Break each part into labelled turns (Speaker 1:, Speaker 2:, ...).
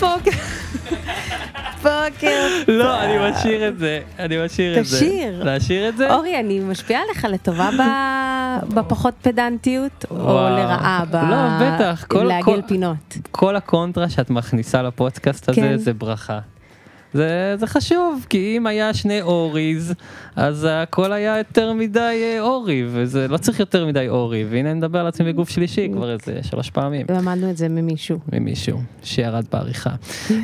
Speaker 1: בוקר. בוקר.
Speaker 2: לא, אני משאיר את זה, אני משאיר את זה.
Speaker 1: תשאיר.
Speaker 2: להשאיר את זה?
Speaker 1: אורי, אני משפיעה עליך לטובה ב- בפחות פדנטיות, או
Speaker 2: וואו.
Speaker 1: לרעה ב...
Speaker 2: לא, בטח, כל-
Speaker 1: לעגל
Speaker 2: כל-
Speaker 1: פינות.
Speaker 2: כל הקונטרה שאת מכניסה לפודקאסט הזה
Speaker 1: כן.
Speaker 2: זה ברכה. זה, זה חשוב, כי אם היה שני אוריז, אז הכל היה יותר מדי אה, אורי, וזה לא צריך יותר מדי אורי, והנה אני מדבר על עצמי בגוף שלישי כבר איזה שלוש פעמים
Speaker 1: למדנו את זה ממישהו.
Speaker 2: ממישהו שירד בעריכה. אמ,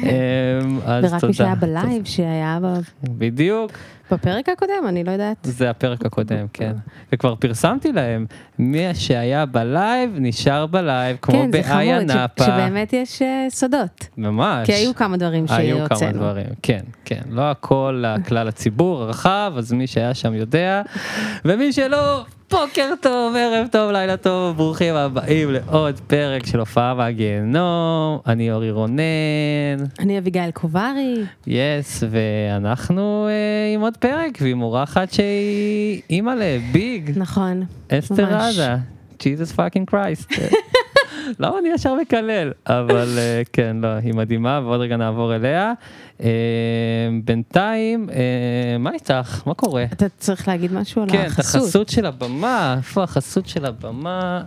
Speaker 2: אז
Speaker 1: ורק מי
Speaker 2: תודה.
Speaker 1: שהיה בלייב, שהיה ב-
Speaker 2: בדיוק,
Speaker 1: בפרק הקודם, אני לא יודעת.
Speaker 2: זה הפרק הקודם, כן. וכבר פרסמתי להם, מי שהיה בלייב נשאר בלייב, כמו
Speaker 1: כן, זה
Speaker 2: באיה
Speaker 1: חמוד, ש-
Speaker 2: נאפה.
Speaker 1: שבאמת יש אה, סודות.
Speaker 2: ממש.
Speaker 1: כי היו כמה דברים שהוצאנו.
Speaker 2: היו כמה דברים, כן, כן. לא הכל לכלל הציבור הרחב, אז מי שהיה שם יודע, ומי שלא, בוקר טוב, ערב טוב, לילה טוב, ברוכים הבאים לעוד פרק של הופעה מהגיהנום, אני אורי רונן,
Speaker 1: אני אביגיל קוברי,
Speaker 2: יס, ואנחנו אה, עם עוד פרק, ועם אורחת שהיא אימא לביג,
Speaker 1: נכון.
Speaker 2: אסתר
Speaker 1: ממש.
Speaker 2: עדה, Jesus fucking Christ. למה אני ישר מקלל? אבל אה, כן, לא, היא מדהימה, ועוד רגע נעבור אליה. אה, בינתיים, אה, מה איתך? מה קורה?
Speaker 1: אתה צריך להגיד משהו לא? על
Speaker 2: כן, את
Speaker 1: החסות.
Speaker 2: החסות של הבמה, איפה החסות של הבמה?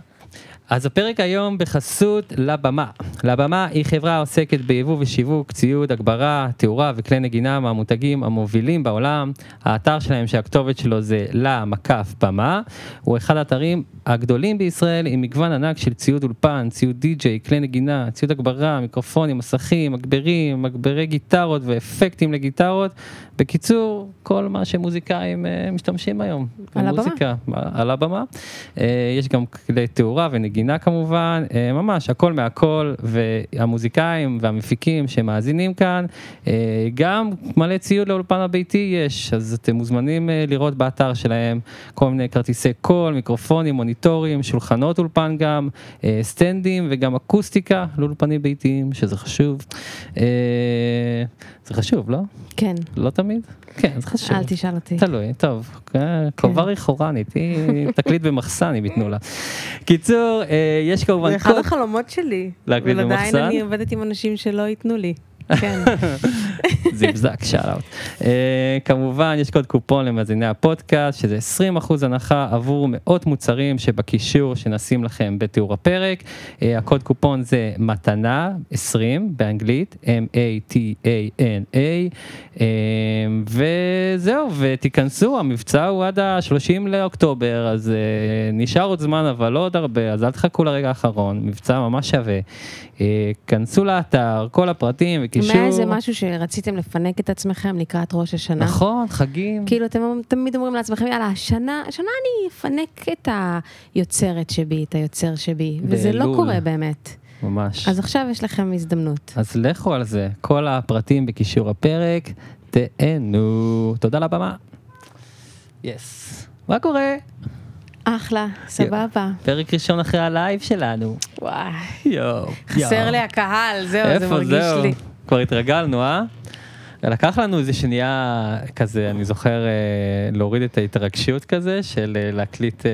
Speaker 2: אז הפרק היום בחסות לבמה. לבמה היא חברה העוסקת ביבוא ושיווק, ציוד, הגברה, תאורה וכלי נגינה מהמותגים המובילים בעולם. האתר שלהם שהכתובת שלו זה לה-מקף במה. הוא אחד האתרים הגדולים בישראל עם מגוון ענק של ציוד אולפן, ציוד די-ג'יי, כלי נגינה, ציוד הגברה, מיקרופונים, מסכים, מגברים, מגברי גיטרות ואפקטים לגיטרות. בקיצור, כל מה שמוזיקאים אה, משתמשים היום.
Speaker 1: על הבמה.
Speaker 2: מוזיקה, כן, על הבמה. אה, יש גם כלי תאורה ונגינה כמובן, אה, ממש הכל מהכל, והמוזיקאים והמפיקים שמאזינים כאן, אה, גם מלא ציוד לאולפן הביתי יש, אז אתם מוזמנים אה, לראות באתר שלהם כל מיני כרטיסי קול, מיקרופונים, מוניטורים, שולחנות אולפן גם, אה, סטנדים וגם אקוסטיקה לאולפנים ביתיים, שזה חשוב. אה, זה חשוב, לא?
Speaker 1: כן,
Speaker 2: לא תמיד? כן, זה חשוב.
Speaker 1: אל תשאל אותי.
Speaker 2: תלוי, טוב, אה,
Speaker 1: כן.
Speaker 2: קוברי חורנית, היא תקליט במחסן אם ייתנו לה. קיצור, אה, יש
Speaker 1: זה
Speaker 2: כמובן
Speaker 1: אחד
Speaker 2: קוד,
Speaker 1: החלומות שלי.
Speaker 2: להקליט
Speaker 1: אבל עדיין
Speaker 2: במחסן?
Speaker 1: אני עובדת עם אנשים שלא ייתנו לי. כן.
Speaker 2: זיבזק שאלות. אה, כמובן, יש קוד קופון למאזיני הפודקאסט, שזה 20% הנחה עבור מאות מוצרים שבקישור שנשים לכם בתיאור הפרק. אה, הקוד קופון זה מתנה 20 באנגלית, M-A-T-A-N-A, אה, וזהו, ותיכנסו, המבצע הוא עד ה-30 לאוקטובר, אז אה, נשאר עוד זמן, אבל לא עוד הרבה, אז אל תחכו לרגע האחרון, מבצע ממש שווה. אה, כנסו לאתר, כל הפרטים וקישור.
Speaker 1: אולי זה משהו שרציתם לפנק את עצמכם לקראת ראש השנה.
Speaker 2: נכון, חגים.
Speaker 1: כאילו אתם תמיד אומרים לעצמכם, יאללה, השנה, השנה אני אפנק את היוצרת שבי, את היוצר שבי, וזה לא
Speaker 2: באלול.
Speaker 1: קורה באמת.
Speaker 2: ממש.
Speaker 1: אז עכשיו יש לכם הזדמנות.
Speaker 2: אז לכו על זה, כל הפרטים בקישור הפרק, תהנו. תודה לבמה. יס. מה קורה?
Speaker 1: אחלה, סבבה.
Speaker 2: פרק ראשון אחרי הלייב שלנו.
Speaker 1: וואי,
Speaker 2: יואו.
Speaker 1: חסר
Speaker 2: יואו.
Speaker 1: לי הקהל, זהו, זה
Speaker 2: איפה
Speaker 1: מרגיש
Speaker 2: זהו?
Speaker 1: לי.
Speaker 2: כבר התרגלנו, אה? לקח לנו איזה שנייה כזה, אני זוכר אה, להוריד את ההתרגשות כזה של אה, להקליט אה,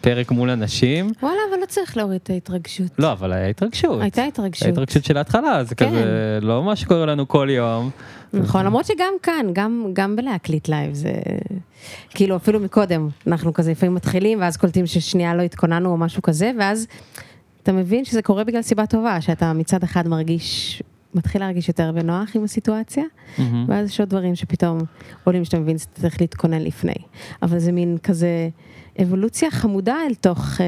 Speaker 2: פרק מול אנשים.
Speaker 1: וואלה, אבל לא צריך להוריד את ההתרגשות.
Speaker 2: לא, אבל היה התרגשות.
Speaker 1: הייתה התרגשות.
Speaker 2: ההתרגשות של ההתחלה, זה
Speaker 1: כן.
Speaker 2: כזה לא מה שקורה לנו כל יום.
Speaker 1: נכון, למרות שגם כאן, גם, גם בלהקליט לייב, זה כאילו אפילו מקודם, אנחנו כזה לפעמים מתחילים, ואז קולטים ששנייה לא התכוננו או משהו כזה, ואז אתה מבין שזה קורה בגלל סיבה טובה, שאתה מצד אחד מרגיש, מתחיל להרגיש יותר בנוח עם הסיטואציה,
Speaker 2: מהמם.
Speaker 1: ואז יש עוד דברים שפתאום עולים שאתה מבין שאתה צריך להתכונן לפני. אבל זה מין כזה אבולוציה חמודה אל תוך אה,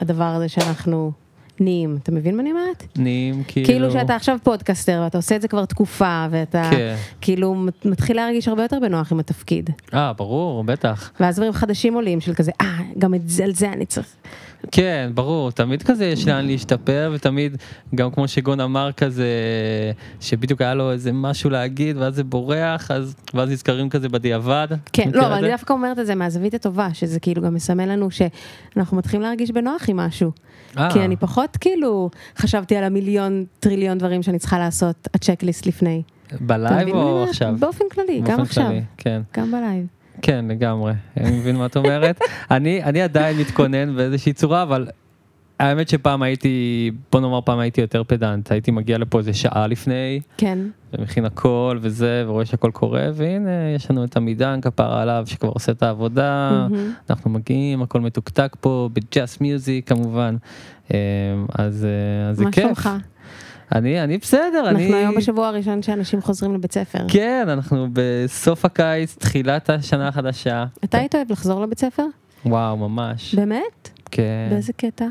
Speaker 1: הדבר הזה שאנחנו נהיים, אתה מבין מה אני אומרת?
Speaker 2: נהיים כאילו...
Speaker 1: כאילו שאתה עכשיו פודקאסטר ואתה עושה את זה כבר תקופה ואתה
Speaker 2: כן.
Speaker 1: כאילו מת- מתחיל להרגיש הרבה יותר בנוח עם התפקיד.
Speaker 2: אה, ברור, בטח.
Speaker 1: ואז דברים חדשים עולים של כזה, אה, גם את זה, על זה אני צריך.
Speaker 2: כן, ברור, תמיד כזה יש לאן להשתפר, ותמיד, גם כמו שגון אמר כזה, שבדיוק היה לו איזה משהו להגיד, ואז זה בורח, אז, ואז נזכרים כזה בדיעבד.
Speaker 1: כן,
Speaker 2: מכיר
Speaker 1: לא,
Speaker 2: את
Speaker 1: אבל
Speaker 2: זה?
Speaker 1: אני דווקא אומרת את זה מהזווית הטובה, שזה כאילו גם מסמל לנו שאנחנו מתחילים להרגיש בנוח עם משהו.
Speaker 2: אה.
Speaker 1: כי אני פחות כאילו חשבתי על המיליון טריליון דברים שאני צריכה לעשות, הצ'קליסט לפני. אתה
Speaker 2: בלייב
Speaker 1: מבין מה אני
Speaker 2: או
Speaker 1: אומרת?
Speaker 2: עכשיו?
Speaker 1: באופן כללי, גם
Speaker 2: באופן
Speaker 1: עכשיו,
Speaker 2: כללי, כן.
Speaker 1: גם בלייב.
Speaker 2: כן, לגמרי. אני מבין מה את אומרת. אני, אני עדיין מתכונן באיזושהי צורה, אבל האמת שפעם הייתי, בוא נאמר פעם הייתי יותר פדנט, הייתי מגיע לפה איזה שעה לפני,
Speaker 1: כן.
Speaker 2: ומכין הכל וזה, ורואה שהכל קורה, והנה יש לנו את עמידן כפרה עליו שכבר עושה את העבודה,
Speaker 1: מהמם.
Speaker 2: אנחנו מגיעים, הכל מתוקתק פה, בג'אס מיוזיק כמובן, אה, אז אה, אז זה
Speaker 1: מה
Speaker 2: כיף.
Speaker 1: שלומך?
Speaker 2: אני, אני בסדר, אני...
Speaker 1: אנחנו היום בשבוע הראשון שאנשים חוזרים לבית ספר.
Speaker 2: כן, אנחנו בסוף הקיץ, תחילת השנה החדשה.
Speaker 1: אתה היית אוהב לחזור לבית ספר?
Speaker 2: וואו, ממש.
Speaker 1: באמת?
Speaker 2: כן.
Speaker 1: באיזה קטע?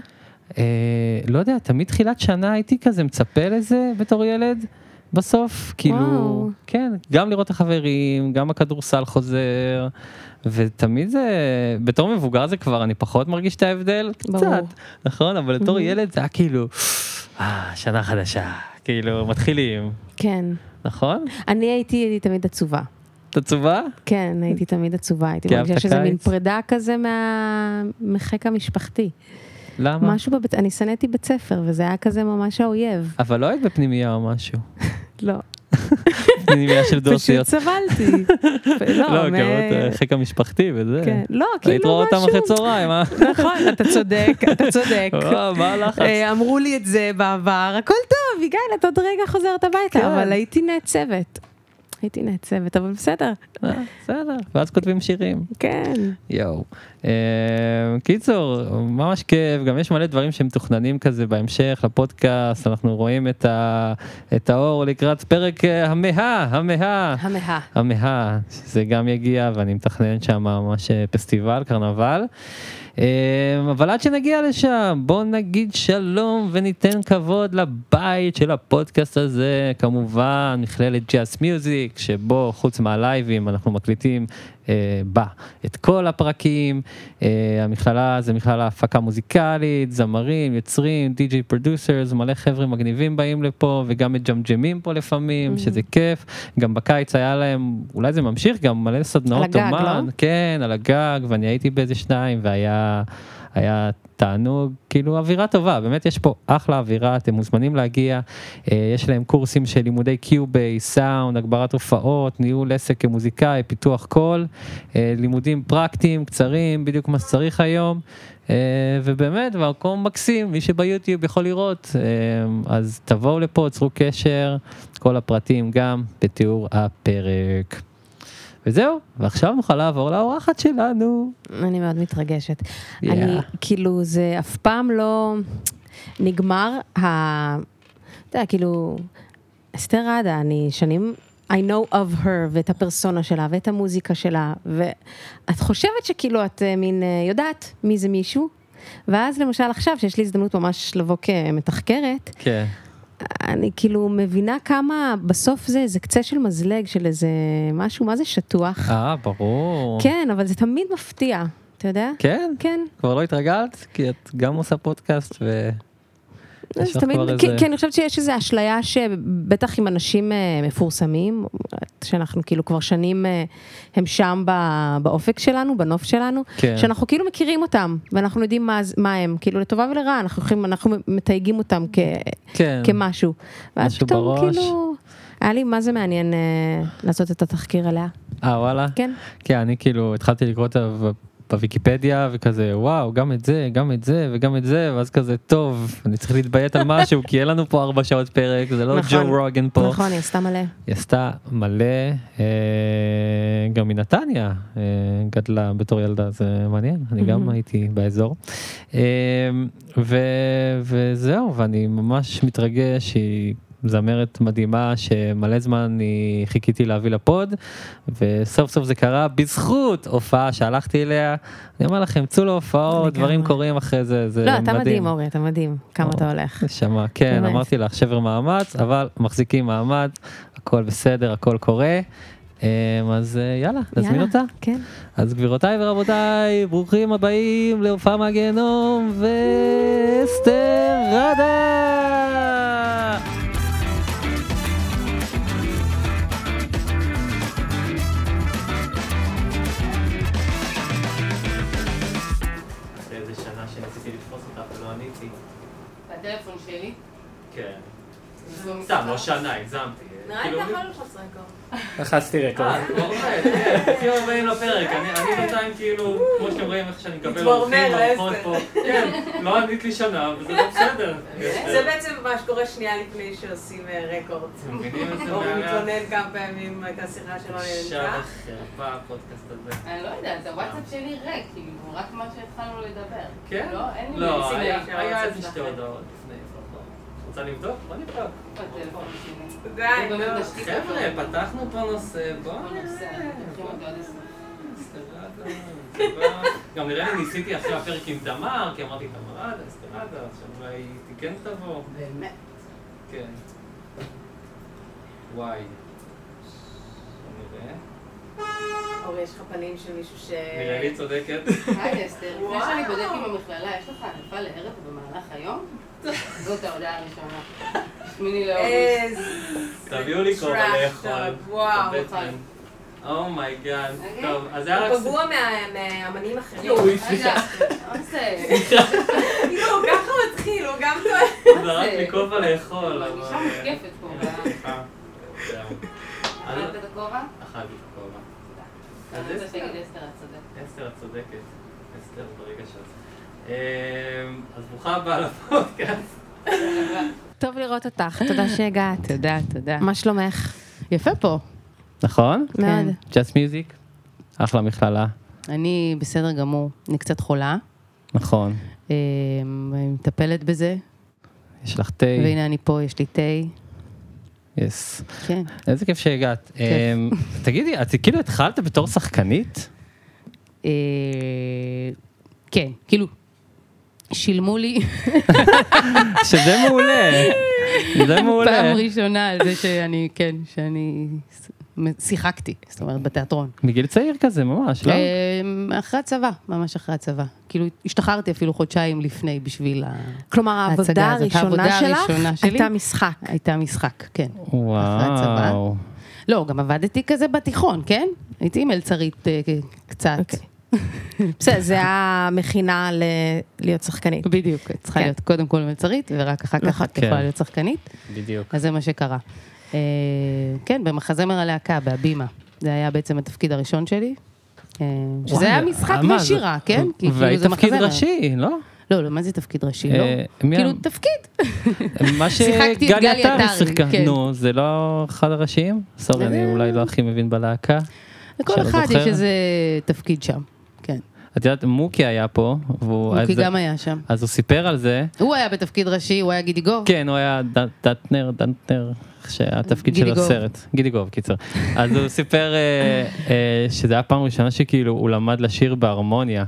Speaker 2: אה, לא יודע, תמיד תחילת שנה הייתי כזה מצפה לזה בתור ילד. בסוף, כאילו,
Speaker 1: וואו.
Speaker 2: כן, גם לראות את החברים, גם הכדורסל חוזר, ותמיד זה, בתור מבוגר זה כבר, אני פחות מרגיש את ההבדל,
Speaker 1: ברור.
Speaker 2: קצת, נכון? אבל בתור
Speaker 1: Mhm.
Speaker 2: ילד זה היה כאילו, אה, שנה חדשה, כאילו, מתחילים,
Speaker 1: כן.
Speaker 2: נכון?
Speaker 1: אני הייתי תמיד עצובה.
Speaker 2: את עצובה?
Speaker 1: כן, הייתי תמיד עצובה. הייתי
Speaker 2: כי אהבת
Speaker 1: מרגישה שזה מין
Speaker 2: קיץ?
Speaker 1: פרידה כזה מהמחק המשפחתי.
Speaker 2: למה?
Speaker 1: משהו בבית, אני שנאתי בית ספר, וזה היה כזה ממש האויב.
Speaker 2: אבל לא היית בפנימייה או משהו,
Speaker 1: לא.
Speaker 2: פנימייה של
Speaker 1: פשוט
Speaker 2: דוסיות.
Speaker 1: סבלתי.
Speaker 2: לא,
Speaker 1: מ-
Speaker 2: גם את החיק המשפחתי וזה.
Speaker 1: כן. לא,
Speaker 2: היית רואה
Speaker 1: כאילו
Speaker 2: אותם אחרי
Speaker 1: משהו.
Speaker 2: צהריים, אה?
Speaker 1: נכון, אתה צודק, אתה צודק.
Speaker 2: וואו, מה הלחץ?
Speaker 1: אה, אמרו לי את זה בעבר, הכל טוב, יגאל, את עוד רגע חוזרת
Speaker 2: כן.
Speaker 1: הביתה, אבל הייתי נעצבת. הייתי נעצבת, אבל בסדר,
Speaker 2: אה, בסדר, ואז כותבים שירים.
Speaker 1: כן.
Speaker 2: יואו. אה, קיצור, ממש כיף, גם יש מלא דברים שמתוכננים כזה בהמשך לפודקאסט, אנחנו רואים את ה- את האור לקראת פרק אה, המאה, המאה.
Speaker 1: המאה.
Speaker 2: המאה, שזה גם יגיע ואני מתכנן שם ממש אה, פסטיבל, קרנבל. אה, אבל עד שנגיע לשם, בואו נגיד שלום וניתן כבוד לבית של הפודקאסט הזה, כמובן, מכללת ג'אס מיוזיק, שבו חוץ מהלייבים אנחנו מקליטים אה, בה את כל הפרקים. אה, המכללה זה מכללה הפקה מוזיקלית, זמרים, יוצרים, די.ג'יי פרודוסרס, מלא חבר'ה מגניבים באים לפה וגם מג'מג'מים פה
Speaker 1: Mm-hmm.
Speaker 2: לפעמים, שזה כיף. גם בקיץ היה להם, אולי זה ממשיך גם מלא סדנאות
Speaker 1: הגג,
Speaker 2: אומן.
Speaker 1: לא?
Speaker 2: כן, על הגג, ואני הייתי באיזה שניים, והיה היה תענוג, כאילו אווירה טובה, באמת יש פה אחלה אווירה, אתם מוזמנים להגיע, אה, יש להם קורסים של לימודי קיוביי, סאונד, הגברת הופעות, ניהול עסק כמוזיקאי, פיתוח קול, אה, לימודים פרקטיים, קצרים, בדיוק מה שצריך היום. אה, ובאמת, מקום מקסים, מי שביוטיוב יכול לראות, אה, אז תבואו לפה, צרו קשר, כל הפרטים גם בתיאור הפרק. וזהו, ועכשיו נוכל לעבור לאורחת שלנו.
Speaker 1: אני מאוד מתרגשת.
Speaker 2: Yeah.
Speaker 1: אני, כאילו, זה אף פעם לא נגמר ה... אתה יודע, כאילו, אסתר ראדה, אני שנים... I know of her, ואת הפרסונה שלה, ואת המוזיקה שלה, ואת חושבת שכאילו את אה, מין אה, יודעת מי זה מישהו, ואז למשל עכשיו, שיש לי הזדמנות ממש לבוא כמתחקרת,
Speaker 2: כן.
Speaker 1: אני כאילו מבינה כמה בסוף זה איזה קצה של מזלג של איזה משהו, מה זה שטוח?
Speaker 2: אה, ברור.
Speaker 1: כן, אבל זה תמיד מפתיע, אתה יודע?
Speaker 2: כן?
Speaker 1: כן.
Speaker 2: כבר לא התרגלת? כי את גם עושה פודקאסט ו... יש
Speaker 1: אז
Speaker 2: לך
Speaker 1: תמיד,
Speaker 2: כבר
Speaker 1: כי,
Speaker 2: איזה-
Speaker 1: כי אני חושבת שיש איזו אשליה שבטח עם אנשים אה, מפורסמים, שאנחנו כאילו כבר שנים, אה, הם שם ב, באופק שלנו, בנוף שלנו,
Speaker 2: כן.
Speaker 1: שאנחנו כאילו מכירים אותם, ואנחנו יודעים מה, זה- מה הם, כאילו לטובה ולרעה, אנחנו, יכולים, אנחנו מתייגים אותם כ,
Speaker 2: כן.
Speaker 1: כמשהו. ואז
Speaker 2: משהו
Speaker 1: פתאום
Speaker 2: בראש.
Speaker 1: כאילו, היה לי מה זה מעניין אה, לעשות את התחקיר עליה,
Speaker 2: אה, וואלה?
Speaker 1: כן?
Speaker 2: כן, אני כאילו התחלתי לקרוא את ה... בוויקיפדיה וכזה וואו גם את זה גם את זה וגם את זה ואז כזה טוב אני צריך להתביית על משהו כי אין לנו פה ארבע שעות פרק זה לא
Speaker 1: נכון.
Speaker 2: ג'ו רוגן פה.
Speaker 1: נכון, היא עשתה מלא.
Speaker 2: היא עשתה מלא, אה, גם מנתניה אה, גדלה בתור ילדה, זה מעניין, אני גם
Speaker 1: Mhm.
Speaker 2: הייתי באזור. אה, ו, וזהו, ואני ממש מתרגש, היא זמרת מדהימה שמלא זמן אני חיכיתי להביא לפוד, וסוף סוף זה קרה בזכות הופעה שהלכתי אליה. אני אומר לכם, צאו להופעות, דברים
Speaker 1: לגמרי.
Speaker 2: קורים אחרי זה, זה
Speaker 1: לא, אתה מדהים,
Speaker 2: מדהים.
Speaker 1: אורי, אתה מדהים, כמה
Speaker 2: או.
Speaker 1: אתה הולך.
Speaker 2: נשמה, כן,
Speaker 1: באמת.
Speaker 2: אמרתי לך, שבר מאמץ, אבל מחזיקים מעמד, הכל בסדר, הכל קורה. אמ, אז אה, יאללה, נזמין
Speaker 1: יאללה,
Speaker 2: אותה.
Speaker 1: כן.
Speaker 2: אז גבירותיי ורבותיי, ברוכים הבאים להופעה מהגיהנום ואסתר ראדה!
Speaker 3: בטלפון שלי?
Speaker 2: לא כן. סתם, לא שנה, הגזמתי. כאילו,
Speaker 3: נראה לי אתה יכול ללחוץ רקורד.
Speaker 4: לחצתי רקורד.
Speaker 2: אה, ברור, כן, כאילו הבאים לפרק, אני
Speaker 3: אה.
Speaker 2: אני בינתיים כאילו, כמו שאתם רואים איך שאני מקבל
Speaker 3: מתמרמר,
Speaker 2: אורחים, אורחות
Speaker 3: אסתר.
Speaker 2: פה, כן, לא ענית לי שנה, אבל זה לא בסדר.
Speaker 3: אה? זה בעצם מה שקורה שנייה לפני שעושים אה, רקורד.
Speaker 2: אתם מבינים איזה
Speaker 3: אור
Speaker 2: בעיה?
Speaker 3: מתלונן כמה פעמים, הייתה שיחה שלא
Speaker 2: בושה
Speaker 3: נהנתה.
Speaker 2: וחרפה הפודקאסט הזה.
Speaker 5: אני לא יודעת, הוואטסאפ שלי ריק, כאילו, רק מה שהתחלנו לדבר.
Speaker 2: כן?
Speaker 5: לא, אין לי
Speaker 2: לא,
Speaker 3: נציג
Speaker 2: היה-
Speaker 3: לאישה
Speaker 2: היה
Speaker 3: בוואטסאפ
Speaker 2: איזה שתי
Speaker 3: שלכם.
Speaker 2: הודעות לפני. אבל לא. רוצה לבדוק? בוא נבדוק.
Speaker 3: אה,
Speaker 5: בטלפון שלי.
Speaker 3: די,
Speaker 5: הוא
Speaker 3: נו.
Speaker 5: באמת תשתית
Speaker 2: חבר'ה,
Speaker 5: הכל.
Speaker 2: פתחנו פה נושא, בואו
Speaker 5: כל נושא,
Speaker 2: נראה.
Speaker 3: אה,
Speaker 5: פותחים אותו עד הסוף.
Speaker 2: אסתרדה, סבבה. גם נראה לי ניסיתי אחרי הפרק עם תמר, כי אמרתי תמר, אה, עד אסתרדה, עכשיו אולי היא כן תבוא.
Speaker 3: באמת.
Speaker 2: כן. וואי. נראה.
Speaker 3: אור, יש לך פנים של מישהו ש...
Speaker 2: נראה לי צודקת.
Speaker 5: היי אסתר, לפני
Speaker 3: וואו.
Speaker 5: שאני בודק עם המכללה, יש לך העדפה לערב במהלך היום? זאת ההודעה הראשונה. שמיני
Speaker 3: אה,
Speaker 5: לאוגוסט.
Speaker 3: איזה...
Speaker 2: תביאו לי כובע
Speaker 3: trash
Speaker 2: לאכול.
Speaker 3: talk, וואו.
Speaker 2: בבטמן. אומייגאד.
Speaker 5: אוקיי.
Speaker 2: טוב, אז זה היה רק...
Speaker 3: הוא פגוע מה- מהאמנים אחרים.
Speaker 2: יואו,
Speaker 3: אה,
Speaker 5: רגע, אוסטר,
Speaker 3: כאילו, הוא ככה מתחיל, הוא גם טועה.
Speaker 2: זרק לי כובע לאכול,
Speaker 5: אני
Speaker 2: אבל... אה,
Speaker 5: אישה מותקפת פה.
Speaker 2: סליחה. זהו. אז-
Speaker 5: אכלת את הכובע?
Speaker 2: אכלתי את הכובע.
Speaker 5: אני
Speaker 2: אה, אז
Speaker 5: רוצה
Speaker 2: אסתר.
Speaker 5: שתגיד אסתר, את צודקת.
Speaker 2: אסתר, את צודקת. אסתר, ברגע שאת... אמ, אז ברוכה הבאה לפודקאסט.
Speaker 1: טוב לראות אותך, תודה שהגעת.
Speaker 6: תודה, תודה.
Speaker 1: מה שלומך?
Speaker 6: יפה פה.
Speaker 2: נכון?
Speaker 6: כן.
Speaker 1: מאוד.
Speaker 2: ג'אסט מיוזיק. אחלה מכללה.
Speaker 6: אני בסדר גמור. אני קצת חולה,
Speaker 2: נכון.
Speaker 6: אה, אני מטפלת בזה,
Speaker 2: יש לך תה.
Speaker 6: והנה אני פה, יש לי תה.
Speaker 2: יס.
Speaker 6: כן.
Speaker 2: איזה כיף שהגעת. אמ, תגידי, את כאילו התחלת בתור שחקנית?
Speaker 6: אה, כן, כאילו, שילמו לי
Speaker 2: שזה מעולה. זה מעולה.
Speaker 6: פעם ראשונה על זה שאני, כן, שאני ש- שיחקתי, זאת אומרת, בתיאטרון.
Speaker 2: מגיל צעיר כזה ממש, לא?
Speaker 6: אה, אחרי הצבא, ממש אחרי הצבא. כאילו, השתחררתי אפילו חודשיים לפני בשביל ה...
Speaker 1: כלומר,
Speaker 6: ההצגה
Speaker 1: העבודה
Speaker 6: הזאת,
Speaker 1: הראשונה
Speaker 6: העבודה הראשונה
Speaker 1: שלך
Speaker 6: שלי.
Speaker 1: הייתה משחק.
Speaker 6: הייתה משחק, כן. אחרי הצבא.
Speaker 2: וואו.
Speaker 6: לא, גם עבדתי כזה בתיכון, כן? הייתי מלצרית אה, קצת.
Speaker 2: אוקיי.
Speaker 1: בסדר, זה המכינה ל- להיות שחקנית.
Speaker 6: בדיוק, את צריכה
Speaker 1: כן.
Speaker 6: להיות קודם כל מלצרית, ורק אחר כך את
Speaker 2: כן.
Speaker 6: יכולה להיות שחקנית,
Speaker 2: בדיוק.
Speaker 6: אז זה מה שקרה. אה, כן, במחזמר הלהקה, בהבימה. זה היה בעצם התפקיד הראשון שלי. אה, שזה
Speaker 2: וואי, אה,
Speaker 6: היה משחק
Speaker 2: מה, זה-
Speaker 6: ושירה, כן? כי כאילו
Speaker 2: והיית
Speaker 6: זה
Speaker 2: תפקיד
Speaker 6: מחזמר.
Speaker 2: ראשי, לא?
Speaker 6: לא, לא, מה זה תפקיד ראשי? לא.
Speaker 2: אה, מי
Speaker 6: כאילו,
Speaker 2: ה-
Speaker 6: תפקיד.
Speaker 2: מה
Speaker 6: שיחקתי את
Speaker 2: שגלי
Speaker 6: גלי
Speaker 2: עטרי
Speaker 6: עטרי,
Speaker 2: שיחקה,
Speaker 6: כן. אה.
Speaker 2: נו, זה לא אחד הראשיים? סורי, אני אולי לא הכי מבין בלהקה.
Speaker 6: לכל
Speaker 2: שלא
Speaker 6: אחד
Speaker 2: זוכר.
Speaker 6: יש איזה תפקיד שם. כן.
Speaker 2: את יודעת, מוקי היה פה, והוא...
Speaker 6: מוקי
Speaker 2: אז-
Speaker 6: גם היה שם.
Speaker 2: אז הוא סיפר על זה.
Speaker 6: הוא היה בתפקיד ראשי, הוא היה גידיגוב.
Speaker 2: כן, הוא היה ד- דטנר, דטנר, שהתפקיד של
Speaker 6: גידי גוב.
Speaker 2: הסרט. גידי גוב, קיצר. אז הוא סיפר אה, אה, שזה היה פעם ראשונה שכאילו הוא למד לשיר בהרמוניה.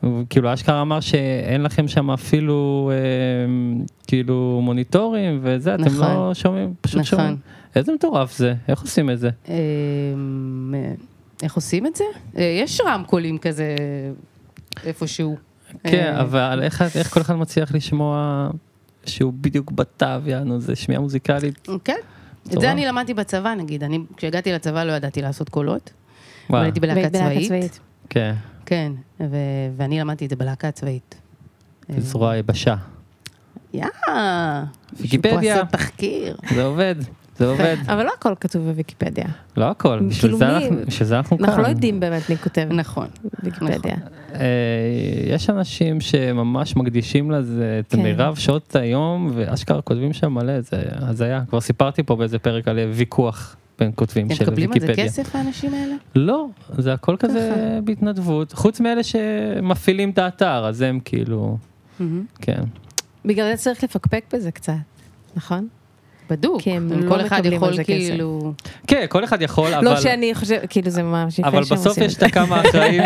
Speaker 2: הוא כאילו אשכרה אמר שאין לכם שם אפילו אה, כאילו מוניטורים וזה, אתם
Speaker 6: נכון.
Speaker 2: לא שומעים, פשוט
Speaker 6: נכון.
Speaker 2: שומעים. איזה מטורף זה, איך עושים את זה?
Speaker 6: אמ, אה, איך עושים את זה? אה, יש רמקולים כזה איפשהו.
Speaker 2: כן,
Speaker 6: אה,
Speaker 2: אבל איך איך כל אחד מצליח לשמוע שהוא בדיוק בתו, יענו, זה שמיעה מוזיקלית.
Speaker 6: כן. את
Speaker 2: טוב.
Speaker 6: זה אני למדתי בצבא נגיד, אני כשהגעתי לצבא לא ידעתי לעשות קולות, אבל
Speaker 2: וואו,
Speaker 6: הייתי בלהקה צבאית,
Speaker 2: כן,
Speaker 6: כן, ו- ואני למדתי את זה בלהקה הצבאית. אה,
Speaker 2: זרוע יבשה.
Speaker 6: יאה, מישהו פה
Speaker 2: ויקיפדיה.
Speaker 6: עשה תחקיר.
Speaker 2: זה עובד, זה עובד.
Speaker 1: אבל לא הכל כתוב בוויקיפדיה.
Speaker 6: נכון.
Speaker 2: לא הכל, בשביל
Speaker 1: כאילו
Speaker 2: זה
Speaker 1: מי-
Speaker 2: אנחנו- בשביל זה אנחנו כאן.
Speaker 1: אנחנו לא יודעים באמת מי כותב
Speaker 6: נכון.
Speaker 1: בוויקיפדיה.
Speaker 2: אה, יש אנשים שממש מקדישים לזה את
Speaker 1: כן.
Speaker 2: מירב שעות היום, ואשכרה כותבים שם מלא, זה הזיה. כבר סיפרתי פה באיזה פרק על ויכוח בין כותבים
Speaker 6: הם
Speaker 2: של
Speaker 6: מקבלים על זה
Speaker 2: ויקיפדיה.
Speaker 6: כסף האנשים האלה?
Speaker 2: לא, זה הכל כזה בהתנדבות, חוץ מאלה שמפעילים את האתר, אז הם כאילו,
Speaker 6: מהמם.
Speaker 2: כן.
Speaker 1: בגלל זה צריך לפקפק בזה קצת, נכון?
Speaker 6: בדוק,
Speaker 1: כי הם לא
Speaker 6: כל אחד
Speaker 1: מקבלים על
Speaker 6: יכול
Speaker 1: זה כסף.
Speaker 6: כאילו...
Speaker 2: כן, כל אחד יכול, אבל...
Speaker 1: לא שאני חושבת, כאילו זה ממש יפה
Speaker 2: אבל
Speaker 1: שהם
Speaker 2: בסוף
Speaker 1: עושים
Speaker 2: יש
Speaker 1: את
Speaker 2: את
Speaker 1: זה.
Speaker 2: הכמה אחראים.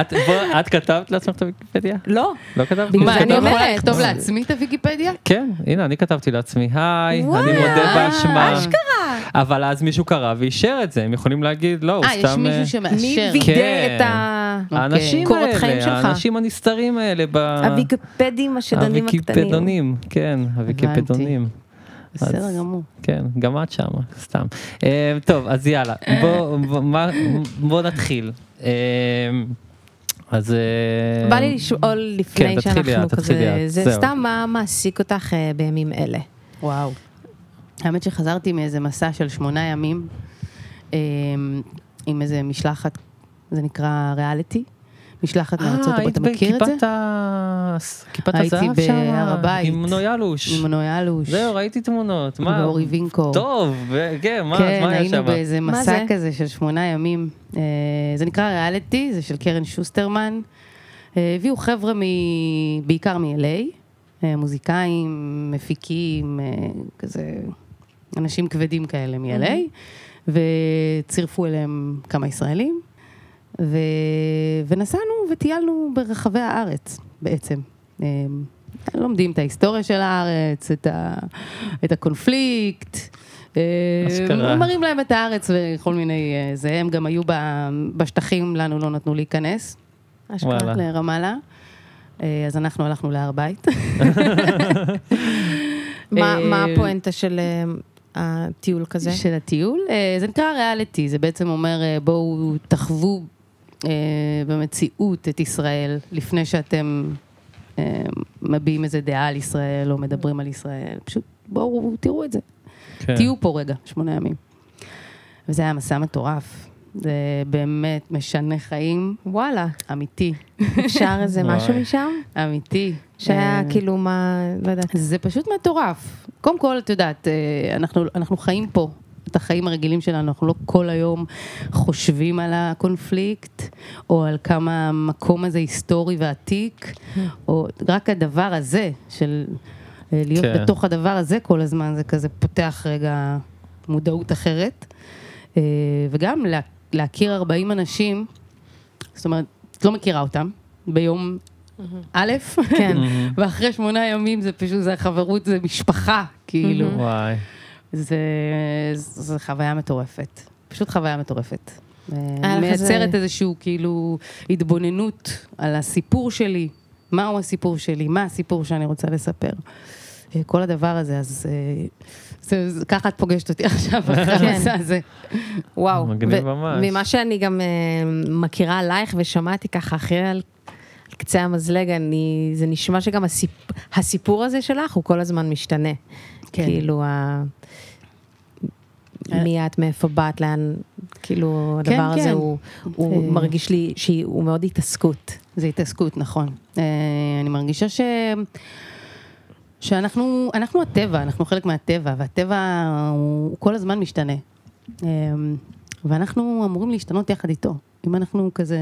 Speaker 2: את- בוא, את כתבת לעצמך את הוויקיפדיה?
Speaker 1: לא,
Speaker 2: לא כתבת?
Speaker 6: מה, אני
Speaker 1: אני
Speaker 6: יכולה
Speaker 1: אומרת.
Speaker 6: לכתוב לעצמי את הוויקיפדיה?
Speaker 2: כן, הנה, אני כתבתי לעצמי, היי, אני
Speaker 1: וואי, אה,
Speaker 2: מודה באשמה.
Speaker 1: אשכרה.
Speaker 2: אבל אז מישהו קרא ואישר את זה, הם יכולים להגיד, לא, הוא
Speaker 6: אה, יש
Speaker 2: סתם... אה,
Speaker 6: מישהו
Speaker 1: מי
Speaker 6: שמאשר.
Speaker 2: כן.
Speaker 1: וידא את ה...
Speaker 2: האנשים
Speaker 1: אוקיי, קורות חיים
Speaker 2: האלה,
Speaker 1: שלך.
Speaker 2: האנשים הנסתרים האלה ב...
Speaker 1: הוויקיפדים השדנים הקטנים.
Speaker 2: הוויקיפדונים, כן, הוויקיפדונים. אז-
Speaker 6: בסדר גמור.
Speaker 2: כן, גם את שמה, סתם. אה, טוב, אז יאללה, בוא, בוא, מה- בוא נתחיל. אה, אז... אה,
Speaker 1: בא לי לשאול
Speaker 2: כן,
Speaker 1: לפני
Speaker 2: תתחילי
Speaker 1: שאנחנו
Speaker 2: את, תתחילי
Speaker 1: כזה,
Speaker 2: את,
Speaker 1: זה
Speaker 2: זהו.
Speaker 1: סתם מה מעסיק אותך אה, בימים אלה.
Speaker 6: וואו. האמת שחזרתי מאיזה מסע של שמונה ימים אה, עם איזה משלחת, זה נקרא ריאליטי. משלחת
Speaker 1: אה,
Speaker 6: מארצות הברית, אתה מכיר את זה?
Speaker 2: בכיפת ה- כיפת
Speaker 6: הייתי
Speaker 2: הזהב שם?
Speaker 6: בהר הבית.
Speaker 2: עם נויאלוש.
Speaker 6: עם מנויה לוש.
Speaker 2: זהו, ראיתי תמונות. מה?
Speaker 6: ואורי וינקור.
Speaker 2: טוב, ו- כן, מה
Speaker 6: כן,
Speaker 2: מה היה
Speaker 6: היינו
Speaker 2: שם?
Speaker 6: באיזה
Speaker 1: מה
Speaker 6: מסע
Speaker 1: זה?
Speaker 6: כזה של שמונה ימים. אה, זה נקרא ריאליטי, זה של קרן שוסטרמן. אה, הביאו חבר'ה מ... בעיקר מ-LA, אה, מוזיקאים, מפיקים, אה, כזה אנשים כבדים כאלה מ-LA, וצירפו אליהם כמה ישראלים, ו... ונסענו וטיילנו ברחבי הארץ בעצם. אה, לומדים את ההיסטוריה של הארץ, את, ה... את הקונפליקט. אה,
Speaker 2: אשכרה.
Speaker 6: מראים להם את הארץ וכל מיני אה, זה, הם גם היו ב- בשטחים, לנו לא נתנו להיכנס.
Speaker 1: אשכרה.
Speaker 2: וואלה.
Speaker 6: לרמאללה. אה, אז אנחנו הלכנו להר בית.
Speaker 1: מה- מה
Speaker 6: אה,
Speaker 1: הפואנטה של אה, הטיול כזה?
Speaker 6: של הטיול. אה, זה נקרא ריאליטי, זה בעצם אומר אה, בואו תחוו אה, במציאות את ישראל לפני שאתם אה, מביעים איזה דעה על ישראל או מדברים על ישראל. פשוט בואו תראו את זה.
Speaker 2: כן.
Speaker 6: תהיו פה רגע, שמונה ימים. וזה היה מסע מטורף. זה באמת משנה חיים,
Speaker 1: וואלה,
Speaker 6: אמיתי,
Speaker 1: אפשר איזה
Speaker 2: וואי.
Speaker 1: משהו משם?
Speaker 6: אמיתי.
Speaker 1: שהיה
Speaker 6: אה,
Speaker 1: כאילו מה, לא יודעת.
Speaker 6: זה פשוט מטורף. קודם כל, את יודעת, אה, אנחנו, אנחנו חיים פה. את החיים הרגילים שלנו, אנחנו לא כל היום חושבים על הקונפליקט, או על כמה המקום הזה היסטורי ועתיק,
Speaker 1: כן.
Speaker 6: או רק הדבר הזה, של אה, להיות
Speaker 2: כן.
Speaker 6: בתוך הדבר הזה כל הזמן, זה כזה פותח רגע מודעות אחרת. אה, וגם לה, להכיר 40 אנשים, זאת אומרת, את לא מכירה אותם, ביום א',
Speaker 1: כן.
Speaker 6: ואחרי שמונה ימים זה פשוט, זה החברות, זה משפחה, כאילו.
Speaker 2: וואי.
Speaker 6: זה, זה חוויה מטורפת. פשוט חוויה מטורפת. אה,
Speaker 1: לך
Speaker 6: מייצרת
Speaker 1: איזה-
Speaker 6: איזשהו כאילו התבוננות על הסיפור שלי, מהו הסיפור שלי, מה הסיפור שאני רוצה לספר. אה, כל הדבר הזה, אז אה, זה, זה, ככה את פוגשת אותי עכשיו, אחרי
Speaker 1: כן.
Speaker 6: המסע הזה.
Speaker 1: וואו.
Speaker 2: מגניב
Speaker 1: ו-
Speaker 2: ממש.
Speaker 1: ממה שאני גם אה, מכירה עלייך ושמעתי ככה אחרי על על קצה המזלג, אני, זה נשמע שגם הסיפ, הסיפור הזה שלך הוא כל הזמן משתנה.
Speaker 6: כן.
Speaker 1: כאילו, ה... מי את, מאיפה באת, לאן, כאילו,
Speaker 6: כן,
Speaker 1: הדבר הזה
Speaker 6: כן.
Speaker 1: הוא, הוא
Speaker 6: אה.
Speaker 1: מרגיש לי שהוא מאוד התעסקות.
Speaker 6: זה התעסקות, נכון. אה, אני מרגישה ש... שאנחנו אנחנו הטבע, אנחנו חלק מהטבע, והטבע הוא, הוא כל הזמן משתנה. אה, ואנחנו אמורים להשתנות יחד איתו. אם אנחנו כזה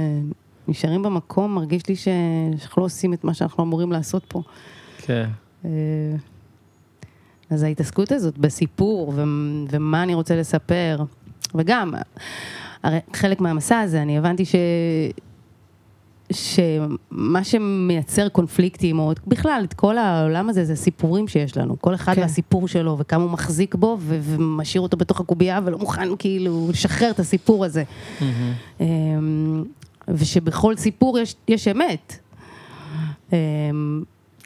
Speaker 6: נשארים במקום, מרגיש לי ש... שאנחנו לא עושים את מה שאנחנו אמורים לעשות פה.
Speaker 2: כן.
Speaker 6: אה, אז ההתעסקות הזאת בסיפור ו- ומה אני רוצה לספר, וגם, הרי חלק מהמסע הזה, אני הבנתי ש... שמה שמייצר קונפליקטים, או בכלל, את כל העולם הזה, זה הסיפורים שיש לנו. כל אחד
Speaker 1: כן.
Speaker 6: כן. והסיפור שלו, וכמה הוא מחזיק בו, ו- ומשאיר אותו בתוך הקובייה, ולא מוכן כאילו לשחרר את הסיפור הזה. אמ, ושבכל סיפור יש, יש אמת. אמ,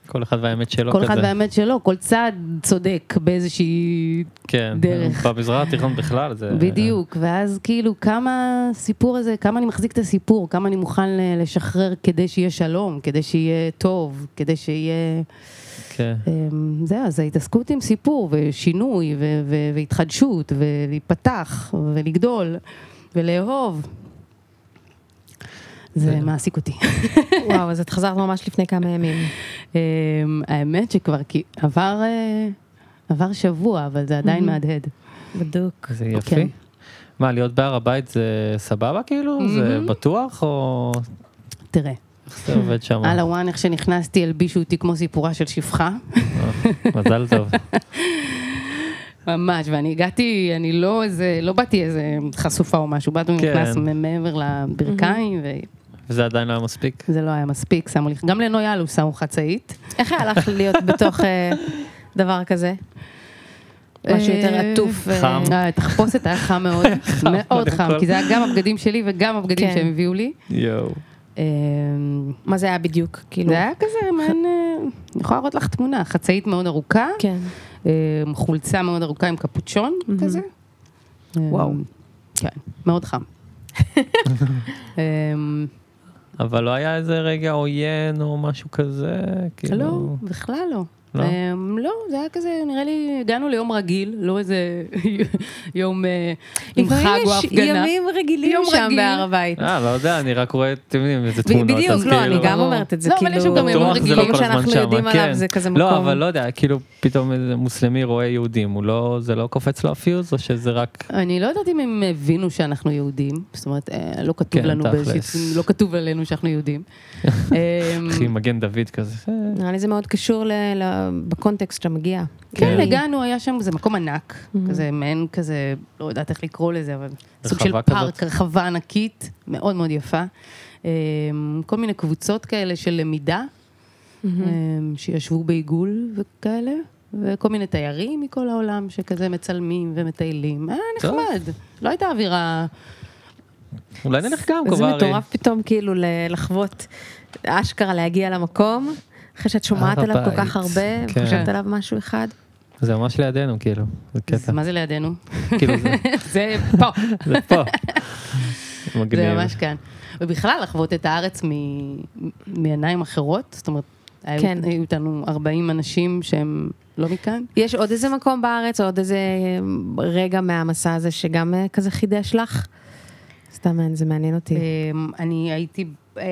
Speaker 2: כל אחד והאמת שלו
Speaker 6: כל
Speaker 2: לא כזה.
Speaker 6: אחד והאמת שלו, כל צד צודק באיזושהי...
Speaker 2: כן.
Speaker 6: דרך.
Speaker 2: במזרח התיכון בכלל זה...
Speaker 6: בדיוק, ואז כאילו כמה הסיפור הזה, כמה אני מחזיק את הסיפור, כמה אני מוכן ל- לשחרר כדי שיהיה שלום, כדי שיהיה טוב, כדי שיהיה...
Speaker 2: כן.
Speaker 6: אמ, זהו, אז ההתעסקות עם סיפור ושינוי ו- ו- והתחדשות ולהיפתח ולגדול ולאהוב. זה מעסיק אותי.
Speaker 1: וואו, אז את חזרת ממש לפני כמה ימים.
Speaker 6: אמ, האמת שכבר כי- עבר, אה, עבר שבוע, אבל זה עדיין מהדהד.
Speaker 1: בדוק.
Speaker 2: זה
Speaker 6: כן.
Speaker 1: אוקיי.
Speaker 2: יפי. מה, להיות בהר הבית זה סבבה כאילו? זה בטוח או...
Speaker 6: תראה,
Speaker 2: איך זה עובד שם?
Speaker 6: על הוואן, איך שנכנסתי, הלבישו אותי כמו סיפורה של שפחה.
Speaker 2: אה, מזל טוב.
Speaker 6: ממש, ואני הגעתי, אני לא איזה, לא באתי איזה חשופה או משהו, באתי
Speaker 2: כן.
Speaker 6: נכנס מ- מעבר לברכיים,
Speaker 2: וזה עדיין לא היה מספיק?
Speaker 6: וזה לא היה מספיק, שמו לי, גם לנויאלו שמו חצאית.
Speaker 1: איך היה לך להיות בתוך אה, דבר כזה? משהו יותר
Speaker 6: אה,
Speaker 1: עטוף. אה,
Speaker 2: חם.
Speaker 6: אה, תחפושת היה חם מאוד, מאוד
Speaker 2: קודם
Speaker 6: חם,
Speaker 2: כל.
Speaker 6: כי זה היה גם הבגדים שלי וגם הבגדים
Speaker 1: כן.
Speaker 6: שהם הביאו לי.
Speaker 2: יואו.
Speaker 6: אה,
Speaker 1: מה זה היה בדיוק? כאילו...
Speaker 6: זה היה כזה, מעין, אה, אני יכולה להראות לך תמונה, חצאית מאוד ארוכה,
Speaker 1: כן.
Speaker 6: אה, חולצה מאוד ארוכה עם קפוצ'ון כזה.
Speaker 1: וואו.
Speaker 6: אמ, כן, מאוד חם. אמ,
Speaker 1: כן,
Speaker 2: אבל לא היה איזה רגע עוין או משהו כזה? כאילו...
Speaker 6: לא, בכלל לא.
Speaker 2: לא?
Speaker 6: אמ, לא, זה היה כזה, נראה לי, הגענו ליום רגיל, לא איזה יום אה, עם
Speaker 1: לפעמים
Speaker 6: חג או
Speaker 1: יש
Speaker 6: הפגנה.
Speaker 1: ימים רגילים
Speaker 6: יום
Speaker 1: שם
Speaker 6: רגיל.
Speaker 1: בהר הבית.
Speaker 2: אה, לא יודע, אני רק רואה, אתם יודעים, איזה תמונות.
Speaker 1: בדיוק,
Speaker 2: אז
Speaker 1: לא, אני
Speaker 2: כאילו-
Speaker 1: גם אומרת את זה,
Speaker 6: לא, אבל
Speaker 1: כאילו...
Speaker 6: יש שם גם ימים
Speaker 2: בטוח זה
Speaker 6: רגילים.
Speaker 2: לא
Speaker 1: מקום
Speaker 2: כל הזמן
Speaker 1: שאנחנו יודעים
Speaker 2: שם,
Speaker 1: עליו,
Speaker 2: כן.
Speaker 1: זה כזה מקום...
Speaker 2: לא, אבל לא יודע, כאילו פתאום איזה מוסלמי רואה יהודים, הוא לא, זה לא קופץ לו הפיוז, או שזה
Speaker 1: Mm.
Speaker 2: רק...
Speaker 6: אני לא יודעת אם הם הבינו שאנחנו יהודים, זאת אומרת, אה, לא כתוב
Speaker 2: כן,
Speaker 6: לנו
Speaker 2: תכלס.
Speaker 6: באיזושהי, לא כתוב עלינו שאנחנו יהודים. אמ,
Speaker 2: אחי, מגן דוד כזה. אה,
Speaker 1: נראה לי זה מאוד קשור ל... ל- בקונטקסט שמגיע.
Speaker 6: כן,
Speaker 2: כן.
Speaker 6: הגענו, היה שם, זה מקום ענק, כזה מעין כזה, לא יודעת איך לקרוא לזה, אבל סוג של
Speaker 2: רחבה
Speaker 6: פארק,
Speaker 2: כזאת?
Speaker 6: רחבה ענקית, מאוד מאוד יפה. אמ, כל מיני קבוצות כאלה של למידה,
Speaker 1: Mm-hmm. אה,
Speaker 6: אמ, שישבו בעיגול וכאלה, וכל מיני תיירים מכל העולם שכזה מצלמים ומטיילים. היה
Speaker 2: טוב.
Speaker 6: נחמד, לא הייתה אווירה...
Speaker 2: אולי נלך גם,
Speaker 1: זה
Speaker 2: קוברי.
Speaker 1: מטורף פתאום כאילו ל- לחוות, אשכרה להגיע למקום, אחרי שאת שומעת
Speaker 2: הר
Speaker 1: עליו כל
Speaker 2: הבית,
Speaker 1: כך הרבה,
Speaker 2: כן.
Speaker 1: וחושבת עליו משהו אחד.
Speaker 2: זה ממש לידינו, כאילו. זה
Speaker 6: אז
Speaker 2: קטע.
Speaker 6: מה זה לידינו?
Speaker 2: כאילו, זה-
Speaker 6: זה פה,
Speaker 2: זה פה. מגניב.
Speaker 6: זה ממש כאן. ובכלל, לחוות את הארץ מ- מעיניים אחרות, זאת אומרת, היו-
Speaker 1: כן.
Speaker 6: היו איתנו 40 אנשים שהם לא מכאן.
Speaker 1: יש עוד איזה מקום בארץ, עוד איזה אה, רגע מהמסע הזה שגם אה, כזה חידש לך? סתם, זה מעניין אותי.
Speaker 6: אמ, אני הייתי, אה,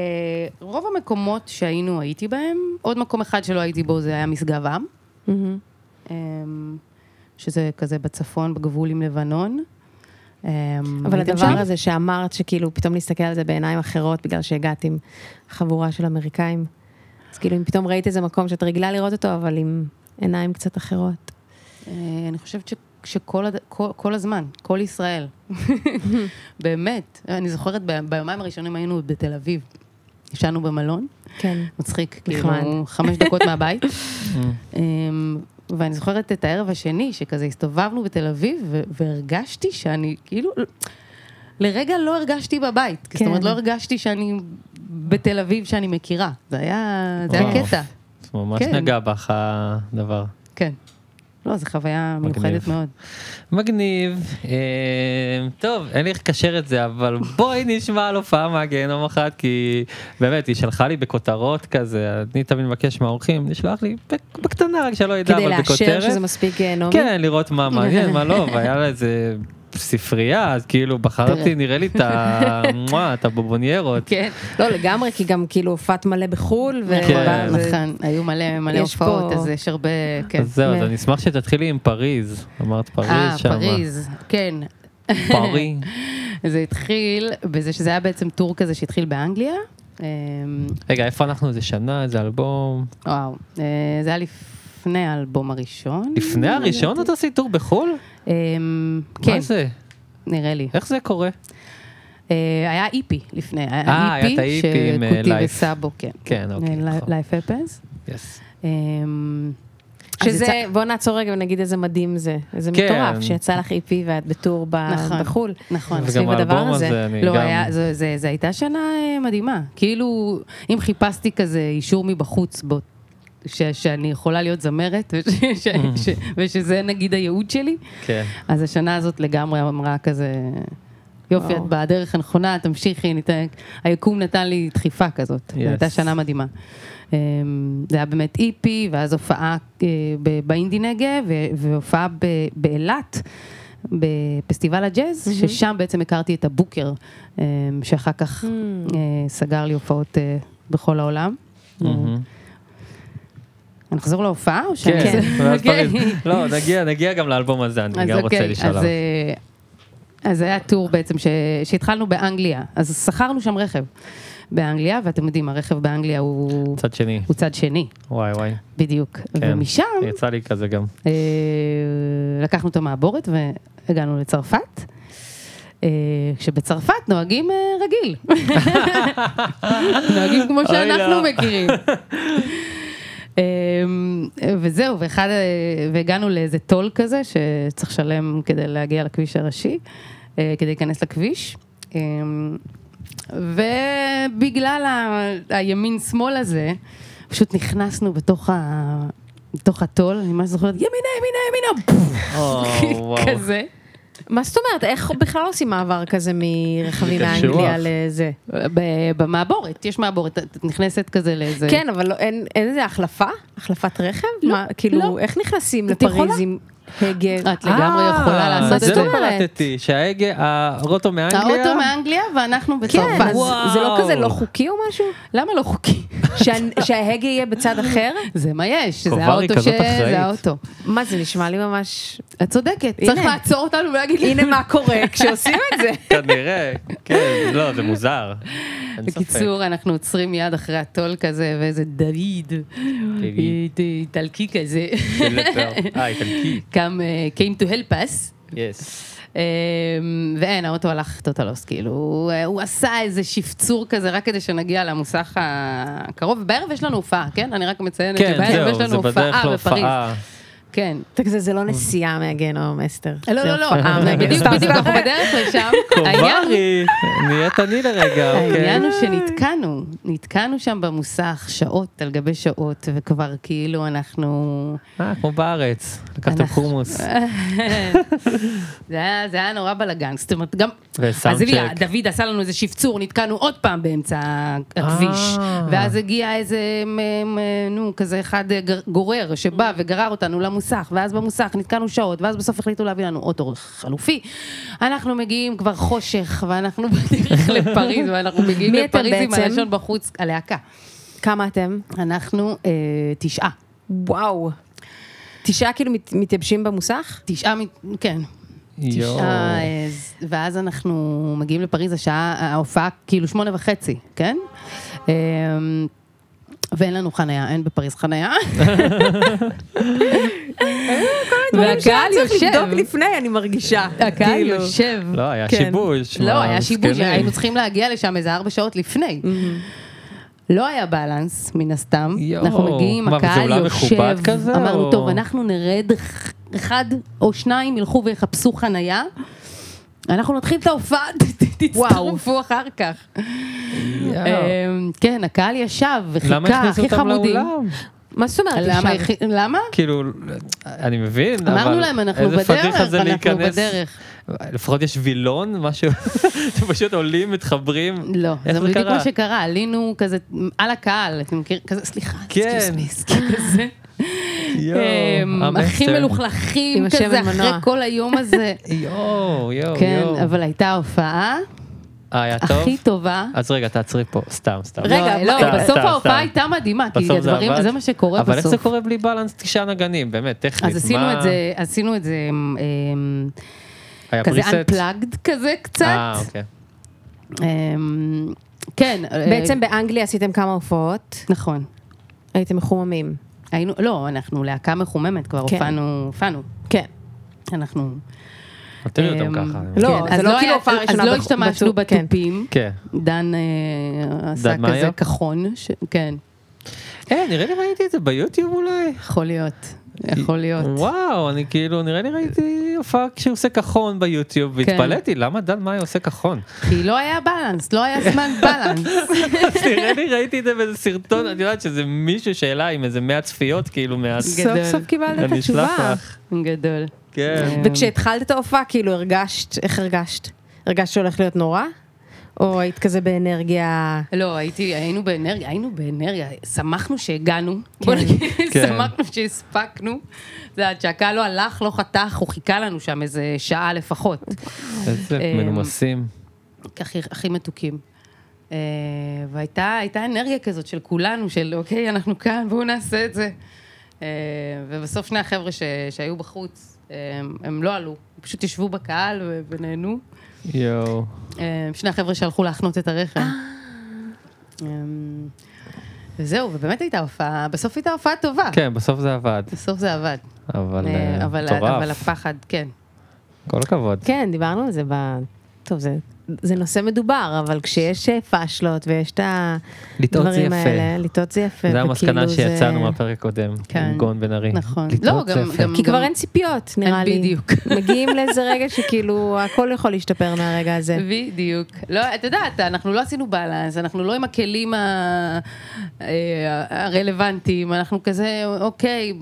Speaker 6: רוב המקומות שהיינו הייתי בהם, עוד מקום אחד שלא הייתי בו זה היה משגב עם,
Speaker 1: מהמם.
Speaker 6: אמ, שזה כזה בצפון, בגבול עם לבנון. אמ,
Speaker 1: אבל
Speaker 6: הייתם
Speaker 1: הדבר
Speaker 6: שם?
Speaker 1: הזה שאמרת, שכאילו פתאום להסתכל על זה בעיניים אחרות, בגלל שהגעת עם חבורה של אמריקאים, אז כאילו אם פתאום ראית איזה מקום שאת רגילה לראות אותו, אבל עם עיניים קצת אחרות.
Speaker 6: אה, אני חושבת ש, שכל הד... כל, כל הזמן, כל ישראל. באמת. אני זוכרת, ב, ביומיים הראשונים היינו בתל אביב. ישנו במלון,
Speaker 1: כן.
Speaker 2: לא,
Speaker 6: מצחיק,
Speaker 1: נחמד.
Speaker 6: כאילו, חמש דקות מהבית. אמ, ואני זוכרת את הערב השני, שכזה הסתובבנו בתל אביב, ו- והרגשתי שאני, כאילו, לרגע לא הרגשתי בבית. זאת
Speaker 1: כן.
Speaker 6: אומרת, לא הרגשתי שאני בתל אביב שאני מכירה. זה היה, זה
Speaker 2: וואו.
Speaker 6: היה קטע.
Speaker 2: זה ממש
Speaker 6: כן.
Speaker 2: נגע בך הדבר.
Speaker 6: כן. לא, זו חוויה
Speaker 2: מגניב.
Speaker 6: מיוחדת מאוד.
Speaker 2: מגניב. אה, טוב, אין לי איך לקשר את זה, אבל בואי נשמע על הופעה מהגיהנום אחת, כי באמת, היא שלחה לי בכותרות כזה, אני תמיד מבקש מהאורחים, לשלוח לי בק- בקטנה, רק שלא ידע,
Speaker 1: כדי
Speaker 2: אבל בכותרת.
Speaker 1: לאשר שזה מספיק אה, נעמי?
Speaker 2: כן, לראות מה מעניין, מה לא, והיה לה איזה ספרייה, אז כאילו בחרתי, נראה לי את ה... מואה, את הבובוניירות.
Speaker 6: כן.
Speaker 1: לא, לגמרי, כי גם כאילו הופעת מלא בחו"ל, ו...
Speaker 2: כן.
Speaker 1: ו-
Speaker 6: נכון, היו מלא מלא
Speaker 1: יש פה-
Speaker 6: הופעות, אז יש הרבה, כן.
Speaker 2: אז זהו, אז
Speaker 1: כן.
Speaker 2: אני אשמח שתתחילי עם פריז. אמרת פריז
Speaker 6: אה,
Speaker 2: שם.
Speaker 6: פריז, כן.
Speaker 2: פרי.
Speaker 6: זה התחיל בזה שזה היה בעצם טור כזה שהתחיל באנגליה. אמ,
Speaker 2: רגע, איפה אנחנו? איזה שנה? איזה אלבום?
Speaker 6: וואו, אה, זה היה לפני האלבום הראשון.
Speaker 2: לפני הראשון את עשית טור בחו"ל?
Speaker 6: אמ, כן,
Speaker 2: מה זה?
Speaker 6: נראה לי.
Speaker 2: איך זה קורה?
Speaker 6: אה, היה E איפי לפני,
Speaker 2: אה, היה את ה-EP עם, אה,
Speaker 6: שקוטי
Speaker 2: לייף.
Speaker 6: וסאבו, כן.
Speaker 2: כן, אוקיי,
Speaker 6: אה, לי-
Speaker 2: נכון.
Speaker 6: לייף אפס.
Speaker 2: יס.
Speaker 6: אמ, אז
Speaker 1: שזה,
Speaker 6: יצא-
Speaker 1: בוא נעצור רגע ונגיד איזה מדהים זה. איזה
Speaker 2: כן.
Speaker 1: מטורף, שיצא לך איפי ואת בטור ב-
Speaker 6: נכון.
Speaker 1: בחו"ל.
Speaker 6: נכון.
Speaker 1: סביב
Speaker 2: וגם האלבום
Speaker 1: הדבר הזה.
Speaker 2: הזה, אני
Speaker 6: לא,
Speaker 2: גם...
Speaker 6: היה, זה, זה, זה הייתה שנה אה, מדהימה. כאילו, אם חיפשתי כזה אישור מבחוץ, בו, ש, שאני יכולה להיות זמרת, וש, ש, ש,
Speaker 2: Mm.
Speaker 6: ושזה נגיד הייעוד שלי,
Speaker 2: כן.
Speaker 6: אז השנה הזאת לגמרי אמרה כזה, יופי,
Speaker 1: וואו.
Speaker 6: את בדרך הנכונה, תמשיכי, נת... היקום נתן לי דחיפה כזאת. Yes.
Speaker 2: Yes.
Speaker 6: זו הייתה שנה מדהימה. אמ, זה היה באמת איפי, ואז הופעה אה, ב- באינדי נגב, ו- והופעה ב- באילת. בפסטיבל הג'אז, mm-hmm. ששם בעצם הכרתי את הבוקר, אמ, שאחר
Speaker 2: Hmm.
Speaker 6: כך mm-hmm. סגר לי הופעות אה, בכל העולם.
Speaker 2: מהמם.
Speaker 6: אני אחזור להופעה או שאני...
Speaker 2: Mm-hmm. כן, ואז
Speaker 6: אוקיי.
Speaker 2: פריז. לא, נגיע- נגיע גם לאלבום הזה, אני
Speaker 6: אז
Speaker 2: גם רוצה
Speaker 6: אוקיי,
Speaker 2: לשאול.
Speaker 6: אז,
Speaker 2: עליו.
Speaker 6: אה, אז היה טור בעצם ש... שהתחלנו באנגליה, אז שכרנו שם רכב באנגליה, ואתם יודעים, הרכב באנגליה הוא,
Speaker 2: צד שני,
Speaker 6: הוא צד שני,
Speaker 2: וואי וואי,
Speaker 6: בדיוק.
Speaker 2: כן.
Speaker 6: ומשם
Speaker 2: יצא לי כזה גם.
Speaker 6: אה, לקחנו את המעבורת והגענו לצרפת. אה, כשבצרפת נוהגים אה, רגיל. נוהגים כמו
Speaker 2: אוי,
Speaker 6: שאנחנו
Speaker 2: לא.
Speaker 6: מכירים. אה, וזהו, ואחד, אה, והגענו לאיזה טול כזה שצריך לשלם כדי להגיע לכביש הראשי, אה, כדי להיכנס לכביש. אה, ובגלל ה- הימין-שמאל הזה, פשוט נכנסנו בתוך ה... בתוך הטול, אני ממש זוכרת, ימינה, ימינה, ימינה,
Speaker 2: או, וואו.
Speaker 6: כזה.
Speaker 1: מה זאת אומרת? איך בכלל עושים מעבר כזה מרכבים
Speaker 2: לקשוח.
Speaker 1: מאנגליה לזה?
Speaker 6: ב- במעבורת, יש מעבורת, את את נכנסת כזה לאיזה...
Speaker 1: כן, אבל לא- אין אין איזה החלפה? החלפת רכב? מה, כאילו,
Speaker 6: לא.
Speaker 1: איך נכנסים
Speaker 6: את
Speaker 1: לפריז
Speaker 6: יכולה.
Speaker 1: עם הגה?
Speaker 6: את לגמרי
Speaker 2: אה,
Speaker 6: יכולה לעשות את זה.
Speaker 2: זה לא
Speaker 1: זאת אומרת?
Speaker 2: קלטתי, שההגה, האוטו מאנגליה,
Speaker 6: האוטו מאנגליה ואנחנו
Speaker 1: כן,
Speaker 6: בצרפת.
Speaker 1: אז זה לא
Speaker 2: וואו.
Speaker 1: כזה לא חוקי או משהו?
Speaker 6: למה לא חוקי?
Speaker 1: שה- שההגה יהיה בצד אחר?
Speaker 6: זה מה יש,
Speaker 2: קובר
Speaker 6: זה
Speaker 2: היא
Speaker 6: האוטו ש...
Speaker 2: כזאת אחראית.
Speaker 6: זה האוטו.
Speaker 1: מה, זה נשמע לי ממש...
Speaker 6: את צודקת,
Speaker 1: הנה.
Speaker 6: צריך לעצור אותנו ולהגיד לי.
Speaker 1: הנה מה קורה כשעושים את זה.
Speaker 2: כנראה, כן, לא, זה מוזר. אין ספק.
Speaker 6: בקיצור, אנחנו עוצרים מיד אחרי הטול כזה, ואיזה דוד,
Speaker 2: דוד.
Speaker 6: אה, איטלקי כזה,
Speaker 2: של לטר. אה, איטלקי,
Speaker 6: קם, אה, came to help us.
Speaker 2: יס.
Speaker 6: אה, ואין, האוטו הלך טוטלוס, כאילו, הוא, אה, הוא עשה איזה שפצור כזה, רק כדי שנגיע למוסך הקרוב, ובערב יש לנו הופעה, כן? אני רק מציינת
Speaker 2: כן,
Speaker 6: שבערב יש
Speaker 2: זהו, זה
Speaker 6: לנו
Speaker 2: בדרך
Speaker 6: הופעה בפריז.
Speaker 2: להופעה.
Speaker 6: כן.
Speaker 1: זה, זה לא נסיעה מהגיהנום, אסתר.
Speaker 6: לא, לא,
Speaker 1: זה
Speaker 6: לא, לא,
Speaker 1: הופעה מהגיהנום.
Speaker 6: בדיוק,
Speaker 1: סתם,
Speaker 6: בדיוק,
Speaker 1: סתם.
Speaker 6: אנחנו בדרך לשם. העניין הוא-
Speaker 2: קוברי, נהיית אני לרגע, אוקיי.
Speaker 6: העניין הוא שנתקענו, נתקענו שם במוסך שעות על גבי שעות, וכבר כאילו אנחנו...
Speaker 2: אה, כמו בארץ, לקחתם
Speaker 6: אנחנו- אה,
Speaker 2: חומוס
Speaker 6: זה היה, זה היה נורא בלאגן, זאת אומרת, גם...
Speaker 2: וסאונד
Speaker 6: עזבי, אה,
Speaker 2: צ'ק.
Speaker 6: דוד עשה לנו איזה שפצור, נתקענו עוד פעם באמצע הכביש.
Speaker 2: אה.
Speaker 6: ואז הגיע איזה, מ- מ- נו, כזה אחד אה, גר- גורר שבא וגרר אותנו למוסך, ואז במוסך נתקענו שעות, ואז בסוף החליטו להביא לנו אוטו חלופי. אנחנו מגיעים כבר חושך, ואנחנו בדרך לפריז, ואנחנו מגיעים
Speaker 1: מי אתם
Speaker 6: לפריז עם
Speaker 1: בעצם?
Speaker 6: הלשון בחוץ, הלהקה.
Speaker 1: כמה אתם?
Speaker 6: אנחנו אה, תשעה.
Speaker 1: וואו. תשעה כאילו מת, מתייבשים במוסך?
Speaker 6: תשעה, מ- כן,
Speaker 2: יואו.
Speaker 6: תשעה, אה, ז- ואז אנחנו מגיעים לפריז, השעה, ההופעה כאילו שמונה וחצי, כן? אה, ואין לנו חניה, אין בפריז חניה. אה, והקהל
Speaker 1: לבדוק
Speaker 6: יושב,
Speaker 1: לפני, אני מרגישה.
Speaker 6: הקהל
Speaker 1: כאילו.
Speaker 6: יושב.
Speaker 2: לא, היה
Speaker 1: כן.
Speaker 2: שיבוש.
Speaker 6: לא,
Speaker 2: מה,
Speaker 6: היה שיבוש,
Speaker 2: מסכנים.
Speaker 6: היינו צריכים להגיע לשם איזה ארבע שעות לפני. לא היה בלנס, מן הסתם.
Speaker 2: יואו.
Speaker 6: אנחנו מגיעים,
Speaker 2: מה, וזה
Speaker 6: הקהל
Speaker 2: אולם מכובד
Speaker 6: יושב.
Speaker 2: כזה, או-
Speaker 6: אמרנו, טוב, אנחנו נרד, אחד או שניים ילכו ויחפשו חנייה. אנחנו נתחיל את ההופעה, תצטרפו אחר כך.
Speaker 2: יואו.
Speaker 6: אמ, כן, הקהל ישב
Speaker 2: אה. למה
Speaker 6: וחיכה,
Speaker 2: הכניסו
Speaker 6: הכי
Speaker 2: אותם
Speaker 6: חמודים.
Speaker 2: לאולם? אה,
Speaker 1: מה זאת אומרת?
Speaker 6: למה?
Speaker 1: ישב?
Speaker 6: הכי- למה?
Speaker 2: כאילו, אני מבין, אבל...
Speaker 6: אמרנו להם, אנחנו
Speaker 2: איזה פדיחה
Speaker 6: בדרך,
Speaker 2: זה
Speaker 6: אנחנו
Speaker 2: להיכנס-
Speaker 6: בדרך.
Speaker 2: לפחות יש וילון, משהו, אתם פשוט עולים, מתחברים.
Speaker 6: לא,
Speaker 2: איך
Speaker 6: זה בדיוק
Speaker 2: קרה?
Speaker 6: מה שקרה, עלינו כזה על הקהל, אתה מכיר? כזה, סליחה,
Speaker 2: כן.
Speaker 6: excuse me, כזה.
Speaker 2: יואו,
Speaker 6: אמ, הכי
Speaker 2: המסר.
Speaker 1: עם
Speaker 6: מלוכלכים
Speaker 1: השמן
Speaker 6: כזה, אחרי
Speaker 1: מנוע.
Speaker 6: כל היום הזה.
Speaker 2: יואו, יואו,
Speaker 6: כן,
Speaker 2: יואו.
Speaker 6: אבל הייתה ההופעה
Speaker 2: אה, היה טוב?
Speaker 6: הכי טובה.
Speaker 2: אז רגע, תעצרי פה, סתם, סתם.
Speaker 1: רגע,
Speaker 6: רגע, לא,
Speaker 2: סתם, סתם,
Speaker 6: בסוף ההופעה
Speaker 2: סתם.
Speaker 6: הייתה מדהימה, כי
Speaker 2: בסוף זה
Speaker 6: הדברים,
Speaker 2: עבד?
Speaker 6: זה מה שקורה
Speaker 2: אבל איך זה
Speaker 6: בסוף.
Speaker 2: קורה בלי בלנס תשעה נגנים, באמת, טכנית?
Speaker 6: אז עשינו
Speaker 2: מה-
Speaker 6: את זה, עשינו את זה אמ,
Speaker 2: היה
Speaker 6: כזה
Speaker 2: preset?
Speaker 6: unplugged כזה
Speaker 2: אה,
Speaker 6: קצת.
Speaker 2: אוקיי.
Speaker 6: אמ, כן. אה,
Speaker 1: בעצם באנגליה עשיתם כמה הופעות,
Speaker 6: נכון.
Speaker 1: הייתם מחוממים.
Speaker 6: היינו, לא, אנחנו להקה מחוממת, כבר
Speaker 1: כן.
Speaker 6: הופענו, הופענו.
Speaker 1: כן.
Speaker 6: אנחנו
Speaker 2: נותן לי אותם
Speaker 6: אמ,
Speaker 2: ככה.
Speaker 1: לא,
Speaker 6: כן,
Speaker 1: זה
Speaker 6: אז
Speaker 1: לא כאילו
Speaker 6: היה-
Speaker 1: הופעה ראשונה
Speaker 6: אז לא
Speaker 1: בח-
Speaker 6: השתמשנו
Speaker 1: בטור- כן.
Speaker 6: בתופים.
Speaker 2: כן.
Speaker 6: דן אה, עשה
Speaker 2: דן מאיה?
Speaker 6: כזה כחון, ש- כן,
Speaker 2: אה, נראה לי ראיתי את זה ביוטיוב אולי.
Speaker 6: יכול להיות, יכול להיות.
Speaker 2: וואו, אני כאילו, נראה לי ראיתי הופעה כשהוא עושה כחון ביוטיוב,
Speaker 6: כן.
Speaker 2: והתפלאתי, למה דן מאי עושה כחון?
Speaker 6: כי לא היה בלנס, לא היה זמן בלנס.
Speaker 2: אז נראה לי ראיתי את זה באיזה סרטון, את יודעת שזה מישהו שאלה עם איזה 100 צפיות, כאילו, מאז.
Speaker 6: גדול.
Speaker 1: סוף סוף קיבלת את
Speaker 2: אני אשלח
Speaker 1: התשובה.
Speaker 2: לך.
Speaker 6: גדול.
Speaker 2: כן.
Speaker 1: וכשהתחלת את ההופעה, כאילו הרגשת, איך הרגשת? הרגשת שהולך להיות נורא? או היית כזה באנרגיה...
Speaker 6: לא, הייתי, היינו באנרגיה, היינו באנרגיה, שמחנו שהגענו, בוא נגיד,
Speaker 2: כן.
Speaker 6: שמחנו שהספקנו. זה עד שהקהל לא הלך, לא חתך, הוא חיכה לנו שם איזה שעה לפחות.
Speaker 2: איזה
Speaker 6: אמ,
Speaker 2: מנומסים.
Speaker 6: הכי, הכי מתוקים. אה, והייתה הייתה אנרגיה כזאת של כולנו, של אוקיי, אנחנו כאן, בואו נעשה את זה. אה, ובסוף שני החבר'ה ש, שהיו בחוץ, אה, הם לא עלו, הם פשוט ישבו בקהל ו- ונהנו.
Speaker 2: יואו.
Speaker 6: אה, שני החבר'ה שהלכו להחנות את הרכב. אה, וזהו, ובאמת הייתה הופעה, בסוף הייתה הופעה טובה.
Speaker 2: כן, בסוף זה עבד,
Speaker 6: בסוף זה עבד.
Speaker 2: אבל
Speaker 6: אה,
Speaker 2: אה,
Speaker 6: אבל, אבל
Speaker 2: מטורף.
Speaker 6: הפחד, כן.
Speaker 2: כל הכבוד.
Speaker 1: כן, דיברנו על זה ב... טוב, זה, זה נושא מדובר, אבל כשיש אה, פאשלות ויש את
Speaker 2: לטעות זה
Speaker 1: הדברים
Speaker 2: יפה.
Speaker 1: האלה, לטעות זה יפה.
Speaker 2: זה המסקנה
Speaker 1: וכאילו זה-
Speaker 2: שיצאנו מהפרק הקודם,
Speaker 6: כן.
Speaker 2: עם גאון בן ארי.
Speaker 6: נכון.
Speaker 2: לטעות
Speaker 6: לא,
Speaker 2: זה
Speaker 6: גם-
Speaker 2: יפה.
Speaker 6: גם-
Speaker 1: כי כבר אין ציפיות, נראה לי.
Speaker 6: בדיוק.
Speaker 1: מגיעים לאיזה רגע שכאילו הכל יכול להשתפר מהרגע הזה.
Speaker 6: בדיוק. לא, את יודעת, אנחנו לא עשינו בלנס, אנחנו לא עם הכלים ה- אה, הרלוונטיים, אנחנו כזה, אוקיי,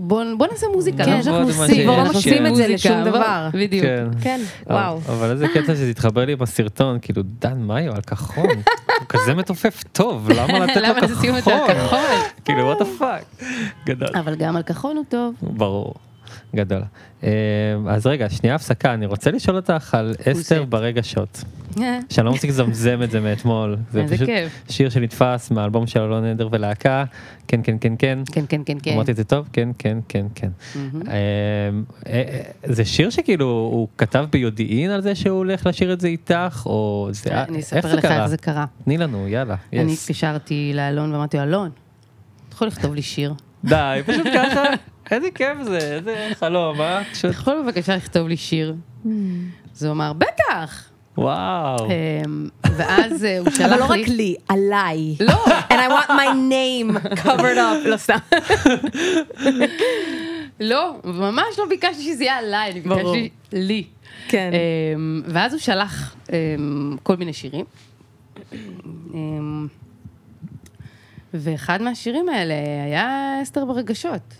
Speaker 6: בוא בוא נעשה מוזיקה.
Speaker 2: כן,
Speaker 6: למה שאנחנו
Speaker 2: מאוד מה
Speaker 6: עושים?
Speaker 2: שיש,
Speaker 6: כבר לא
Speaker 2: כן.
Speaker 6: עושים את זה לשום דבר.
Speaker 1: בדיוק.
Speaker 2: כן.
Speaker 1: כן,
Speaker 2: אבל-
Speaker 1: וואו.
Speaker 2: אבל איזה קטע שזה התחבר לי בסרטון, כאילו דן מאיו על כחון, הוא כזה מתופף טוב, למה לתת לו
Speaker 6: למה לשים אותו על
Speaker 2: כחון?
Speaker 6: כחול?
Speaker 2: כאילו וואטה פאק, גדול,
Speaker 6: אבל גם על כחול הוא טוב.
Speaker 2: ברור, גדול. אמ, אז רגע, שנייה הפסקה, אני רוצה לשאול אותך על אסתר
Speaker 6: set.
Speaker 2: ברגשות,
Speaker 6: אה.
Speaker 2: שאני לא מפסיק לזמזם את זה מאתמול, זה
Speaker 6: איזה
Speaker 2: פשוט
Speaker 6: כיף.
Speaker 2: שיר שנתפס מהאלבום של אלון עדר ולהקה, כן כן כן כן,
Speaker 6: כן, כן, כן, כן.
Speaker 2: אמרתי את זה טוב? כן, כן, כן, כן. אמ, אה, אה, זה שיר שכאילו הוא כתב ביודעין על זה שהוא הולך לשיר את זה איתך, או זה...
Speaker 6: אה, אני
Speaker 2: אה, איך
Speaker 6: אספר לך
Speaker 2: קרה?
Speaker 6: איך זה קרה.
Speaker 2: תני לנו, יאללה.
Speaker 6: אני
Speaker 2: יס.
Speaker 6: התקשרתי לאלון ואמרתי לו, אלון, אתה יכול לכתוב לי שיר?
Speaker 2: די, פשוט ככה. איזה כיף זה, איזה חלום, אה? פשוט,
Speaker 6: אתה יכול בבקשה לכתוב לי שיר?
Speaker 1: Mm.
Speaker 6: אז הוא אמר, בטח!
Speaker 2: וואו.
Speaker 6: אמ, ואז אה, הוא
Speaker 1: אבל לא
Speaker 6: שלח לי...
Speaker 1: רק לי, עליי.
Speaker 6: לא,
Speaker 1: And I want my name covered up. לא סתם.
Speaker 6: לא, ממש לא ביקשתי שזה יהיה עליי, אני
Speaker 1: ברור.
Speaker 6: ביקשתי לי.
Speaker 1: כן.
Speaker 6: אמ, ואז הוא שלח אמ, כל מיני שירים. אמ, ואחד מהשירים האלה היה אסתר ברגשות.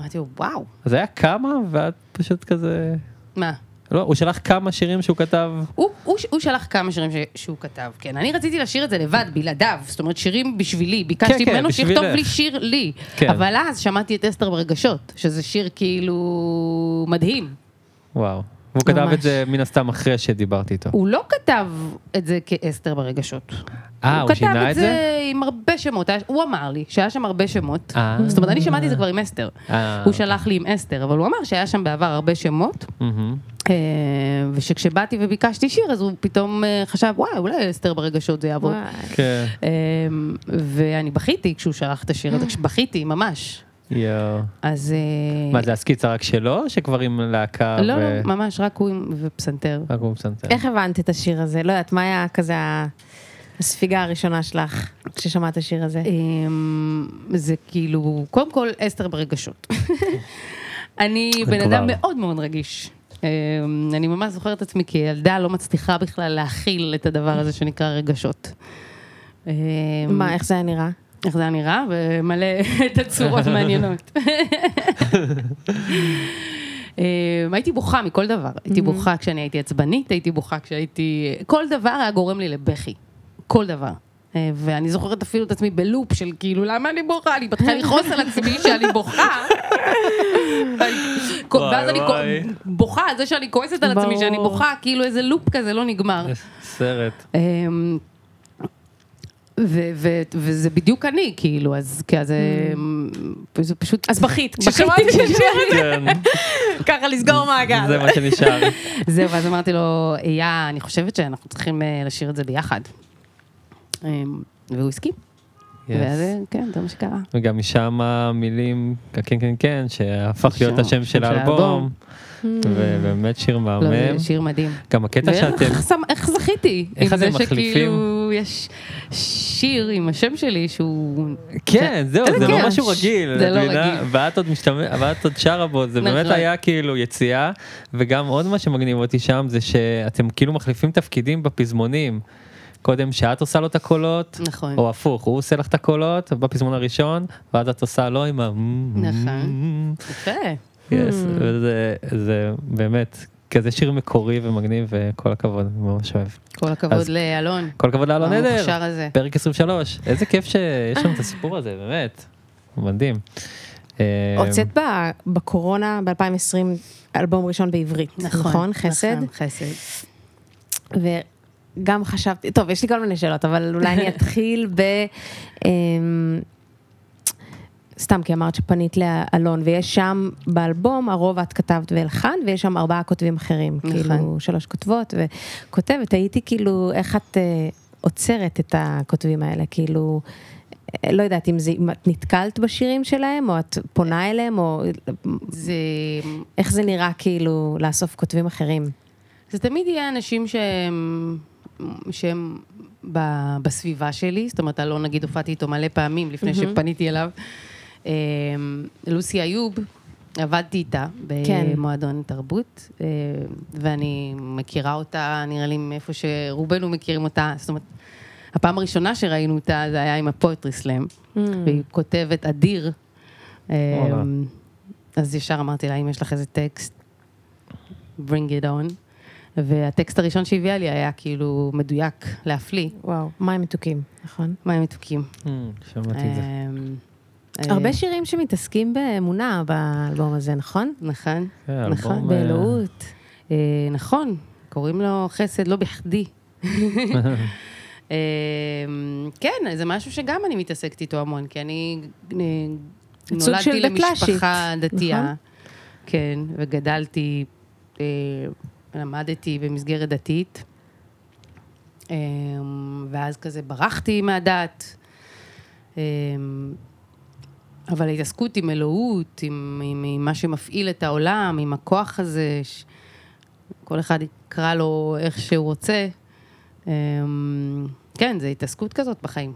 Speaker 6: אמרתי לו, וואו,
Speaker 2: אז היה כמה, ואת פשוט כזה...
Speaker 6: מה?
Speaker 2: לא, הוא שלח כמה שירים שהוא כתב.
Speaker 6: הוא, הוא, הוא שלח כמה שירים ש, שהוא כתב, כן. אני רציתי לשיר את זה לבד, בלעדיו, זאת אומרת שירים בשבילי. ביקשתי
Speaker 2: כן,
Speaker 6: ממנו
Speaker 2: בשבילך.
Speaker 6: שיכתוב לי שיר לי.
Speaker 2: כן.
Speaker 6: אבל אז שמעתי את אסתר ברגשות, שזה שיר כאילו מדהים.
Speaker 2: וואו. והוא כתב
Speaker 6: ממש.
Speaker 2: את זה מן הסתם אחרי שדיברתי איתו.
Speaker 6: הוא לא כתב את זה כאסתר ברגשות.
Speaker 2: אה, הוא
Speaker 6: הוא
Speaker 2: שינה
Speaker 6: כתב
Speaker 2: את
Speaker 6: את
Speaker 2: זה?
Speaker 6: זה עם הרבה שמות, היה- הוא אמר לי שהיה שם הרבה שמות.
Speaker 2: אה.
Speaker 6: זאת אומרת, אני שמעתי את זה כבר עם אסתר.
Speaker 2: אה,
Speaker 6: הוא שלח לי עם אסתר, אבל הוא אמר שהיה שם בעבר הרבה שמות,
Speaker 2: מהמם.
Speaker 6: אה, ושכשבאתי וביקשתי שיר, אז הוא פתאום אה, חשב, וואי, אולי אסתר ברגשות זה יעבוד.
Speaker 2: כן.
Speaker 6: אה, ואני בכיתי כשהוא שלח את השיר הזה, בכיתי, ממש.
Speaker 2: יואו.
Speaker 6: אז... אה,
Speaker 2: מה זה הסקיצה רק שלו, או שכבר עם להקה?
Speaker 6: לא,
Speaker 2: ו- אה.
Speaker 6: לא, ממש, רק הוא עם- ופסנתר.
Speaker 2: רק הוא מסנתר.
Speaker 1: איך הבנת את השיר הזה? לא יודעת, מה היה כזה ה- הספיגה הראשונה שלך כששמעת את השיר הזה?
Speaker 6: אמ, זה כאילו, קודם כל, אסתר ברגשות. אני
Speaker 2: זה
Speaker 6: בן אדם
Speaker 2: כבר.
Speaker 6: מאוד מאוד רגיש. אמ, אני ממש זוכרת את עצמי כילדה לא מצליחה בכלל להכיל את הדבר הזה שנקרא רגשות. אמ,
Speaker 1: מה, איך זה היה נראה?
Speaker 6: איך זה היה נראה? ומלא תצורות מעניינות. אמ, הייתי בוכה מכל דבר. הייתי בוכה כשאני הייתי עצבנית, הייתי בוכה כשהייתי... כל דבר היה גורם לי לבכי. כל דבר. אה, ואני זוכרת אפילו את עצמי בלופ של כאילו, למה אני בוכה? אני מתחילה לכעוס על עצמי שאני בוכה.
Speaker 2: וואי,
Speaker 6: ואז אני
Speaker 2: וואי.
Speaker 6: בוכה על זה שאני כועסת על עצמי,
Speaker 1: ברור.
Speaker 6: שאני בוכה, כאילו איזה לופ כזה לא נגמר.
Speaker 2: יש סרט.
Speaker 6: אמ, ו- ו- וזה בדיוק אני, כאילו, אז כזה, זה פשוט... אז בכית,
Speaker 1: כששמעתי את השיר
Speaker 2: כן,
Speaker 1: ככה לסגור
Speaker 2: זה מה שנשאר.
Speaker 6: זהו, ואז אמרתי לו, איה, אני חושבת שאנחנו צריכים אה, לשיר את זה ביחד. אמ, והוא הסכים, ואז אה, כן, זה מה שקרה.
Speaker 2: וגם משם המילים, כן כן כן, שהפך
Speaker 6: שם,
Speaker 2: להיות השם
Speaker 6: שם
Speaker 2: של
Speaker 6: של
Speaker 2: האלבום.
Speaker 6: האלבום.
Speaker 2: ובאמת שיר
Speaker 6: Hmm. לא, זה
Speaker 2: מהמם.
Speaker 6: שיר מדהים.
Speaker 2: גם הקטע שאתם,
Speaker 6: ואיך שמ- איך זכיתי?
Speaker 2: איך
Speaker 6: עם
Speaker 2: אתם
Speaker 6: זה
Speaker 2: מחליפים?
Speaker 6: שכאילו יש שיר עם השם שלי שהוא...
Speaker 2: כן זהו,
Speaker 6: איזה
Speaker 2: זה לא
Speaker 6: כיף.
Speaker 2: משהו רגיל,
Speaker 6: זה
Speaker 2: את
Speaker 6: לא
Speaker 2: מבינה?
Speaker 6: רגיל.
Speaker 2: ואת עוד משתמש- ואת עוד שרה בו, זה באמת
Speaker 6: נכון.
Speaker 2: היה כאילו יציאה, וגם עוד מה שמגניב אותי שם זה שאתם כאילו מחליפים תפקידים בפזמונים. קודם שאת עושה לו את הקולות,
Speaker 6: נכון.
Speaker 2: או הפוך, הוא עושה לך את הקולות בפזמון הראשון, ואז את עושה לו עם ה... Mm-hmm.
Speaker 6: נכון. Hmm. יפה.
Speaker 2: Yes, וזה זה באמת כזה שיר מקורי ומגניב וכל הכבוד, אני ממש אוהב.
Speaker 6: כל
Speaker 2: אז-
Speaker 6: הכבוד לאלון.
Speaker 2: כל הכבוד לאלון
Speaker 6: המוכשר
Speaker 2: עדר,
Speaker 6: הזה.
Speaker 2: פרק 23, איזה כיף שיש לנו את הסיפור הזה, באמת, מדהים. אה,
Speaker 1: הוצאת ב- בקורונה ב-2020 אלבום ראשון בעברית, נכון? חסד?
Speaker 6: נכון, חסד.
Speaker 1: וגם חשבתי, טוב, יש לי כל מיני שאלות, אבל אולי אני אתחיל ב... אמ, סתם, כי אמרת שפנית לאלון, ויש שם באלבום, הרוב את כתבת והלחנת, ויש שם ארבעה כותבים אחרים,
Speaker 6: נכון.
Speaker 1: כאילו שלוש כותבות וכותבת, הייתי כאילו, איך את אה, עוצרת את הכותבים האלה, כאילו, אה, לא יודעת אם זה, אם את נתקלת בשירים שלהם, או את פונה אליהם, או אה,
Speaker 6: זה...
Speaker 1: איך זה נראה כאילו לאסוף כותבים אחרים.
Speaker 6: זה תמיד יהיה אנשים שהם... שהם ב, בסביבה שלי, זאת אומרת, אלון נגיד הופעתי איתו מלא פעמים לפני שפניתי אליו. אמ, לוסי איוב, עבדתי איתה
Speaker 1: כן.
Speaker 6: במועדון תרבות, אמ, ואני מכירה אותה, נראה לי מאיפה שרובנו מכירים אותה, זאת אומרת, Hmm. הפעם הראשונה שראינו אותה זה היה עם הפואטרי סלאם, והיא כותבת אדיר. אה,
Speaker 2: Mm. וואלה.
Speaker 6: אז ישר אמרתי לה, אם יש לך איזה טקסט, bring it on. והטקסט הראשון שהביאה לי היה כאילו מדויק להפליא,
Speaker 1: וואו, מים מתוקים, נכון?
Speaker 6: מים מתוקים.
Speaker 2: hmm, שמעתי את זה.
Speaker 6: אה,
Speaker 1: הרבה
Speaker 6: אה,
Speaker 1: שירים שמתעסקים באמונה באלבום הזה, נכון?
Speaker 6: נכון,
Speaker 2: כן,
Speaker 6: נכון,
Speaker 2: אלבום, אה,
Speaker 1: באלוהות.
Speaker 6: אה, נכון, קוראים לו חסד, לא בכדי. אה, כן, זה משהו שגם אני מתעסקת איתו המון, כי אני אה,
Speaker 1: סוג
Speaker 6: נולדתי
Speaker 1: של דתל"שית,
Speaker 6: למשפחה דתייה,
Speaker 1: נכון?
Speaker 6: כן, וגדלתי, אה, למדתי במסגרת דתית, אה, ואז כזה ברחתי מהדת. אה, אבל ההתעסקות עם אלוהות, עם, עם, עם מה שמפעיל את העולם, עם הכוח הזה, ש... כל אחד יקרא לו איך שהוא רוצה. אמ, כן, זו התעסקות כזאת בחיים.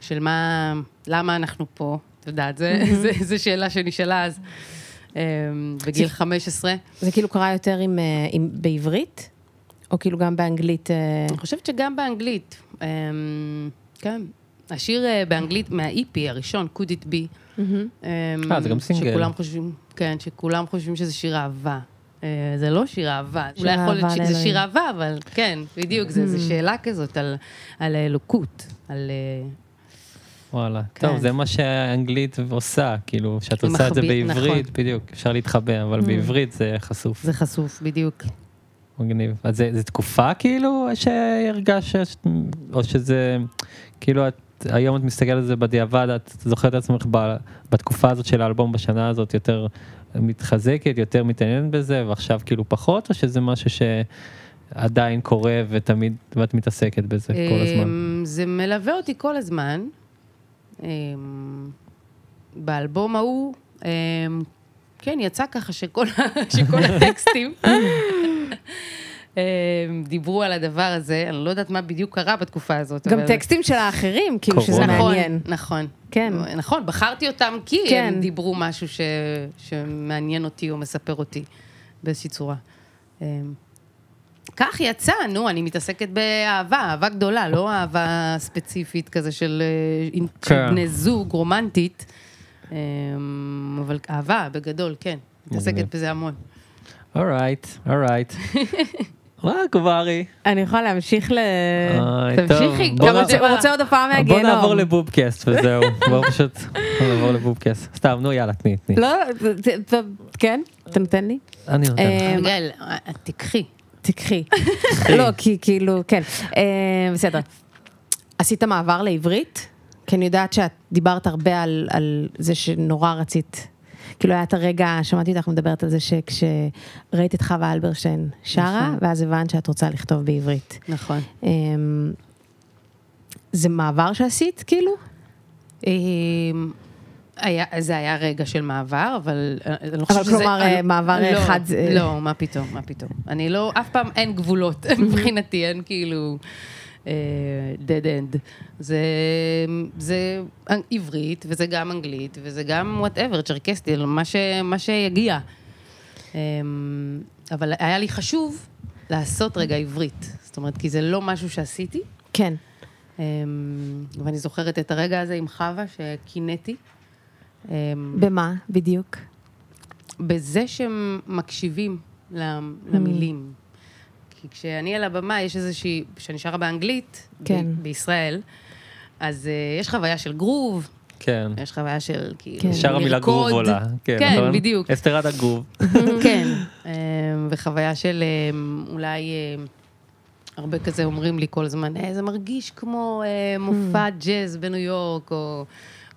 Speaker 6: של מה, למה אנחנו פה, את יודעת,
Speaker 2: Mm-hmm.
Speaker 6: זו שאלה שנשאלה אז, אמ, בגיל 15.
Speaker 1: זה כאילו קרה יותר עם, אה, עם- בעברית? או כאילו גם באנגלית? אה,
Speaker 6: אני חושבת שגם באנגלית, אמ, כן. השיר אה, באנגלית מהאיפי הראשון, could it be. אמ,
Speaker 2: אה, זה גם סינגל.
Speaker 6: שכולם חושבים, כן, שכולם חושבים שזה שיר אהבה. אה, זה לא שיר אהבה.
Speaker 1: שיר
Speaker 6: אולי יכול
Speaker 1: אהבה
Speaker 6: להיות שזה
Speaker 1: לאלוהים.
Speaker 6: שיר אהבה, אבל כן, בדיוק, זה-
Speaker 2: Mm-hmm.
Speaker 6: זה שאלה כזאת על- על האלוקות, על... אה,
Speaker 2: וואלה.
Speaker 6: כן.
Speaker 2: טוב, זה מה שהאנגלית עושה, כאילו, כשאת עושה את זה
Speaker 6: מחביא-
Speaker 2: בעברית,
Speaker 6: נכון. Hmm.
Speaker 2: בדיוק, אפשר להתחבא, אבל בעברית זה חשוף,
Speaker 6: זה חשוף, בדיוק.
Speaker 2: מגניב. אז זה זה תקופה כאילו שהרגשת, או שזה, כאילו, את- היום את מסתכלת על זה בדיעבד, את זוכרת את עצמך ב- בתקופה הזאת של האלבום בשנה הזאת יותר מתחזקת, יותר מתעניינת בזה, ועכשיו כאילו פחות, או שזה משהו שעדיין קורה ותמיד, ואת מתעסקת בזה כל הזמן?
Speaker 6: אמ, זה מלווה אותי כל הזמן. אמ, באלבום ההוא, אמ, כן, יצא ככה שכל, ה- שכל הטקסטים אמ, דיברו על הדבר הזה. אני לא יודעת מה בדיוק קרה בתקופה הזאת.
Speaker 1: גם
Speaker 6: אבל-
Speaker 1: טקסטים של האחרים, כאילו שזה
Speaker 2: קורונה.
Speaker 6: נכון,
Speaker 1: מעניין.
Speaker 6: נכון.
Speaker 1: כן.
Speaker 6: נכון, בחרתי אותם כי
Speaker 1: כן.
Speaker 6: הם דיברו משהו ש... שמעניין אותי או מספר אותי באיזושהי צורה. אמ, כך יצא, נו, אני מתעסקת באהבה, אהבה גדולה, לא אהבה ספציפית כזה של, אה, אינ- של
Speaker 2: כן.
Speaker 6: בני זוג, רומנטית, אמ, אבל אהבה, בגדול, כן.
Speaker 2: מגניב.
Speaker 6: מתעסקת בזה המון.
Speaker 2: אורייט, אורייט. רק ברי.
Speaker 1: אני יכולה להמשיך ל...
Speaker 2: איי,
Speaker 6: אה, תמשיכי,
Speaker 1: אתה
Speaker 2: טוב, בוא
Speaker 6: כמה
Speaker 2: נע-
Speaker 6: זה-
Speaker 1: רוצה- רוצה עוד הפעם
Speaker 2: אה. בוא
Speaker 1: מהגיהנום.
Speaker 2: נעבור לבובקאסט וזהו, בוא פשוט נעבור לבובקאסט. סתם, נו יאללה, תני, תני.
Speaker 1: לא, ת- ת- כן? אתה נותן לי?
Speaker 2: אני נותן לך.
Speaker 1: אה,
Speaker 6: אביגיל, אה, תיקחי.
Speaker 1: תיקחי. לא, כי כאילו, כן. אה, בסדר. עשית מעבר לעברית? כי אני יודעת שאת דיברת הרבה על, על זה שנורא רצית. כאילו היה את הרגע, שמעתי אותך מדברת על זה שכשראית את חווה אלברשטיין שרה,
Speaker 6: נכון.
Speaker 1: ואז הבנת שאת רוצה לכתוב בעברית.
Speaker 6: נכון.
Speaker 1: אה, זה מעבר שעשית, כאילו?
Speaker 6: אמ, היה, זה היה רגע של מעבר, אבל אה, אני לא
Speaker 1: אבל
Speaker 6: חושבת שזה...
Speaker 1: כלומר,
Speaker 6: אני-
Speaker 1: אה, מעבר
Speaker 6: לא,
Speaker 1: אחד זה-
Speaker 6: לא, מה פתאום, מה פתאום. אני לא, אף פעם אין גבולות מבחינתי, אין כאילו אה, dead end. זה, זה אנ- עברית, וזה גם אנגלית, וזה גם whatever, צ'רקסטי, מה, ש, מה שיגיע. אמ, אבל היה לי חשוב לעשות רגע עברית. זאת אומרת, כי זה לא משהו שעשיתי.
Speaker 1: כן.
Speaker 6: אמ, ואני זוכרת את הרגע הזה עם חווה שקינאתי. אמ,
Speaker 1: במה בדיוק?
Speaker 6: בזה שהם מקשיבים למ- למילים. כי כשאני על הבמה, יש איזושהי, כשאני שרה באנגלית, ב-
Speaker 1: כן.
Speaker 6: בישראל, אז אה, יש חוויה של גרוב,
Speaker 2: כן.
Speaker 6: יש חוויה של כאילו
Speaker 1: כן.
Speaker 6: לרקוד.
Speaker 2: ישר המילה גרוב עולה.
Speaker 6: כן,
Speaker 2: נכון?
Speaker 6: בדיוק.
Speaker 2: אסתרד הגרוב.
Speaker 6: כן, אמ, וחוויה של אמ, אולי, אמ, הרבה כזה אומרים לי כל הזמן, "אה, זה מרגיש כמו אה, מופע
Speaker 1: Hmm.
Speaker 6: ג'אז בניו יורק, או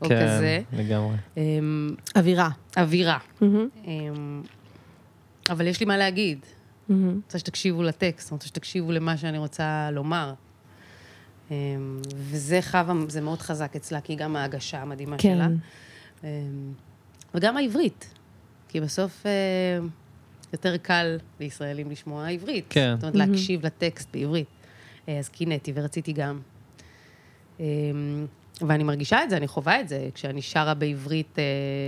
Speaker 6: או כזה.
Speaker 2: כן, לגמרי.
Speaker 6: אמ,
Speaker 1: אווירה.
Speaker 6: אווירה. אמ, אבל יש לי מה להגיד. רוצה שתקשיבו לטקסט, רוצה שתקשיבו למה שאני רוצה לומר. אמ, וזה חווה, זה מאוד חזק אצלה, כי היא גם ההגשה המדהימה
Speaker 1: כן.
Speaker 6: שלה. אמ, וגם העברית, כי בסוף אמ, יותר קל לישראלים לשמוע עברית.
Speaker 2: כן.
Speaker 6: זאת אומרת, להקשיב לטקסט בעברית. אה, אז קינאתי ורציתי גם. אמ, ואני מרגישה את זה, אני חווה את זה. כשאני שרה בעברית אה,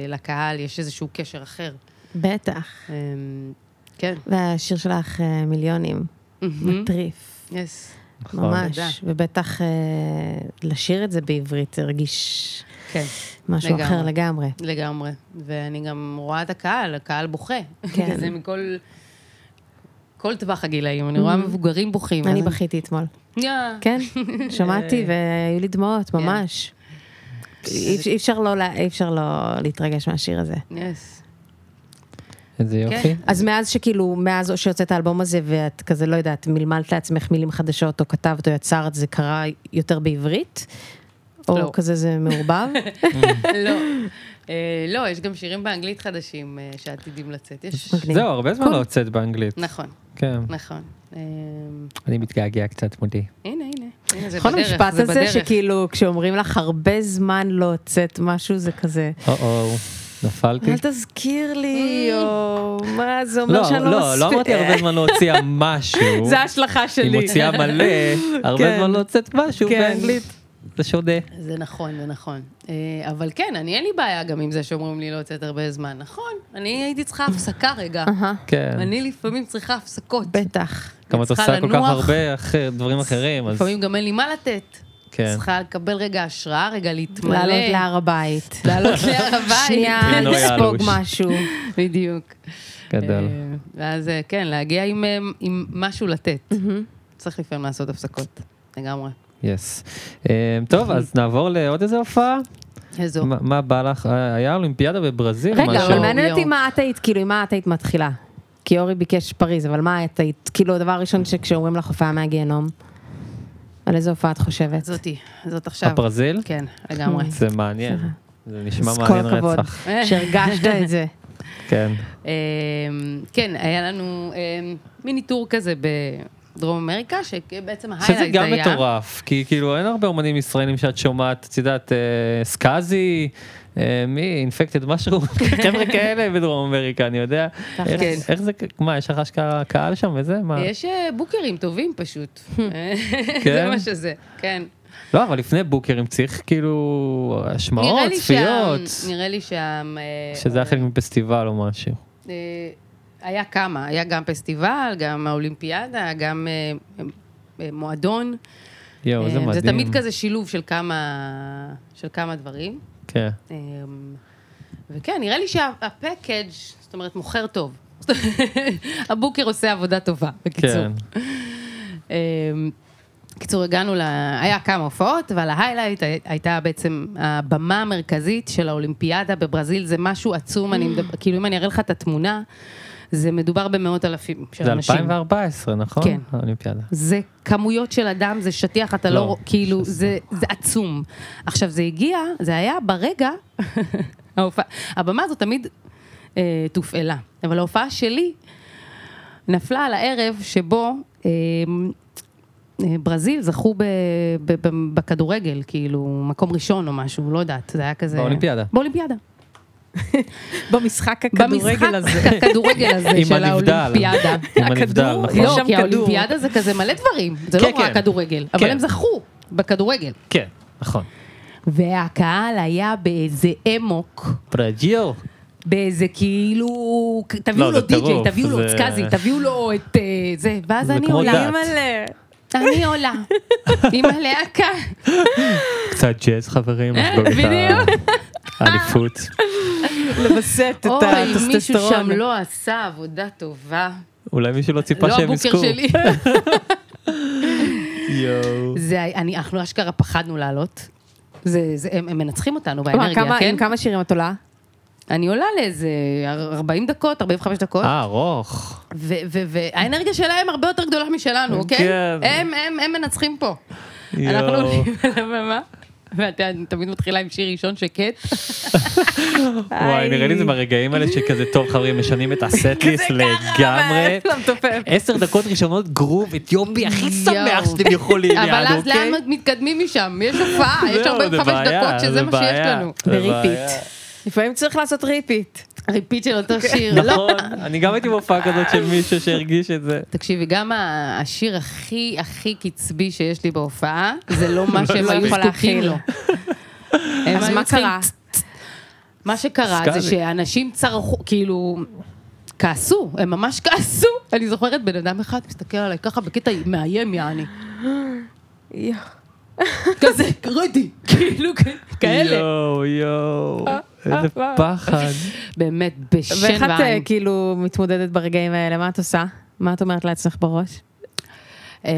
Speaker 6: לקהל, יש איזשהו קשר אחר.
Speaker 1: בטח.
Speaker 6: אמ, כן.
Speaker 1: והשיר שלך אה, מיליונים. מטריף.
Speaker 6: יס.
Speaker 2: נכון.
Speaker 1: ממש,
Speaker 6: תודה.
Speaker 1: ובטח אה, לשיר את זה בעברית, זה הרגיש
Speaker 6: כן.
Speaker 1: משהו
Speaker 6: לגמרי.
Speaker 1: אחר לגמרי.
Speaker 6: לגמרי. ואני גם רואה את הקהל, הקהל בוכה.
Speaker 1: כן.
Speaker 6: זה מכל... כל טווח הגילאים, אני רואה מבוגרים בוכים.
Speaker 1: אני
Speaker 6: אז
Speaker 1: בכיתי אתמול.
Speaker 6: יא.
Speaker 1: כן,
Speaker 6: אה,
Speaker 1: שמעתי והיו לי
Speaker 6: כן.
Speaker 1: דמעות, ממש. אי אפ- אי אפשר לא לה- אי אפשר לא להתרגש מהשיר הזה.
Speaker 6: יס.
Speaker 2: איזה יופי.
Speaker 1: אז מאז שכאילו, מאז שיוצא את האלבום הזה ואת כזה, לא יודעת, מלמלת לעצמך מילים חדשות או כתבת או יצרת, זה קרה יותר בעברית? או
Speaker 6: לא.
Speaker 1: כזה זה מעורבב?
Speaker 6: לא. אה, לא, יש גם שירים באנגלית חדשים אה, שעתידים לצאת. יש...
Speaker 1: מגניב.
Speaker 2: זהו, הרבה זמן לא הוצאת באנגלית.
Speaker 6: נכון,
Speaker 2: כן,
Speaker 6: נכון. אה,
Speaker 2: אני מתגעגע קצת מודי.
Speaker 6: הנה, הנה. הנה, זה
Speaker 1: נכון
Speaker 6: בדרך,
Speaker 1: המשפט
Speaker 6: זה
Speaker 1: הזה
Speaker 6: בדרך.
Speaker 1: שכאילו, כשאומרים לך הרבה זמן לא הוצאת משהו, זה כזה,
Speaker 2: או-או, נפלתי.
Speaker 1: אל תזכיר לי, או מה זה אומר
Speaker 2: אוקיי. לא,
Speaker 1: שאני לא מספיק.
Speaker 2: לא, לא אמרתי הרבה זמן לא הוציאה משהו.
Speaker 1: זה ההשלכה שלי.
Speaker 2: היא מוציאה מלא, הרבה
Speaker 1: כן.
Speaker 2: זמן לא הוצאת משהו
Speaker 1: כן.
Speaker 2: באנגלית. זה שודה.
Speaker 6: זה נכון, זה נכון. אה, אבל כן, אני אין לי בעיה גם עם זה שאומרים לי לא יוצאת הרבה זמן. נכון, אני הייתי צריכה הפסקה רגע.
Speaker 1: אהה,
Speaker 2: כן.
Speaker 6: אני לפעמים צריכה הפסקות.
Speaker 1: בטח.
Speaker 2: גם את
Speaker 6: צריכה
Speaker 2: עושה כל כך
Speaker 6: לנוח.
Speaker 2: הרבה אחר- דברים אחרים, אז
Speaker 6: לפעמים גם אין לי מה לתת.
Speaker 2: כן.
Speaker 6: צריכה לקבל רגע השראה, רגע להתמלא.
Speaker 1: לעלות להר הבית.
Speaker 6: לעלות להר הבית.
Speaker 1: שנייה, כן, לא
Speaker 2: פינוי
Speaker 1: לספוג
Speaker 2: אלוש.
Speaker 1: משהו.
Speaker 6: בדיוק.
Speaker 2: גדול.
Speaker 6: אה, ואז אה, כן, להגיע עם, אה, עם משהו לתת. צריך לפעמים לעשות הפסקות, לגמרי.
Speaker 2: יס. אה, טוב, אז נעבור לעוד איזה הופעה.
Speaker 6: איזו.
Speaker 2: מה- מה בא לך? אה, היה אולימפיאדה בברזיל,
Speaker 1: רגע,
Speaker 2: משהו.
Speaker 1: אבל מעניין אותי
Speaker 6: יואו.
Speaker 1: מה את היית, כאילו, עם מה את היית מתחילה. כי אורי ביקש פריז, אבל מה את היית, כאילו, הדבר הראשון שכשאומרים לך הופעה מהגיהנום, על איזה הופעה את חושבת?
Speaker 6: זאתי, זאת עכשיו.
Speaker 2: הברזיל?
Speaker 6: כן, לגמרי.
Speaker 2: זה מעניין. זה נשמע
Speaker 1: אז כל
Speaker 2: מעניין
Speaker 1: הכבוד
Speaker 2: רצח.
Speaker 1: שהרגשת את זה.
Speaker 2: כן.
Speaker 6: אמ, כן, היה לנו אמ, מיני טור כזה בדרום אמריקה, שבעצם ההיילייט
Speaker 2: שזה
Speaker 6: היה...
Speaker 2: גם מטורף, כי כאילו אין הרבה אומנים ישראלים שאת שומעת, את יודעת, אה, סקאזי, אה, מי, אינפקטד משהו, חבר'ה כאלה בדרום אמריקה, אני יודע. איך-
Speaker 6: כן.
Speaker 2: איך זה, מה, יש לך אשכרה קהל שם וזה? מה?
Speaker 6: יש אה, בוקרים טובים פשוט.
Speaker 2: כן?
Speaker 6: זה מה שזה, כן.
Speaker 2: לא, אבל לפני בוקרים צריך כאילו השמעות, צפיות,
Speaker 6: שם, נראה לי שם... אה,
Speaker 2: שזה היה חלק מפסטיבל או משהו.
Speaker 6: אה, היה כמה, היה גם פסטיבל, גם האולימפיאדה, גם אה, אה, מועדון.
Speaker 2: יואו, זה
Speaker 6: אה,
Speaker 2: מדהים.
Speaker 6: זה תמיד כזה שילוב של כמה, של כמה דברים.
Speaker 2: כן.
Speaker 6: אה, וכן, נראה לי שהפקאג', זאת אומרת, מוכר טוב. הבוקר עושה עבודה טובה, בקיצור.
Speaker 2: כן.
Speaker 6: אמ, קיצור, הגענו ל... היה כמה הופעות, אבל ההיילייט הי- הייתה בעצם הבמה המרכזית של האולימפיאדה בברזיל, זה משהו עצום, אני מדבר, כאילו אם אני אראה לך את התמונה, זה מדובר במאות אלפים של
Speaker 2: זה
Speaker 6: אנשים.
Speaker 2: 2014, נכון?
Speaker 6: כן.
Speaker 2: האולימפיאדה.
Speaker 6: זה כמויות של אדם, זה שטיח, אתה לא,
Speaker 2: לא,
Speaker 6: לא כאילו,
Speaker 2: שסע.
Speaker 6: זה, זה עצום. עכשיו, זה הגיע, זה היה ברגע, ההופעה, הבמה הזאת תמיד אה, תופעלה, אבל ההופעה שלי נפלה על הערב שבו אה, אה, ברזיל זכו ב, ב, ב, בכדורגל, כאילו, מקום ראשון או משהו, לא יודעת, זה היה כזה...
Speaker 2: באולימפיאדה.
Speaker 6: באולימפיאדה.
Speaker 1: במשחק
Speaker 6: במשחק הכדורגל הזה
Speaker 2: עם
Speaker 6: של
Speaker 2: הנבדל.
Speaker 6: האולימפיאדה.
Speaker 2: עם הנבדל,
Speaker 1: הכדור,
Speaker 2: נכון?
Speaker 1: יש
Speaker 6: לא,
Speaker 1: שם
Speaker 6: כי
Speaker 1: כדור.
Speaker 6: האולימפיאדה זה כזה מלא דברים, זה
Speaker 2: כן,
Speaker 6: לא רק
Speaker 2: כן.
Speaker 6: כדורגל,
Speaker 2: כן.
Speaker 6: אבל הם זכו בכדורגל.
Speaker 2: כן, נכון.
Speaker 6: והקהל היה באיזה אמוק,
Speaker 2: ברזיל.
Speaker 6: באיזה כאילו, תביאו
Speaker 2: לא,
Speaker 6: לו
Speaker 2: זה
Speaker 6: די-ג'יי,
Speaker 2: טירוף,
Speaker 6: תביאו לו
Speaker 2: זה-
Speaker 6: את סקאזי, תביאו לו את אה, זה, ואז
Speaker 2: זה
Speaker 6: אני
Speaker 2: כמו
Speaker 6: עולה,
Speaker 2: דת.
Speaker 6: אני עולה, עם הלהקה,
Speaker 2: קצת ג'אז חברים, לחגוג את
Speaker 6: אה, בדיוק.
Speaker 2: האליפות.
Speaker 1: לווסת
Speaker 6: אוי, מישהו שם לא עשה עבודה טובה,
Speaker 2: אולי מישהו לא ציפה
Speaker 6: לא
Speaker 2: שהם
Speaker 6: הבוקר
Speaker 2: יזכו.
Speaker 6: שלי.
Speaker 2: יואו.
Speaker 6: זה, אני, אנחנו אשכרה פחדנו לעלות. זה, זה, הם, הם מנצחים אותנו באנרגיה, כן?
Speaker 1: עם כמה שירים את עולה?
Speaker 6: אני עולה לאיזה 40 דקות, 45 דקות,
Speaker 2: אה, ארוך.
Speaker 6: והאנרגיה שלהם הרבה יותר גדולה משלנו, אוקיי?
Speaker 2: כן.
Speaker 6: הם, הם, הם מנצחים פה. אנחנו
Speaker 2: יואו.
Speaker 6: עולים על הבמה, ואתה אני תמיד מתחילה עם שיר ראשון שקט.
Speaker 2: וואי, נראה לי זה ברגעים האלה שכזה, טוב חברים, משנים את הסט-ליסט לגמרי. עשר דקות ראשונות גרוב אתיופי הכי שמח
Speaker 6: יואו.
Speaker 2: שאתם יכולים,
Speaker 6: אבל
Speaker 2: יענו,
Speaker 6: אז לאן
Speaker 2: אוקיי?
Speaker 6: עוד מתקדמים משם? יש הופעה,
Speaker 2: זהו,
Speaker 6: יש
Speaker 2: זה
Speaker 6: 45
Speaker 2: בעיה,
Speaker 6: דקות,
Speaker 2: זה
Speaker 6: שזה מה שיש
Speaker 2: בעיה,
Speaker 6: לנו.
Speaker 2: זה
Speaker 1: בריפיט.
Speaker 2: בעיה.
Speaker 1: לפעמים צריך לעשות ריפיט.
Speaker 6: ריפיט של אותו שיר. לא,
Speaker 2: נכון, אני גם הייתי בהופעה כזאת של מישהו שהרגיש את זה.
Speaker 6: תקשיבי, גם ה- השיר הכי הכי קצבי שיש לי בהופעה, זה לא מה שהם
Speaker 1: לא
Speaker 6: היו
Speaker 1: יכול
Speaker 6: זקוקים
Speaker 1: להכיל.
Speaker 6: לו. הם
Speaker 1: אז
Speaker 6: היו
Speaker 1: מה
Speaker 6: צריכים-
Speaker 1: קרה?
Speaker 6: מה שקרה זה
Speaker 2: סקאזי.
Speaker 6: שאנשים צרחו, כאילו, כעסו, הם ממש כעסו. אני זוכרת בן אדם אחד מסתכל עליי ככה בקטע מאיים, יעני. כזה, ראיתי, כאילו כ- כאלה.
Speaker 2: יואו, יואו, איזה
Speaker 1: אה,
Speaker 2: פחד.
Speaker 6: באמת, בשן
Speaker 1: ואיך את אה,
Speaker 6: ועין.
Speaker 1: כאילו מתמודדת ברגעים האלה, מה את עושה? מה את אומרת לעצמך בראש?
Speaker 6: אמ,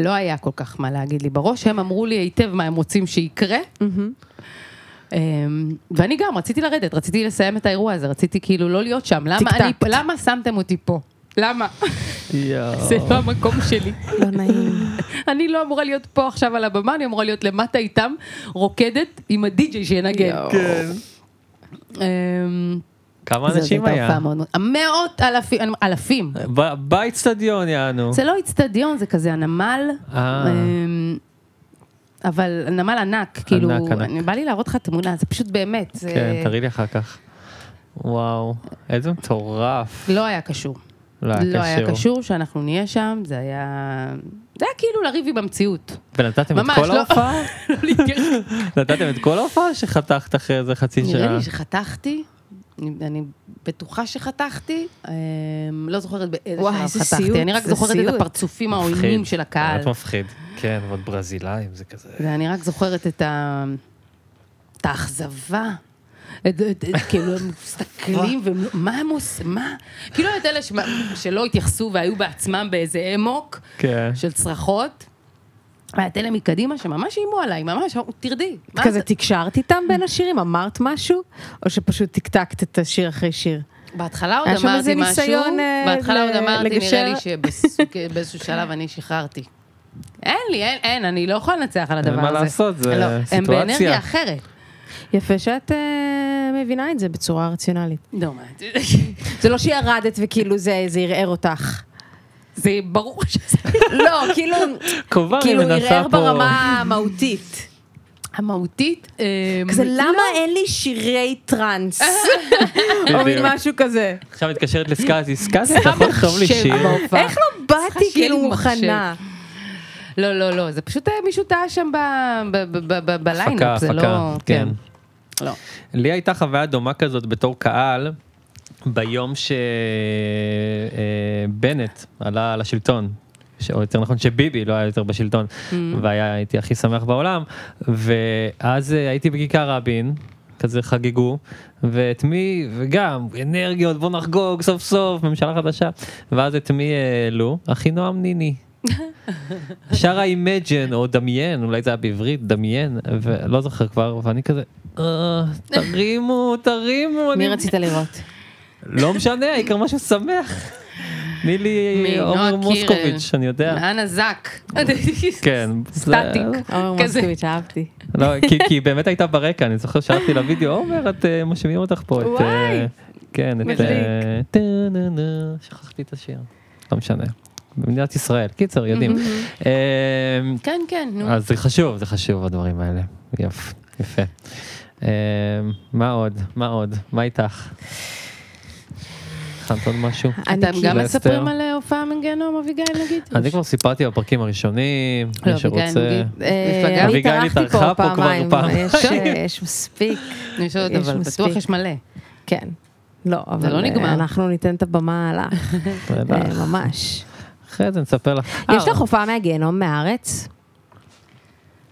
Speaker 6: לא היה כל כך מה להגיד לי בראש, הם אמרו לי היטב מה הם רוצים שיקרה. אמ, ואני גם, רציתי לרדת, רציתי לסיים את האירוע הזה, רציתי כאילו לא להיות שם. למה
Speaker 1: טיק-טק.
Speaker 6: אני- למה שמתם אותי פה? למה? זה
Speaker 2: יואו.
Speaker 6: לא המקום שלי.
Speaker 1: לא נעים.
Speaker 6: אני לא אמורה להיות פה עכשיו על הבמה, אני אמורה להיות למטה איתם, רוקדת עם הדי-ג'יי שינגן.
Speaker 2: כן.
Speaker 6: אמ,
Speaker 2: כמה
Speaker 6: זאת
Speaker 2: אנשים
Speaker 6: הייתה
Speaker 2: היה? אה.
Speaker 6: הופעה מאוד מאוד- מאות אלפים, אלפים.
Speaker 2: ב- באיצטדיון יענו.
Speaker 6: זה לא איצטדיון, זה כזה הנמל.
Speaker 2: אה.
Speaker 6: אמ, אבל נמל ענק, כאילו,
Speaker 2: ענק.
Speaker 6: אני- בא לי להראות לך תמונה, זה פשוט באמת, זה
Speaker 2: כן, תראי לי אחר כך. וואו, איזה מטורף.
Speaker 6: לא היה קשור.
Speaker 2: לא היה
Speaker 6: לא היה
Speaker 2: קשור.
Speaker 6: קשור שאנחנו נהיה שם, זה היה... זה היה כאילו לריב עם המציאות.
Speaker 2: ונתתם את
Speaker 6: ממש,
Speaker 2: כל
Speaker 6: לא-
Speaker 2: ההופעה?
Speaker 6: לא להתגרש.
Speaker 2: נתתם את כל ההופעה או שחתכת אחרי איזה חצי
Speaker 6: נראה
Speaker 2: שעה?
Speaker 6: לי שחתכתי, אני- אני בטוחה שחתכתי, אמ, לא זוכרת באיזה
Speaker 1: וואי,
Speaker 6: שלב
Speaker 1: איזה סיוט,
Speaker 6: חתכתי, אני רק
Speaker 1: זה
Speaker 6: זוכרת את
Speaker 1: סיוט.
Speaker 6: הפרצופים
Speaker 2: מפחיד.
Speaker 6: העוינים של הקהל.
Speaker 2: באמת מפחיד. כן, ועוד ברזילאים זה כזה.
Speaker 6: ואני רק זוכרת את ה... את האכזבה. את- את- את- כאילו הם מסתכלים, והם לא- מה הם עושים, מה? כאילו את אלה שמ- שלא התייחסו והיו בעצמם באיזה אמוק
Speaker 2: כן.
Speaker 6: של צרחות. ואת אלה מקדימה שממש איימו עליי, ממש, אמרו, תרדי. מה
Speaker 1: כזה
Speaker 6: את-
Speaker 1: תקשרת איתם בין השירים? אמרת משהו? או שפשוט טקטקת את השיר אחרי שיר?
Speaker 6: בהתחלה עוד
Speaker 1: היה שם איזה
Speaker 6: אמרתי משהו,
Speaker 1: ניסיון, אה,
Speaker 6: בהתחלה
Speaker 1: ל-
Speaker 6: עוד אמרתי, נראה
Speaker 1: לגשר.
Speaker 6: לי שבאיזשהו שלב אני שחררתי. אין לי, אין, אין, אני לא יכולה לנצח על הדבר הזה.
Speaker 2: מה לעשות, זה
Speaker 6: לא, הם
Speaker 2: סיטואציה.
Speaker 6: באנרגיה אחרת.
Speaker 1: יפה שאת אה, מבינה את זה בצורה רציונלית.
Speaker 6: לא, מה,
Speaker 1: זה לא שירדת וכאילו זה זה ערער אותך.
Speaker 6: זה ברור שזה...
Speaker 1: לא, כאילו,
Speaker 2: קובר היא
Speaker 1: כאילו
Speaker 2: מנסה
Speaker 1: ערער
Speaker 2: פה.
Speaker 1: ברמה המהותית.
Speaker 6: המהותית, אמ,
Speaker 1: כזה, למה אין לי שירי טראנס? או מין
Speaker 2: בדיוק.
Speaker 1: משהו כזה.
Speaker 2: עכשיו מתקשרת לסקאזי, סקאזי, אתה יכול לכתוב נכון, לי
Speaker 6: מחשב
Speaker 2: שיר?
Speaker 6: בהופעה.
Speaker 1: איך לא באתי
Speaker 6: שיהיה
Speaker 1: כאילו
Speaker 6: לי מחשב.
Speaker 1: מוכנה?
Speaker 6: לא, לא, לא, זה פשוט אה, מישהו טעה שם ב- ב- ב- ב- ב-
Speaker 2: הפקה,
Speaker 6: בליינאפ, זה לא...
Speaker 2: הפקה, כן.
Speaker 6: כן. לא.
Speaker 2: לי הייתה חוויה דומה כזאת בתור קהל. ביום שבנט עלה לשלטון, ש- או יותר נכון שביבי לא היה יותר בשלטון, והיה הייתי הכי שמח בעולם, ואז אה, הייתי בכיכר רבין, כזה חגגו, ואת מי, וגם אנרגיות, בוא נחגוג סוף סוף, ממשלה חדשה, ואז את מי אה, העלו? אחינועם ניני. שרה אימג'ן או דמיין, אולי זה היה בעברית, דמיין, ולא זוכר כבר, ואני כזה, "אה, תרימו, תרימו,
Speaker 1: מי
Speaker 2: אני
Speaker 1: רצית לראות?
Speaker 2: לא משנה, העיקר משהו שמח. תני לי
Speaker 6: מנועה
Speaker 2: עומר מוסקוביץ',
Speaker 6: קירל.
Speaker 2: אני יודע.
Speaker 6: אנה זק.
Speaker 2: כן, זה-
Speaker 6: סטטיק.
Speaker 1: עומר
Speaker 6: כזה.
Speaker 1: מוסקוביץ', אהבתי.
Speaker 2: לא, כי- כי היא באמת הייתה ברקע, אני זוכר ששלחתי לה וידאו, עומר, את אה, משמיעים אותך פה. את, אה,
Speaker 1: וואי,
Speaker 2: כן, את...
Speaker 1: מדליק.
Speaker 2: אה, טה-נה-נה, שכחתי את השיר. לא משנה. במדינת ישראל, קיצר, יודעים. אה,
Speaker 6: כן, כן, נו.
Speaker 2: אז זה חשוב, זה חשוב הדברים האלה. יפ, יפה. אמ, מה עוד? מה עוד? מה איתך? הכנת עוד משהו?
Speaker 1: אני
Speaker 6: אתם גם
Speaker 1: כאילו-
Speaker 6: מספרים
Speaker 2: אסתר.
Speaker 6: על אה, הופעה מנגנום, אביגיל נגיד?
Speaker 2: אני כבר סיפרתי בפרקים הראשונים,
Speaker 6: לא,
Speaker 2: מי שרוצה.
Speaker 6: אביגיל נגיד.
Speaker 1: אה,
Speaker 6: מפלגה.
Speaker 1: אני
Speaker 2: אביגיל
Speaker 1: התארחתי פה
Speaker 2: התארחה פה כבר
Speaker 1: פעמיים,
Speaker 2: פעמיים.
Speaker 1: יש, אה, יש מספיק,
Speaker 6: יש עוד,
Speaker 1: יש
Speaker 6: אבל
Speaker 1: מספיק.
Speaker 6: בטוח יש מלא.
Speaker 1: כן. לא, אבל
Speaker 6: לא
Speaker 1: אה,
Speaker 6: נגמר.
Speaker 1: אנחנו ניתן את הבמה לך,
Speaker 2: בטח.
Speaker 1: אה, ממש.
Speaker 2: לא אחרי זה נספר לך.
Speaker 6: אה.
Speaker 2: אה,
Speaker 1: יש לך הופעה מהגיהנום מהארץ?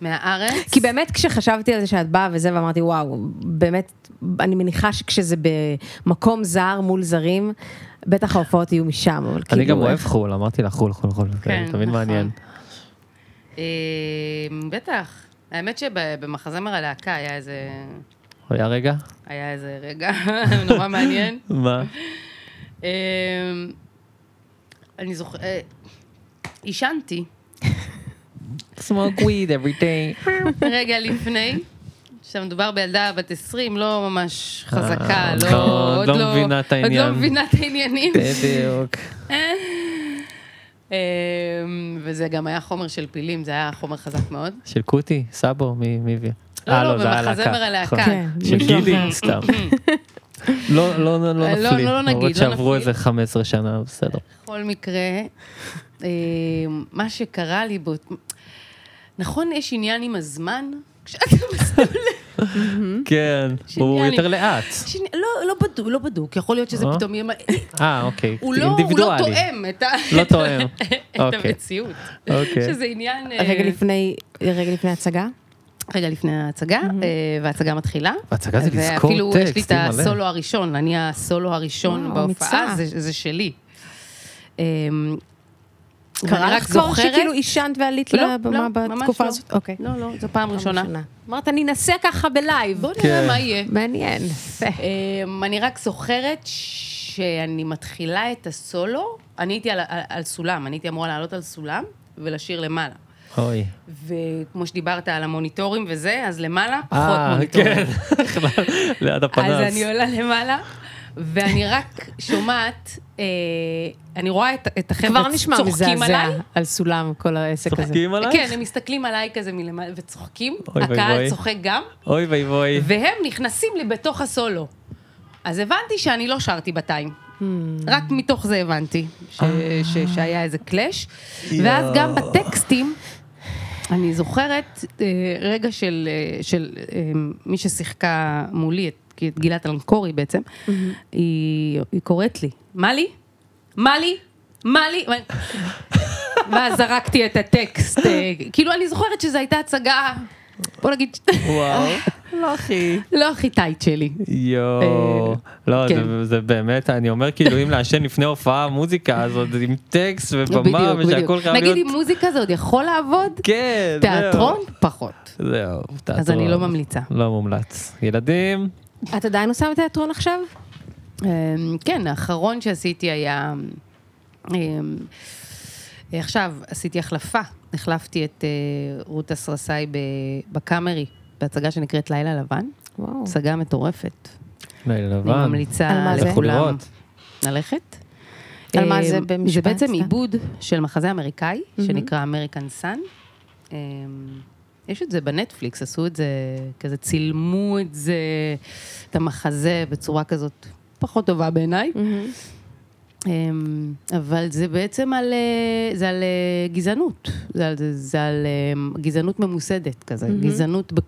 Speaker 6: מהארץ?
Speaker 1: כי באמת כשחשבתי על זה שאת באה וזה, ואמרתי, וואו, באמת, אני מניחה שכשזה במקום זר מול זרים, בטח ההופעות יהיו משם, אבל כאילו...
Speaker 2: אני גם אוהב
Speaker 1: איך-
Speaker 2: חו"ל, אמרתי לך חו"ל, חו"ל, חו"ל.
Speaker 6: אה. כן,
Speaker 2: זה תמיד
Speaker 6: נכון.
Speaker 2: מעניין.
Speaker 6: אמ, בטח. האמת שבמחזמר הלהקה היה איזה...
Speaker 2: היה רגע?
Speaker 6: היה איזה רגע נורא מעניין.
Speaker 2: מה?
Speaker 6: אמ, אני זוכרת, עישנתי
Speaker 2: smoke weed every day.
Speaker 6: רגע לפני, שמדובר בילדה בת 20, לא ממש חזקה,
Speaker 2: אה,
Speaker 6: לא,
Speaker 2: לא-
Speaker 6: עוד
Speaker 2: לא מבינה את העניין. כן.
Speaker 6: עוד לא מבינה את העניינים.
Speaker 2: בדיוק.
Speaker 6: אמ, וזה גם היה חומר של פילים, זה היה חומר חזק מאוד.
Speaker 2: של קוטי, סאבו, מי מי הביא?
Speaker 6: לא,
Speaker 2: אה,
Speaker 6: לא,
Speaker 2: זה היה
Speaker 6: במחזמר
Speaker 2: להקה.
Speaker 6: הלהקה.
Speaker 2: נכון.
Speaker 1: כן,
Speaker 2: של
Speaker 1: מישהו
Speaker 2: גילי,
Speaker 1: אחר.
Speaker 2: סתם. לא, לא, לא, לא
Speaker 6: אה, לא,
Speaker 2: נפליא.
Speaker 6: לא, לא נגיד,
Speaker 2: למרות
Speaker 6: לא
Speaker 2: שעברו
Speaker 6: נפליא.
Speaker 2: איזה 15 שנה, בסדר.
Speaker 6: בכל מקרה, אמ, מה שקרה לי בו... נכון, יש עניין עם הזמן? כשאתה מסתובב
Speaker 2: כן, הוא
Speaker 6: שנייה,
Speaker 2: יותר
Speaker 6: אני-
Speaker 2: לאט.
Speaker 6: שני- לא, לא- לא בדוק, לא בדוק, יכול להיות שזה
Speaker 2: אה?
Speaker 6: פתאום יהיה... מה-
Speaker 2: אה, אוקיי.
Speaker 6: הוא לא הוא לא
Speaker 2: אינדיבידואלי.
Speaker 6: תואם את ה-
Speaker 2: לא תואם.
Speaker 6: את
Speaker 2: אוקיי.
Speaker 6: המציאות.
Speaker 2: אוקיי.
Speaker 6: שזה עניין... אה,
Speaker 1: רגע לפני, רגע לפני הצגה?
Speaker 6: רגע לפני ההצגה, אה, וההצגה מתחילה. אה,
Speaker 2: הצגה זה לזכור טקסט,
Speaker 6: ואפילו יש לי את
Speaker 2: אימא'לה.
Speaker 6: הסולו הראשון, אני הסולו הראשון
Speaker 1: וואו,
Speaker 6: בהופעה,
Speaker 1: אמיצה.
Speaker 6: זה- זה שלי. אה,
Speaker 1: קרה
Speaker 6: ואני
Speaker 1: לך כבר שכאילו עישנת ועלית
Speaker 6: לא,
Speaker 1: לבמה
Speaker 6: לא, ממש
Speaker 1: כאילו, בתקופה
Speaker 6: לא.
Speaker 1: הזאת? אוקיי.
Speaker 6: לא, לא, זו פעם ראשונה.
Speaker 1: אמרת, אני אנסה ככה בלייב.
Speaker 6: בוא
Speaker 2: כן.
Speaker 6: נראה מה יהיה.
Speaker 1: מעניין.
Speaker 6: אמ, אני רק זוכרת שאני מתחילה את הסולו, אני הייתי על, על, על סולם, אני הייתי אמורה לעלות על סולם ולשיר למעלה.
Speaker 2: אוי.
Speaker 6: וכמו שדיברת על המוניטורים וזה, אז למעלה פחות
Speaker 2: אה,
Speaker 6: מוניטורים.
Speaker 2: כן. בכלל, ליד
Speaker 6: אז
Speaker 2: הפנס.
Speaker 6: אני עולה למעלה, ואני רק שומעת, אה, אני רואה את, את החבר'ה
Speaker 1: כבר נשמע
Speaker 6: צוחקים
Speaker 1: מזעזע לא
Speaker 6: עליי.
Speaker 1: על סולם כל העסק הזה.
Speaker 2: צוחקים עליי?
Speaker 6: כן, הם מסתכלים עליי כזה מלמעלה וצוחקים,
Speaker 2: אוי
Speaker 6: הקהל
Speaker 2: ואבוי.
Speaker 6: צוחק גם,
Speaker 2: אוי ואי ואי.
Speaker 6: והם נכנסים לי בתוך הסולו. אז הבנתי שאני לא שרתי בטיים. רק מתוך זה הבנתי ש-
Speaker 2: אה.
Speaker 6: ש- שהיה איזה קלאש. ואז גם בטקסטים, אני זוכרת אה, רגע של, אה, של אה, מי ששיחקה מולי, את את גילת אלנקורי בעצם, היא היא קוראת לי, מה לי? מה לי? מה לי? ואז זרקתי את הטקסט. אה, כאילו, אני זוכרת שזו הייתה הצגה, בוא נגיד,
Speaker 2: וואו.
Speaker 6: לא הכי טייט שלי.
Speaker 2: יואו. לא,
Speaker 6: כן.
Speaker 2: זה- זה באמת, אני אומר כאילו, אם לעשן לפני הופעה מוזיקה, אז עוד עם טקסט ובמה,
Speaker 6: בדיוק,
Speaker 2: ושהכול
Speaker 6: בדיוק.
Speaker 2: חייב
Speaker 6: נגיד
Speaker 2: להיות...
Speaker 6: עם מוזיקה זה עוד יכול לעבוד,
Speaker 2: כן, זהו.
Speaker 6: תיאטרון פחות.
Speaker 2: זהו, תיאטרון.
Speaker 6: אז אני לא ממליצה.
Speaker 2: לא מומלץ. ילדים?
Speaker 1: את עדיין עושה בתיאטרון עכשיו?
Speaker 6: אמ, כן, האחרון שעשיתי היה... אמ, עכשיו, עשיתי החלפה. החלפתי את אה, רות אסרסאי ב- בקאמרי, בהצגה שנקראת לילה לבן.
Speaker 1: וואו.
Speaker 6: הצגה מטורפת.
Speaker 2: לילה
Speaker 6: אני
Speaker 2: לבן.
Speaker 1: על
Speaker 6: ממליצה
Speaker 1: מה זה?
Speaker 2: לכו
Speaker 6: לכולם
Speaker 2: לראות.
Speaker 6: ללכת.
Speaker 1: על מה
Speaker 6: אמ,
Speaker 1: אה, זה במשפט,
Speaker 6: זה בעצם
Speaker 1: סתם?
Speaker 6: עיבוד של מחזה אמריקאי, שנקרא אמריקן סאן. יש את זה בנטפליקס, עשו את זה, כזה צילמו את זה, את המחזה בצורה כזאת פחות טובה בעיניי. אמ, אבל זה בעצם על, אה, זה על אה, גזענות, זה על, זה על אה, גזענות ממוסדת כזה, mm-hmm. גזענות ב,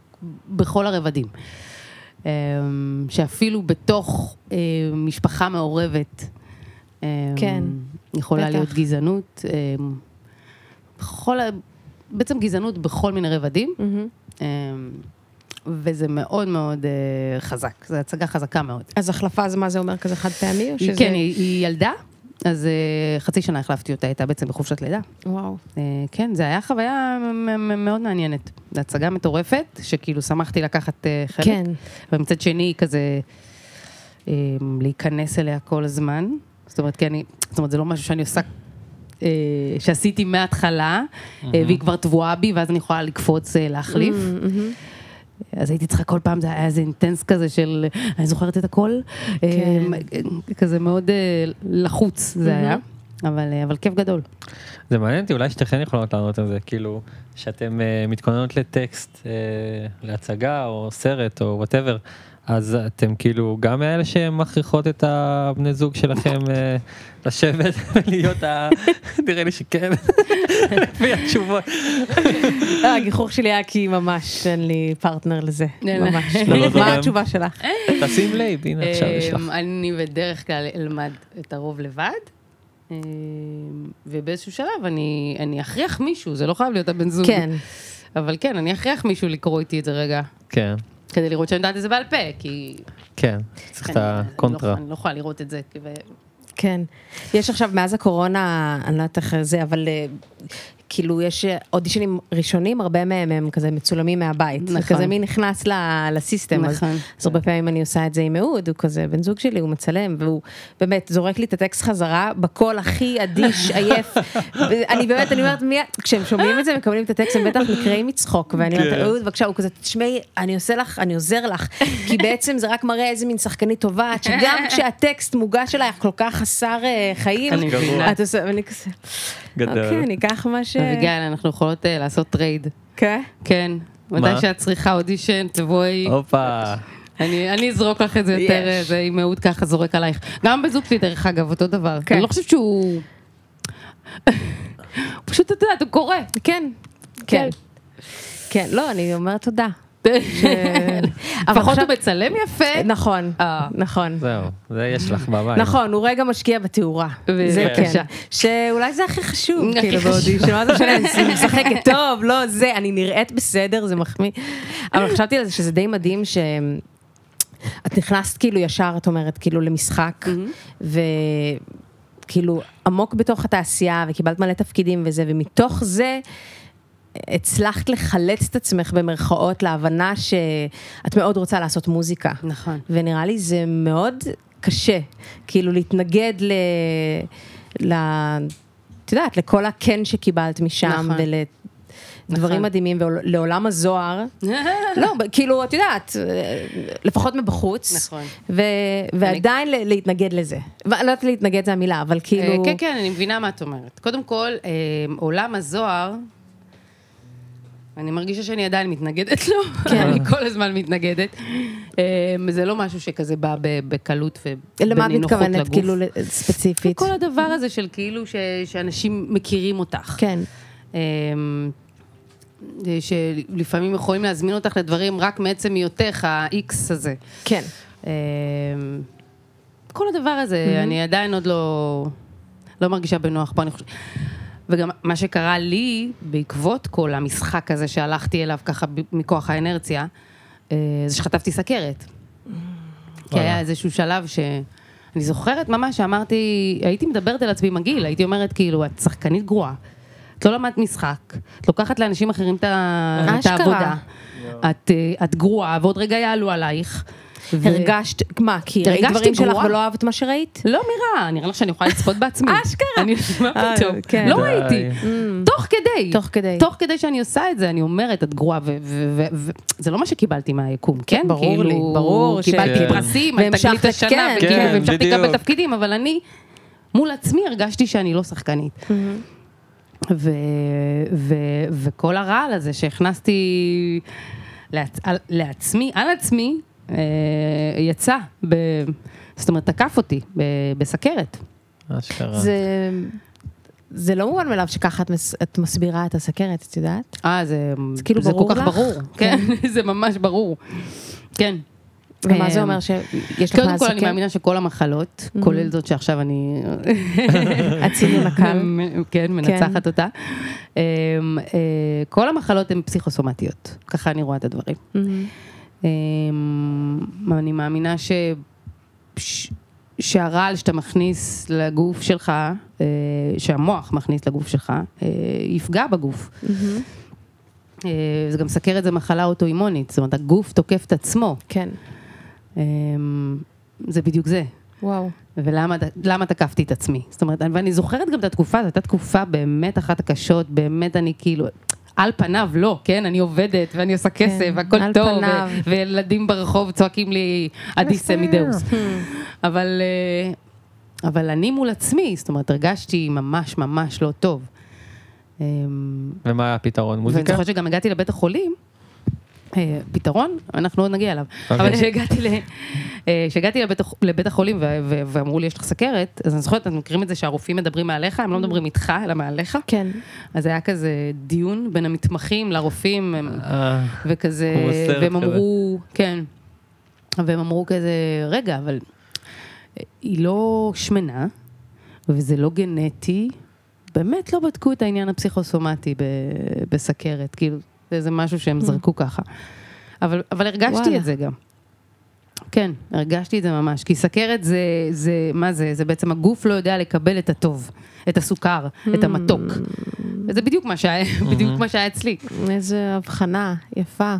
Speaker 6: בכל הרבדים. אמ, שאפילו בתוך אה, משפחה מעורבת, אמ,
Speaker 1: כן,
Speaker 6: יכולה
Speaker 1: בטח.
Speaker 6: להיות גזענות, אמ, בכל, ה- בעצם גזענות בכל מיני רבדים, אמ, וזה מאוד מאוד אה, חזק, זו הצגה חזקה מאוד.
Speaker 1: אז החלפה זה מה זה אומר כזה חד פעמי או
Speaker 6: היא-
Speaker 1: שזה...
Speaker 6: כן, היא, היא ילדה, אז אה, חצי שנה החלפתי אותה, הייתה בעצם בחופשת לידה.
Speaker 1: וואו.
Speaker 6: אה, כן, זה היה חוויה מ- מ- מאוד מעניינת. זו הצגה מטורפת, שכאילו שמחתי לקחת אה, חלק.
Speaker 1: כן.
Speaker 6: ומצד שני, כזה אה, להיכנס אליה כל הזמן. זאת אומרת, כי אני, זאת אומרת, זה לא משהו שאני עושה, אה, שעשיתי מההתחלה, אה, והיא כבר טבועה בי, ואז אני יכולה לקפוץ, אה, להחליף. אז הייתי צריכה כל פעם, זה היה איזה אינטנס כזה של, אני זוכרת את הכל,
Speaker 1: כן.
Speaker 6: אה, כזה מאוד אה, לחוץ זה היה, אבל אה, אבל כיף גדול.
Speaker 2: זה מעניין אותי, אולי שתיכן יכולות לענות על זה, כאילו, שאתם אה, מתכוננות לטקסט, אה, להצגה או סרט או וואטאבר, אז אתם כאילו גם אלה שמכריחות את הבני זוג שלכם אה, לשבת ולהיות ה... נראה לי שכן, לפי התשובות.
Speaker 1: אה, הגיחוך שלי היה כי ממש אין לי פרטנר לזה.
Speaker 6: לא, לא.
Speaker 1: ממש.
Speaker 2: לא, לא,
Speaker 1: מה
Speaker 2: גם-
Speaker 1: התשובה שלך?
Speaker 2: תשים לב, הנה עכשיו יש לך.
Speaker 6: אמ, אני בדרך כלל אלמד את הרוב לבד, אמ, ובאיזשהו שלב אני אני אכריח מישהו, זה לא חייב להיות הבן זוג.
Speaker 1: כן.
Speaker 6: אבל כן, אני אכריח מישהו לקרוא איתי את זה רגע,
Speaker 2: כן,
Speaker 6: כדי לראות שאני יודעת את זה בעל פה, כי...
Speaker 2: כן, צריך את
Speaker 6: אני- אני לא-
Speaker 2: הקונטרה.
Speaker 6: אני לא יכולה לראות את זה, ו-
Speaker 1: כן. יש עכשיו, מאז הקורונה, אני לא יודעת איך זה, אבל אה, כאילו יש אה, אודישנים ראשונים, הרבה מהם הם כזה מצולמים מהבית. זה
Speaker 6: נכון.
Speaker 1: כזה מי נכנס ל- לסיסטם. אז-
Speaker 6: נכון.
Speaker 1: אז הרבה פעמים אני עושה את זה עם אהוד, הוא כזה בן זוג שלי, הוא מצלם, והוא באמת זורק לי את הטקסט חזרה, בקול הכי אדיש, עייף. אני באמת, אני אומרת, מי... כשהם שומעים את זה, מקבלים את הטקסט, הם בטח נקרעים מצחוק, ואני אומרת,
Speaker 2: כן.
Speaker 1: אהוד, בבקשה, הוא כזה, תשמעי, אני עושה לך, אני עוזר לך, כי בעצם זה רק מראה איזה מין שחקנית טובה, את שגם כשהטקסט מוגש אלייך כל כך חסר אה, חיים,
Speaker 6: אני מבינה.
Speaker 1: את עושה, ואני כזה, אוקיי,
Speaker 6: אה, כן,
Speaker 2: גדול.
Speaker 1: אני אקח מה ש...
Speaker 6: אביגיל, אנחנו יכולות אה, לעשות טרייד.
Speaker 1: כן.
Speaker 6: כן.
Speaker 2: מה?
Speaker 6: מתי שאת צריכה אודישן, תבואי,
Speaker 2: הופה.
Speaker 6: אני אני אזרוק לך את זה יותר, אה, זה עם אהוד ככה זורק עלייך. גם בזוג שלי, דרך אגב, אותו דבר.
Speaker 1: כן.
Speaker 6: אני לא חושבת שהוא... הוא פשוט, את יודעת, הוא קורא.
Speaker 1: כן, כן. כן, לא, כן, אני אומרת תודה. אבל
Speaker 6: לפחות
Speaker 1: עכשיו-
Speaker 6: הוא מצלם יפה.
Speaker 1: נכון,
Speaker 6: אה.
Speaker 1: נכון.
Speaker 2: זהו, זה יש לך בבית.
Speaker 1: נכון, הוא רגע משקיע בתאורה. זה
Speaker 6: בבקשה.
Speaker 1: כן. שאולי זה הכי חשוב,
Speaker 6: הכי
Speaker 1: כאילו,
Speaker 6: חשוב.
Speaker 1: באודישן, מה זה משנה, אני משחקת טוב, לא זה, אני נראית בסדר, זה מחמיא. אבל חשבתי על זה שזה די מדהים ש... את נכנסת כאילו ישר, את אומרת, כאילו למשחק, וכאילו עמוק בתוך התעשייה, וקיבלת מלא תפקידים וזה, ומתוך זה... הצלחת לחלץ את עצמך במרכאות להבנה שאת מאוד רוצה לעשות מוזיקה.
Speaker 6: נכון.
Speaker 1: ונראה לי זה מאוד קשה, כאילו להתנגד ל... ל... את יודעת, לכל הכן שקיבלת משם,
Speaker 6: נכון.
Speaker 1: ול... דברים
Speaker 6: נכון.
Speaker 1: מדהימים, ולעולם הזוהר. לא, ב- כאילו, את יודעת, אה, לפחות מבחוץ.
Speaker 6: נכון.
Speaker 1: ו- ועדיין ל- להתנגד לזה. ו- אני לא יודעת להתנגד זה המילה, אבל כאילו...
Speaker 6: אה, כן, כן, אני מבינה מה את אומרת. קודם כל, אה, עולם הזוהר, אני מרגישה שאני עדיין מתנגדת לו,
Speaker 1: כן.
Speaker 6: אני כל הזמן מתנגדת. אה, זה לא משהו שכזה בא ב- בקלות
Speaker 1: למה
Speaker 6: ובנינוחות
Speaker 1: את
Speaker 6: לגוף.
Speaker 1: מתכוונת, כאילו, ל- ספציפית?
Speaker 6: כל הדבר הזה של כאילו ש, שאנשים מכירים אותך.
Speaker 1: כן.
Speaker 6: אמ, שלפעמים יכולים להזמין אותך לדברים רק מעצם היותך, ה-X הזה.
Speaker 1: כן.
Speaker 6: אמ, כל הדבר הזה, אני עדיין עוד לא, לא מרגישה בנוח פה, אני חושבת. וגם מה שקרה לי, בעקבות כל המשחק הזה שהלכתי אליו ככה ב- מכוח האנרציה, אה, זה שחטפתי סכרת. כי היה איזשהו שלב ש... אני זוכרת ממש שאמרתי, הייתי מדברת אל עצמי מגעיל, הייתי אומרת כאילו, את שחקנית גרועה. את לא למדת משחק, את לוקחת לאנשים אחרים את ה- את
Speaker 1: אשכרה.
Speaker 6: העבודה. את, אה, את גרועה, ועוד רגע יעלו עלייך. ו-
Speaker 1: הרגשת, מה, כי ראית
Speaker 6: הרגשתי
Speaker 1: דברים שלך
Speaker 6: גרועה.
Speaker 1: ולא אהבת מה שראית?
Speaker 6: לא נראה, נראה לך שאני יכולה לצפות בעצמי.
Speaker 1: אשכרה.
Speaker 6: אני, מה
Speaker 1: אה,
Speaker 6: פתאום?
Speaker 1: כן.
Speaker 6: לא
Speaker 2: די.
Speaker 6: ראיתי. תוך כדי.
Speaker 1: תוך כדי.
Speaker 6: תוך כדי שאני עושה את זה, אני אומרת, את גרועה, ו- ו- ו- ו- זה לא מה שקיבלתי מהיקום, כן?
Speaker 1: ברור
Speaker 6: כאילו,
Speaker 1: לי, ברור ש-
Speaker 6: קיבלתי
Speaker 2: כן.
Speaker 6: פרסים, על
Speaker 1: והמשכת,
Speaker 6: תגלית השנה,
Speaker 1: כן,
Speaker 6: וכאילו,
Speaker 1: כן,
Speaker 6: והמשכתי גם
Speaker 2: בדיוק.
Speaker 6: בתפקידים, אבל אני מול עצמי הרגשתי שאני לא שחקנית.
Speaker 1: Mm-hmm.
Speaker 6: ו- ו- וכל הרעל הזה שהכנסתי לעצ- על- לעצמי, על עצמי, אה, יצא, ב- זאת אומרת, תקף אותי ב- בסכרת.
Speaker 2: אשכרה.
Speaker 1: זה... זה לא מובן מאליו שככה את, מס, את מסבירה את הסכרת, את יודעת?
Speaker 6: אה, זה,
Speaker 1: זה כאילו
Speaker 6: זה
Speaker 1: ברור
Speaker 6: כל כך
Speaker 1: לך?
Speaker 6: ברור. כן, זה ממש ברור. כן.
Speaker 1: ומה זה
Speaker 6: אה,
Speaker 1: אומר שיש לך מה Mm-hmm.
Speaker 6: קודם כל, אני
Speaker 1: לסכם?
Speaker 6: מאמינה שכל המחלות, כולל זאת שעכשיו אני
Speaker 1: הצינון הקל.
Speaker 6: כן, מנצחת אותה, אה, אה, כל המחלות הן פסיכוסומטיות, ככה אני רואה את הדברים. אמ, אני מאמינה ש... ש- שהרעל שאתה מכניס לגוף שלך, אה, שהמוח מכניס לגוף שלך, אה, יפגע בגוף. אה, זה גם סכרת זה מחלה אוטואימונית, זאת אומרת, הגוף תוקף את עצמו.
Speaker 1: כן,
Speaker 6: אמ, זה בדיוק זה.
Speaker 1: וואו.
Speaker 6: ולמה למה תקפתי את עצמי. זאת אומרת, ואני זוכרת גם את התקופה, זו הייתה תקופה באמת אחת הקשות, באמת אני כאילו, על פניו לא, כן? אני עובדת ואני עושה כסף והכל
Speaker 1: כן, על
Speaker 6: טוב,
Speaker 1: פניו.
Speaker 6: ו- וילדים ברחוב צועקים לי אדיס סמידאוס. אבל, אה, אבל אני מול עצמי, זאת אומרת, הרגשתי ממש ממש לא טוב. אמ,
Speaker 2: ומה היה הפתרון?
Speaker 6: ואני
Speaker 2: מוזיקה?
Speaker 6: זוכרת שגם הגעתי לבית החולים, אה, פתרון, אנחנו עוד נגיע אליו,
Speaker 2: אוקיי.
Speaker 6: אבל כשהגעתי ל- אה, כשהגעתי לבית הח- לבית החולים ו- ו- ואמרו לי יש לך סכרת, אז אני זוכרת, אתם מכירים את זה שהרופאים מדברים מעליך, הם לא מדברים איתך, אלא מעליך,
Speaker 1: כן.
Speaker 6: אז היה כזה דיון בין המתמחים לרופאים, הם-
Speaker 2: אה,
Speaker 6: וכזה,
Speaker 2: כמו בסרט
Speaker 6: והם
Speaker 2: כזה.
Speaker 6: אמרו, כן, והם אמרו כזה, רגע, אבל היא לא שמנה, וזה לא גנטי, באמת לא בדקו את העניין הפסיכוסומטי ב- בסכרת, כאילו, זה איזה משהו שהם זרקו ככה. אבל, אבל הרגשתי
Speaker 1: וואלה.
Speaker 6: את זה גם. כן, הרגשתי את זה ממש, כי סכרת זה, זה, מה זה, זה בעצם הגוף לא יודע לקבל את הטוב, את הסוכר, את המתוק. וזה בדיוק מה שהיה,
Speaker 2: Mm-hmm.
Speaker 6: בדיוק מה שהיה אצלי.
Speaker 1: איזו הבחנה יפה.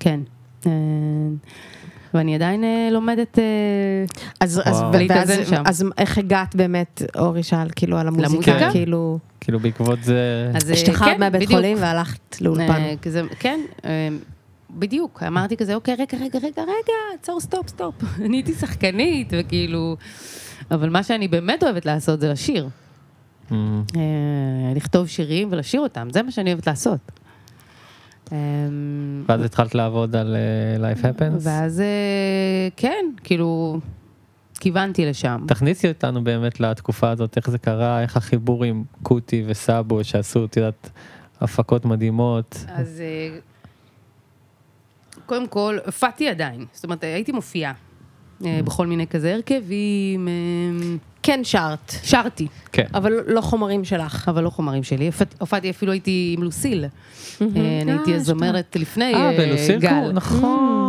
Speaker 6: כן. אה, ואני עדיין אה, לומדת אה,
Speaker 1: אז, אז,
Speaker 2: וואו.
Speaker 1: ואז-
Speaker 6: להתאזן שם.
Speaker 1: אז איך הגעת באמת, אורי שאל, כאילו, על המוזיקה,
Speaker 6: למוזיקה?
Speaker 1: כאילו,
Speaker 2: כאילו בעקבות זה...
Speaker 6: אז, אה,
Speaker 1: השתחררת
Speaker 6: כן,
Speaker 1: מהבית
Speaker 6: בדיוק.
Speaker 1: חולים והלכת לאולפן.
Speaker 6: אה, כזה, כן, אה, בדיוק. אמרתי כזה, אוקיי, רגע, רגע, רגע, רגע, עצור, סטופ, סטופ. אני הייתי שחקנית, וכאילו... אבל מה שאני באמת אוהבת לעשות זה לשיר.
Speaker 2: אמ,
Speaker 6: אה, לכתוב שירים ולשיר אותם, זה מה שאני אוהבת לעשות. אה,
Speaker 2: ואז התחלת לעבוד על אה, Life Happens?
Speaker 6: ואז, אה, כן, כאילו, כיוונתי לשם.
Speaker 2: תכניסי אותנו באמת לתקופה הזאת, איך זה קרה, איך החיבור עם קוטי וסאבו שעשו, את יודעת, הפקות מדהימות.
Speaker 6: אז אה, קודם כל, הופעתי עדיין. זאת אומרת, הייתי מופיעה.
Speaker 1: Mm.
Speaker 6: אה, בכל מיני כזה הרכבים, אה,
Speaker 1: כן שרת,
Speaker 6: שרתי,
Speaker 2: כן.
Speaker 1: אבל לא חומרים שלך.
Speaker 6: אבל לא חומרים שלי. הופעתי- הופעתי אפילו הייתי עם לוסיל. אה, אני
Speaker 1: אה,
Speaker 6: הייתי
Speaker 1: יש
Speaker 6: הזמרת לפני
Speaker 2: אה,
Speaker 6: אה,
Speaker 2: בלוסיר
Speaker 6: גל.
Speaker 2: נכון.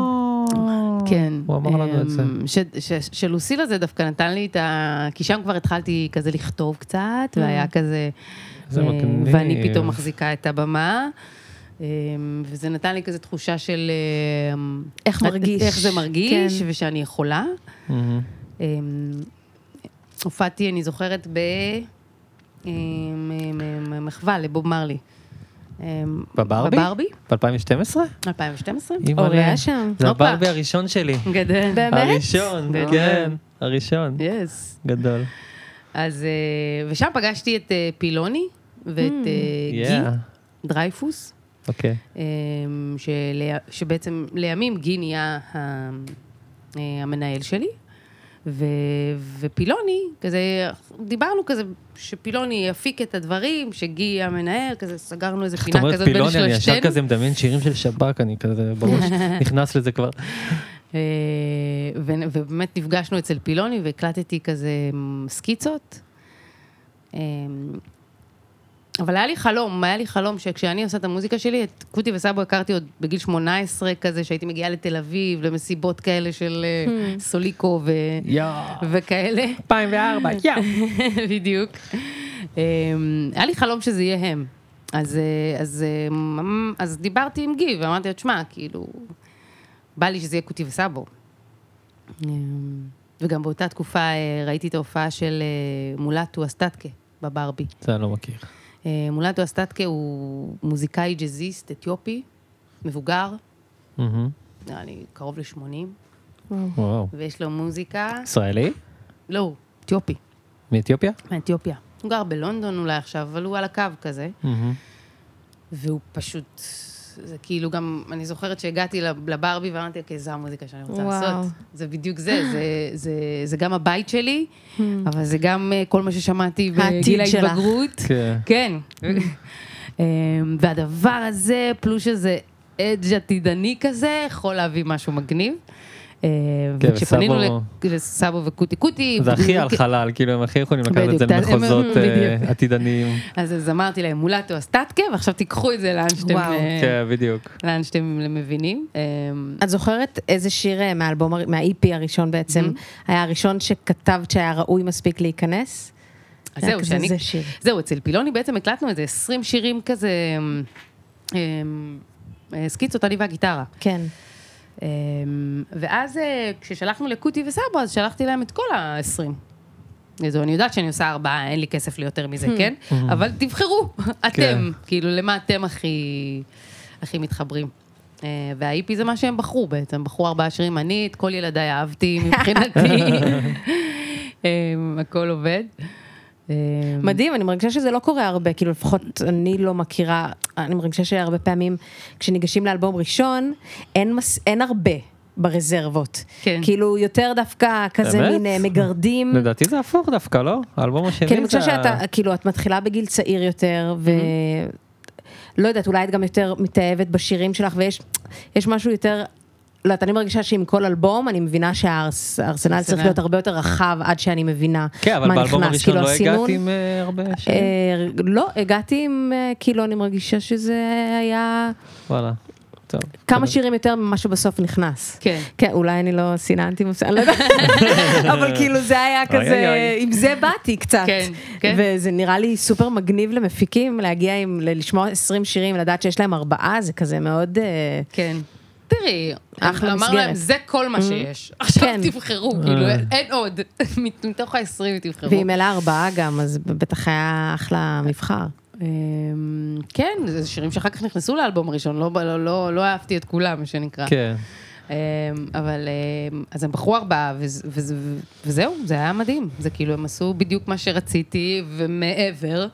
Speaker 6: כן.
Speaker 2: הוא אמר לנו את זה.
Speaker 6: אמ, ש- ש- שלוסילה זה דווקא נתן לי את ה... כי שם כבר התחלתי כזה לכתוב קצת,
Speaker 1: Mm.
Speaker 6: והיה כזה...
Speaker 2: זה
Speaker 6: אה,
Speaker 2: מגניב.
Speaker 6: ואני פתאום מחזיקה את הבמה, אמ, וזה נתן לי כזה תחושה של... אמ,
Speaker 1: איך מרגיש.
Speaker 6: איך זה מרגיש,
Speaker 1: כן.
Speaker 6: ושאני יכולה.
Speaker 2: מהמם.
Speaker 6: אמ, הופעתי, אני זוכרת, ב... אמ, אמ, אמ, מחווה לבוב מרלי. אמ,
Speaker 2: בברבי?
Speaker 6: בברבי,
Speaker 2: ב-2012?
Speaker 6: Mm. 2012.
Speaker 1: אור היה שם.
Speaker 2: זה
Speaker 6: הופה.
Speaker 2: הברבי הראשון שלי.
Speaker 6: גדל.
Speaker 1: באמת?
Speaker 2: הראשון,
Speaker 6: לא באמת?
Speaker 2: כן, הראשון.
Speaker 6: יס.
Speaker 2: גדול.
Speaker 6: אז, אה, ושם פגשתי את אה, פילוני ואת אה, גי
Speaker 2: Yeah.
Speaker 6: דרייפוס,
Speaker 2: אוקיי.
Speaker 6: אה, שלה- שבעצם לימים גי נהיה ה- אה, המנהל שלי, ו- ופילוני, כזה, דיברנו כזה, שפילוני יפיק את הדברים, שגי יהיה המנהל, כזה סגרנו איזה
Speaker 2: זאת
Speaker 6: פינה
Speaker 2: אומרת
Speaker 6: כזאת בין
Speaker 2: פילוני, אני ישר
Speaker 6: שלושתנו.
Speaker 2: כזה מדמיין שירים של שב"כ, אני כזה בראש נכנס לזה כבר.
Speaker 6: אה, ו- ובאמת נפגשנו אצל פילוני והקלטתי כזה מ, סקיצות. אה, אבל היה לי חלום, היה לי חלום שכשאני עושה את המוזיקה שלי, את קוטי וסבו הכרתי עוד בגיל 18 כזה, שהייתי מגיעה לתל אביב, למסיבות כאלה של אה, סוליקו ו-
Speaker 2: יאה.
Speaker 6: וכאלה.
Speaker 2: 2004, יאה.
Speaker 6: בדיוק. אמ, היה לי חלום שזה יהיה הם. אז, אה, אז, אה, ממ- אז דיברתי עם גיב, ואמרתי לו, תשמע, כאילו, בא לי שזה יהיה קוטי וסבו. אמ, וגם באותה תקופה אה, ראיתי את ההופעה של אה, מולטו אסטטקה בברבי.
Speaker 2: זה אני לא מכיר.
Speaker 6: אה, מולטו אסטטקה הוא מוזיקאי ג'אזיסט אתיופי, מבוגר,
Speaker 2: מהמם.
Speaker 6: נראה לי קרוב ל-80,
Speaker 2: וואו.
Speaker 6: ויש לו מוזיקה,
Speaker 2: ישראלי?
Speaker 6: לא, הוא אתיופי,
Speaker 2: מאתיופיה?
Speaker 6: מאתיופיה. הוא גר בלונדון אולי עכשיו, אבל הוא על הקו כזה.
Speaker 2: מהמם.
Speaker 6: והוא פשוט, זה כאילו גם, אני זוכרת שהגעתי לב- לברבי ואמרתי, אוקיי, זו המוזיקה שאני רוצה
Speaker 1: וואו.
Speaker 6: לעשות. זה בדיוק זה, זה, זה, זה גם הבית שלי, אבל זה גם אה, כל מה ששמעתי בגיל
Speaker 1: Hmm. העתיד שלך.
Speaker 6: ההתבגרות.
Speaker 2: כן.
Speaker 6: כן. אה, והדבר הזה, פלוס שזה אדג' עתידני כזה, יכול להביא משהו מגניב. אה,
Speaker 2: כן,
Speaker 6: וכשפנינו
Speaker 2: וסבו-
Speaker 6: לק- לסבו וקוטי, קוטי...
Speaker 2: זה הכי
Speaker 6: הוא-
Speaker 2: על חלל, כאילו הם הכי יכולים לקחת את
Speaker 6: בדיוק,
Speaker 2: זה
Speaker 6: אז הם-
Speaker 2: למחוזות
Speaker 6: בדיוק.
Speaker 2: אה, עתידניים.
Speaker 6: אז אז אמרתי להם, מולטו אסטטקה, ועכשיו תיקחו את זה לאן שאתם...
Speaker 1: וואו.
Speaker 6: אה,
Speaker 2: כן, בדיוק.
Speaker 6: לאן שאתם מבינים. אמ,
Speaker 1: את זוכרת איזה שיר אה, מהאלבום, הר- מה-EP הראשון בעצם,
Speaker 6: Mm-hmm.
Speaker 1: היה הראשון שכתבת שהיה ראוי מספיק להיכנס?
Speaker 6: אז
Speaker 1: היה
Speaker 6: זהו,
Speaker 1: כזה,
Speaker 6: שאני...
Speaker 1: זה שיר.
Speaker 6: זהו, אצל פילוני בעצם הקלטנו איזה 20 שירים כזה, אמ, אמ, אה, סקיצות, אני והגיטרה.
Speaker 1: כן.
Speaker 6: אמ, ואז אה, כששלחנו לקוטי וסבו, אז שלחתי להם את כל ה-20. זהו, אני יודעת שאני עושה ארבעה, אין לי כסף ליותר מזה, כן? אבל תבחרו, אתם, כאילו, למה אתם הכי, הכי מתחברים. אה, והאיפי זה מה שהם בחרו בעצם, בחרו ארבעה שירים, אני את כל ילדיי אהבתי מבחינתי, אמ, הכל עובד. אמ,
Speaker 1: מדהים, אני מרגישה שזה לא קורה הרבה, כאילו לפחות אני לא מכירה, אני מרגישה שהרבה פעמים כשניגשים לאלבום ראשון, אין, מס, אין הרבה ברזרבות.
Speaker 6: כן.
Speaker 1: כאילו יותר דווקא כזה
Speaker 2: באמת?
Speaker 1: מין אה, מגרדים.
Speaker 2: לדעתי זה הפוך דווקא, לא? האלבום השני
Speaker 1: כי
Speaker 2: זה...
Speaker 1: אני חושבת שאתה, כאילו, את מתחילה בגיל צעיר יותר, ו...
Speaker 2: Mm-hmm.
Speaker 1: לא יודעת, אולי את גם יותר מתאהבת בשירים שלך, ויש יש משהו יותר... לא יודעת, אני מרגישה שעם כל אלבום, אני מבינה שהארסנל צריך
Speaker 6: ארסנל.
Speaker 1: להיות הרבה יותר רחב עד שאני מבינה
Speaker 2: כן, אבל
Speaker 1: מה
Speaker 2: באלבום
Speaker 1: נכנס.
Speaker 2: הראשון
Speaker 1: כאילו, הסינון-
Speaker 2: לא הגעתי עם אה, הרבה שירים.
Speaker 1: אה, לא, הגעתי עם, אה, כאילו, אני מרגישה שזה היה
Speaker 2: וואלה. טוב.
Speaker 1: כמה שירים יותר ממה שבסוף נכנס.
Speaker 6: כן.
Speaker 1: כן, אולי אני לא סיננתי, אני לא יודעת, אבל כאילו זה היה
Speaker 2: אוי, אוי,
Speaker 1: כזה,
Speaker 2: אוי.
Speaker 1: עם זה באתי קצת.
Speaker 6: כן, כן.
Speaker 1: וזה נראה לי סופר מגניב למפיקים, להגיע עם, ל- לשמוע 20 שירים, לדעת שיש להם ארבעה, זה כזה מאוד... אה,
Speaker 6: כן. תראי,
Speaker 1: אחלה
Speaker 6: אמר
Speaker 1: מסגרת. Mm-hmm.
Speaker 6: להם, זה כל מה שיש. עכשיו
Speaker 1: כן.
Speaker 6: תבחרו,
Speaker 2: אה.
Speaker 6: כאילו, אין- אין עוד. מתוך ה-20 תבחרו.
Speaker 1: ואם אלה ארבעה גם, אז בטח היה אחלה מבחר.
Speaker 6: אמ, כן, זה שירים שאחר כך נכנסו לאלבום הראשון, לא, לא, לא, לא אהבתי את כולם, מה שנקרא.
Speaker 2: כן.
Speaker 6: אמ, אבל, אמ, אז הם בחרו ארבעה, וזה- וזה- וזהו, זה היה מדהים. זה כאילו, הם עשו בדיוק מה שרציתי, ומעבר.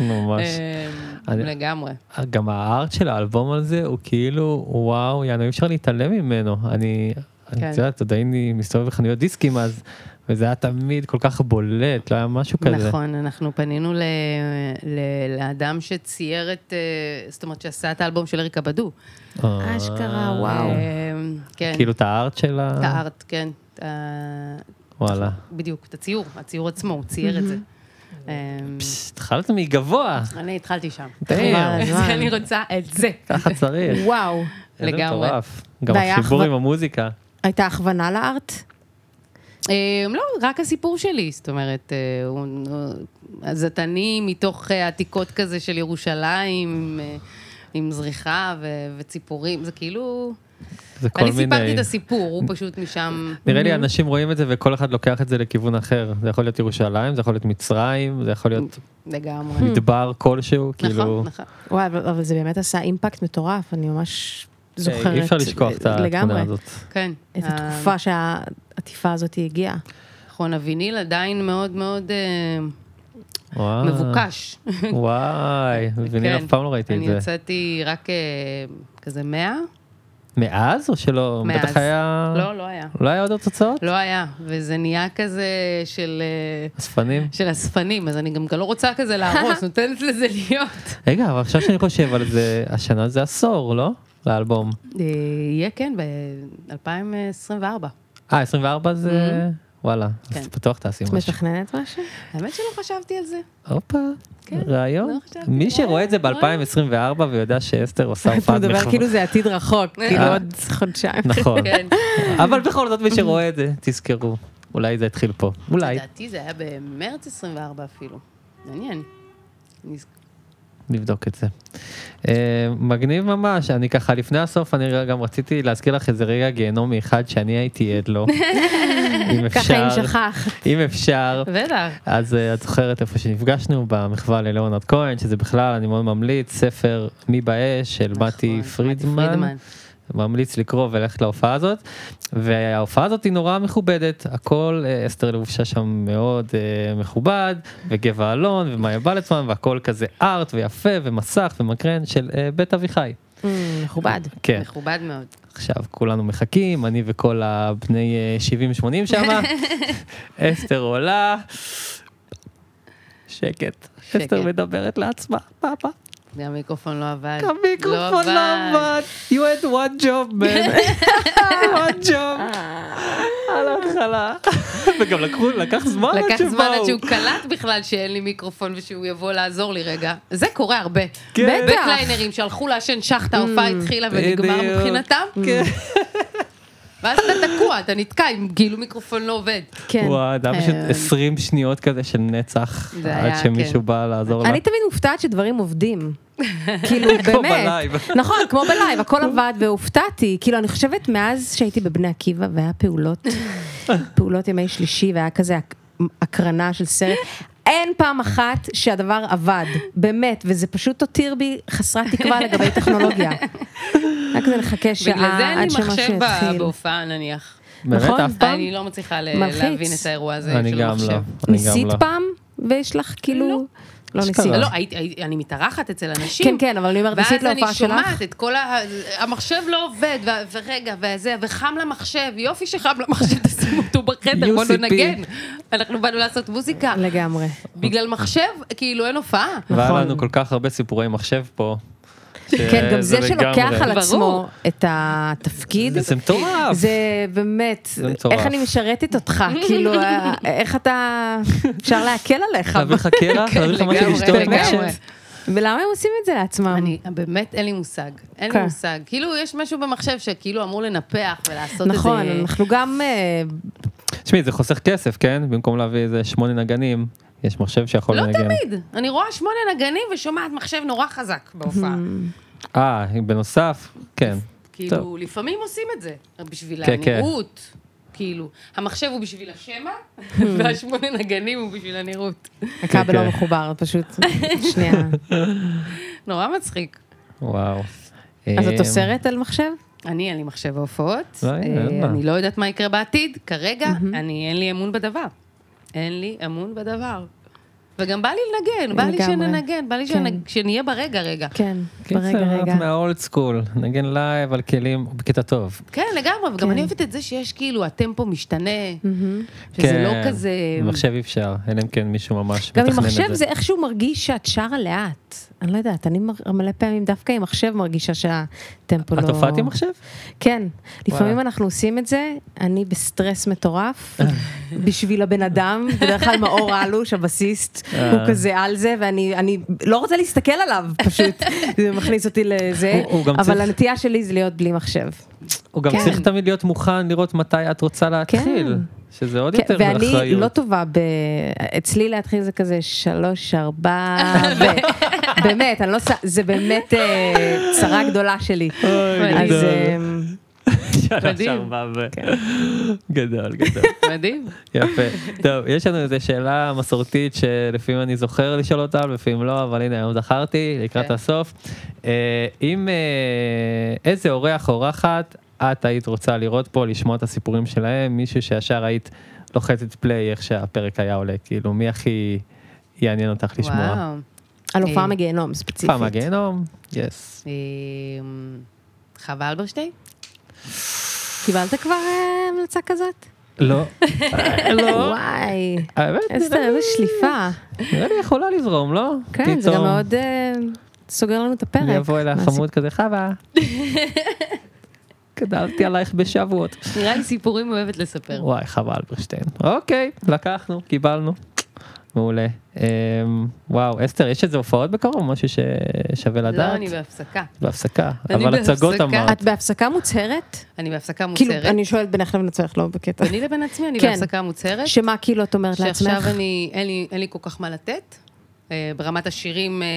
Speaker 2: ממש.
Speaker 6: אמ,
Speaker 2: אני-
Speaker 6: לגמרי.
Speaker 1: אה.
Speaker 2: גם הארט של האלבום הזה הוא כאילו, וואו, יענו, אי אפשר להתעלם ממנו. אני, אני-
Speaker 6: כן.
Speaker 2: את יודעת, עוד הייתי מסתובב בחנויות דיסקים אז, וזה היה תמיד כל כך בולט, לא היה משהו כזה.
Speaker 6: נכון, אנחנו פנינו ל- ל- לאדם שצייר את, אה, זאת אומרת שעשה את האלבום של אריקה בדו.
Speaker 2: אה,
Speaker 1: אשכרה, וואו.
Speaker 6: אה, כן,
Speaker 2: כאילו את הארט שלה?
Speaker 6: את הארט, כן. את ה-
Speaker 2: וואלה.
Speaker 6: בדיוק, את הציור, הציור עצמו, הוא צייר את זה. אה,
Speaker 2: פשש, התחלת מגבוה,
Speaker 6: אני התחלתי שם.
Speaker 2: די.
Speaker 1: חבל על הזמן.
Speaker 6: אני רוצה את זה.
Speaker 2: ככה צריך.
Speaker 1: וואו.
Speaker 2: איזה
Speaker 6: לגמרי.
Speaker 2: מטורף. גם
Speaker 1: והיה
Speaker 2: החיבור
Speaker 1: אחווה-
Speaker 2: עם המוזיקה.
Speaker 1: הייתה הכוונה לארט?
Speaker 6: אה, לא, רק הסיפור שלי, זאת אומרת, אה, הוא- הוא- הזתני מתוך אה, עתיקות כזה של ירושלים, אה, עם זריחה ו- וציפורים, זה כאילו...
Speaker 2: זה כל
Speaker 6: אני
Speaker 2: מיני...
Speaker 6: סיפרתי את הסיפור, Mm-hmm. הוא פשוט משם...
Speaker 2: נראה לי אנשים רואים את זה וכל אחד לוקח את זה לכיוון אחר. זה יכול להיות ירושלים, זה יכול להיות מצרים, זה יכול להיות
Speaker 6: לגמרי.
Speaker 2: מדבר כלשהו, כאילו...
Speaker 6: Mm-hmm. נכון, נכון.
Speaker 1: וואי, אבל אבל זה באמת עשה אימפקט מטורף, אני ממש זוכרת.
Speaker 2: אה, אי אפשר לשכוח את התמונה
Speaker 1: לגמרי,
Speaker 2: הזאת.
Speaker 6: כן.
Speaker 1: את
Speaker 6: ה-
Speaker 1: התקופה שהעטיפה הזאת הגיעה.
Speaker 6: נכון, הוויניל עדיין מאוד מאוד אה,
Speaker 2: וואי.
Speaker 6: מבוקש.
Speaker 2: וואי, מבינים,
Speaker 6: כן.
Speaker 2: אף פעם לא ראיתי
Speaker 6: אני
Speaker 2: את זה.
Speaker 6: יצאתי רק אה, כזה 100,
Speaker 2: מאז או שלא?
Speaker 6: מאז.
Speaker 2: בטח היה...
Speaker 6: לא, לא היה.
Speaker 2: לא היה עוד תוצאות?
Speaker 6: לא היה, וזה נהיה כזה של... אה,
Speaker 2: אספנים?
Speaker 6: של אספנים, אז אני גם לא רוצה כזה להרוס, נותנת לזה להיות.
Speaker 2: רגע, אבל עכשיו שאני חושב על זה, השנה זה עשור, לא? לאלבום.
Speaker 6: יהיה כן, ב-2024.
Speaker 2: אה, 24 זה... וואלה, אז
Speaker 6: כן.
Speaker 2: בטוח תעשי
Speaker 1: את
Speaker 2: משהו.
Speaker 1: מתכננת משהו?
Speaker 6: האמת שלא חשבתי על זה.
Speaker 2: הופה, רעיון.
Speaker 6: לא חשבתי,
Speaker 2: מי שרואה את זה
Speaker 6: רעיון.
Speaker 2: ב-2024 ויודע שאסתר עושה
Speaker 1: אתה
Speaker 2: הופעת
Speaker 1: מדבר
Speaker 2: מחווה.
Speaker 1: כאילו זה עתיד רחוק, כאילו
Speaker 2: אה.
Speaker 1: עוד חודשיים.
Speaker 2: נכון.
Speaker 6: כן.
Speaker 2: אבל בכל זאת, מי שרואה את זה, תזכרו. אולי זה התחיל פה. אולי.
Speaker 6: לדעתי זה היה במרץ 24 אפילו. מעניין. אני ז-
Speaker 2: נבדוק את זה. אה, מגניב ממש, אני ככה לפני הסוף, אני גם רציתי להזכיר לך איזה רגע גיהנומי אחד שאני הייתי עד לו. אם
Speaker 1: ככה אם
Speaker 2: נכון. אפשר,
Speaker 1: שכחת.
Speaker 2: אם אפשר.
Speaker 6: בטח.
Speaker 2: אז אה, את זוכרת איפה שנפגשנו במחווה ללאונרד כהן, שזה בכלל, אני מאוד ממליץ, ספר מי באש של מתי
Speaker 6: נכון,
Speaker 2: פרידמן. ממליץ לקרוא וללכת להופעה הזאת. וההופעה הזאת היא נורא מכובדת, הכל, אה, אסתר לבושה שם מאוד אה, מכובד, וגבע אלון ומאיה בלצמן, והכל כזה ארט ויפה ומסך ומקרן של אה, בית אביחי.
Speaker 1: אה, מכובד.
Speaker 2: כן,
Speaker 6: מכובד מאוד.
Speaker 2: עכשיו כולנו מחכים, אני וכל הבני אה, 70-80 שם, אסתר עולה. שקט,
Speaker 6: שקט.
Speaker 2: אסתר מדברת לעצמה, פאפה,
Speaker 6: גם המיקרופון לא עבד.
Speaker 2: המיקרופון לא עבד, you had one job man, one job,
Speaker 6: אה.
Speaker 2: על ההתחלה, וגם לקחו, לקח זמן עד
Speaker 6: לקח זמן עד
Speaker 2: שבאו.
Speaker 6: שהוא קלט בכלל שאין לי מיקרופון ושהוא יבוא לעזור לי רגע. זה קורה הרבה.
Speaker 2: כן. Mm,
Speaker 1: בטח.
Speaker 6: בקליינרים שהלכו לעשן שחטה, ההופעה התחילה ונגמר
Speaker 2: בדיוק.
Speaker 6: מבחינתם.
Speaker 2: כן.
Speaker 6: ואז אתה תקוע, אתה נתקע עם כאילו מיקרופון לא עובד.
Speaker 1: כן.
Speaker 2: וואי, זה היה פשוט
Speaker 6: אה.
Speaker 2: 20 שניות כזה של נצח,
Speaker 6: זה
Speaker 2: עד
Speaker 6: היה,
Speaker 2: שמישהו
Speaker 6: כן.
Speaker 2: בא לעזור לה.
Speaker 1: אני תמיד מופתעת שדברים עובדים. כאילו, באמת.
Speaker 2: כמו בלייב.
Speaker 1: נכון, כמו בלייב, הכל עבד והופתעתי. כאילו, אני חושבת מאז שהייתי בבני עקיבא והיה פעולות, פעולות ימי שלישי והיה כזה הק- הקרנה של סרט. אין פעם אחת שהדבר עבד, באמת, וזה פשוט הותיר בי חסרת תקווה לגבי טכנולוגיה. רק כדי לחכה שעה
Speaker 6: בגלל זה אין
Speaker 1: עד
Speaker 6: לי
Speaker 1: שמשהו
Speaker 6: מחשב ב-
Speaker 1: יתחיל.
Speaker 6: בהופעה נניח.
Speaker 2: באמת,
Speaker 1: נכון.
Speaker 2: אף פעם?
Speaker 6: אני לא מצליחה ל-
Speaker 1: מלחיץ.
Speaker 6: להבין את האירוע הזה
Speaker 2: אני
Speaker 6: של
Speaker 2: גם לא.
Speaker 6: המחשב.
Speaker 2: אני גם
Speaker 1: ניסית
Speaker 2: לא.
Speaker 1: פעם? ויש לך כאילו... לא ניסית.
Speaker 2: אשכרה.
Speaker 6: לא, הייתי- הייתי- אני מתארחת אצל אנשים.
Speaker 1: כן, כן, אבל אני אומרת, ניסית להופעה שלך?
Speaker 6: ואז אני שומעת את כל ה... המחשב לא עובד, ו- ורגע, וזה, וחם למחשב, יופי שחם למחשב, תשימו אותו בחדר, בוא
Speaker 2: UCP.
Speaker 6: ננגן. אנחנו באנו לעשות מוזיקה.
Speaker 1: לגמרי.
Speaker 2: אה,
Speaker 6: בגלל מחשב, כאילו אין הופעה.
Speaker 2: והיה
Speaker 1: נכון.
Speaker 2: לנו כל כך הרבה סיפורי מחשב פה.
Speaker 1: כן, גם זה שלוקח על
Speaker 6: ברור.
Speaker 1: עצמו את התפקיד,
Speaker 2: זה מטורף.
Speaker 1: זה באמת,
Speaker 2: זה מטורף.
Speaker 1: איך אני משרתת אותך, כאילו, אה, איך אתה, אפשר להקל עליך.
Speaker 2: להביא לך קרח,
Speaker 6: כן,
Speaker 2: להביא לך משהו
Speaker 6: לגמרי,
Speaker 2: לשתות. כן.
Speaker 6: לגמרי.
Speaker 2: משהו.
Speaker 1: ולמה הם עושים את זה לעצמם?
Speaker 6: אני באמת, אין לי מושג. אין לי
Speaker 1: כן.
Speaker 6: מושג. כאילו, יש משהו במחשב שכאילו אמור לנפח ולעשות לא את זה.
Speaker 1: נכון, אנחנו גם, אה,
Speaker 2: תשמעי, זה חוסך כסף, כן? במקום להביא איזה שמונה נגנים, יש מחשב שיכול
Speaker 6: לא
Speaker 2: לנגן.
Speaker 6: תמיד. אני רואה שמונה נגנים ושומעת מחשב נורא חזק בהופעה.
Speaker 1: Mm-hmm.
Speaker 2: אה, בנוסף, כן. טוב.
Speaker 6: כאילו, לפעמים עושים את זה, בשביל
Speaker 2: כן, כן.
Speaker 6: הנראות. כאילו, המחשב הוא בשביל השמע, והשמונה נגנים הוא בשביל הנראות.
Speaker 1: הכבל
Speaker 2: כן. אה,
Speaker 1: לא מחובר, פשוט, שנייה.
Speaker 6: נורא מצחיק.
Speaker 2: וואו.
Speaker 1: אז את
Speaker 2: אמ,
Speaker 1: אוסרת על מחשב?
Speaker 6: אני, אין לי מחשב ההופעות.
Speaker 2: לא, אין, אין
Speaker 6: אה,
Speaker 2: מה.
Speaker 6: אני לא יודעת מה יקרה בעתיד. כרגע, אני, אין לי אמון בדבר. אין לי אמון בדבר. וגם בא לי לנגן, בא לי
Speaker 1: לגמרי.
Speaker 6: שננגן, בא לי
Speaker 1: כן.
Speaker 6: שנג- שנהיה ברגע רגע.
Speaker 1: כן, ברגע,
Speaker 2: קיצר,
Speaker 1: רגע.
Speaker 2: את מהאולד סקול, נגן לייב על כלים בקטע טוב.
Speaker 6: כן, לגמרי, וגם
Speaker 1: כן.
Speaker 6: אני אוהבת את זה שיש כאילו, הטמפו משתנה,
Speaker 1: מהמם.
Speaker 6: שזה
Speaker 2: כן,
Speaker 6: לא כזה...
Speaker 2: במחשב אי אפשר, אלא אם כן מישהו ממש
Speaker 1: גם
Speaker 2: מתכנן את
Speaker 1: עם
Speaker 2: זה.
Speaker 1: מחשב זה איכשהו מרגיש שאת שרה לאט. אני לא יודעת, אני מר- מלא פעמים דווקא עם מחשב מרגישה שהטמפו לא...
Speaker 2: את הופעת עם מחשב?
Speaker 1: כן. לפעמים
Speaker 2: וואלה.
Speaker 1: אנחנו עושים את זה, אני בסטרס מטורף, בשביל הבן אדם, בדרך כלל מאור אלוש, הבסיסט,
Speaker 2: אה.
Speaker 1: הוא כזה על זה, ואני אני לא רוצה להסתכל עליו, פשוט. זה מכניס אותי לזה,
Speaker 2: הוא- הוא גם
Speaker 1: אבל
Speaker 2: צריך-
Speaker 1: הנטייה שלי זה להיות בלי מחשב.
Speaker 2: הוא גם
Speaker 6: כן.
Speaker 2: צריך תמיד להיות מוכן לראות מתי את רוצה להתחיל. שזה עוד
Speaker 1: כן,
Speaker 2: יותר
Speaker 1: ואני
Speaker 2: אחריות.
Speaker 1: לא טובה, ב... אצלי להתחיל זה כזה שלוש, ארבע, ו... באמת, אני לא... ס- זה באמת אה, צרה גדולה שלי.
Speaker 2: אוי,
Speaker 1: אז
Speaker 2: גדול.
Speaker 1: אה, כן.
Speaker 2: שלוש,
Speaker 6: מדהים.
Speaker 2: ארבע ו- גדול, גדול.
Speaker 6: מדהים.
Speaker 2: יפה. טוב, יש לנו איזו שאלה מסורתית שלפעמים אני זוכר לשאול אותה, לפעמים לא, אבל הנה, היום זכרתי, לקראת
Speaker 6: כן.
Speaker 2: הסוף. אה, אם אה, איזה אורח או אורחת את היית רוצה לראות פה, לשמוע את הסיפורים שלהם, מישהו שישר היית לוחצת פליי איך שהפרק היה עולה, כאילו, מי הכי יעניין אותך לשמוע?
Speaker 6: וואו.
Speaker 1: על הופעה
Speaker 6: אה,
Speaker 1: מגיהנום ספציפית.
Speaker 2: פעם הגיהנום? יס.
Speaker 6: אמ, חווה אלברשטיין?
Speaker 1: קיבלת כבר אה, המלצה כזאת?
Speaker 2: לא. לא.
Speaker 1: וואי,
Speaker 2: האמת,
Speaker 1: איזה
Speaker 2: נראה לי-
Speaker 1: איזה שליפה.
Speaker 2: נראה לי יכולה לזרום, לא?
Speaker 1: כן, זה גם
Speaker 2: פתאום.
Speaker 1: מאוד אה, סוגר לנו את הפרק.
Speaker 2: אני אבוא אליה
Speaker 1: מה
Speaker 2: חמוד כזה, חווה. גדלתי עלייך בשבועות.
Speaker 6: נראה לי סיפורים אוהבת לספר.
Speaker 2: וואי, חווה אלברשטיין. אוקיי, לקחנו, קיבלנו. מעולה. אמ, וואו, אסתר, יש איזה הופעות בקרוב? משהו ששווה
Speaker 6: לא,
Speaker 2: לדעת?
Speaker 6: אני בהפסקה.
Speaker 2: בהפסקה.
Speaker 6: אני
Speaker 2: אבל הצגות
Speaker 6: בהפסקה.
Speaker 2: אמרת.
Speaker 1: את בהפסקה מוצהרת?
Speaker 6: אני בהפסקה
Speaker 1: כאילו,
Speaker 6: מוצהרת.
Speaker 1: אני שואלת בינך לבין עצמך, לא בקטע.
Speaker 6: ביני לבין עצמי, אני
Speaker 1: כן.
Speaker 6: בהפסקה מוצהרת.
Speaker 1: שמה כאילו את אומרת לעצמך?
Speaker 6: שעכשיו אני, אין לי, אין לי כל כך מה לתת. אה, ברמת השירים, אה,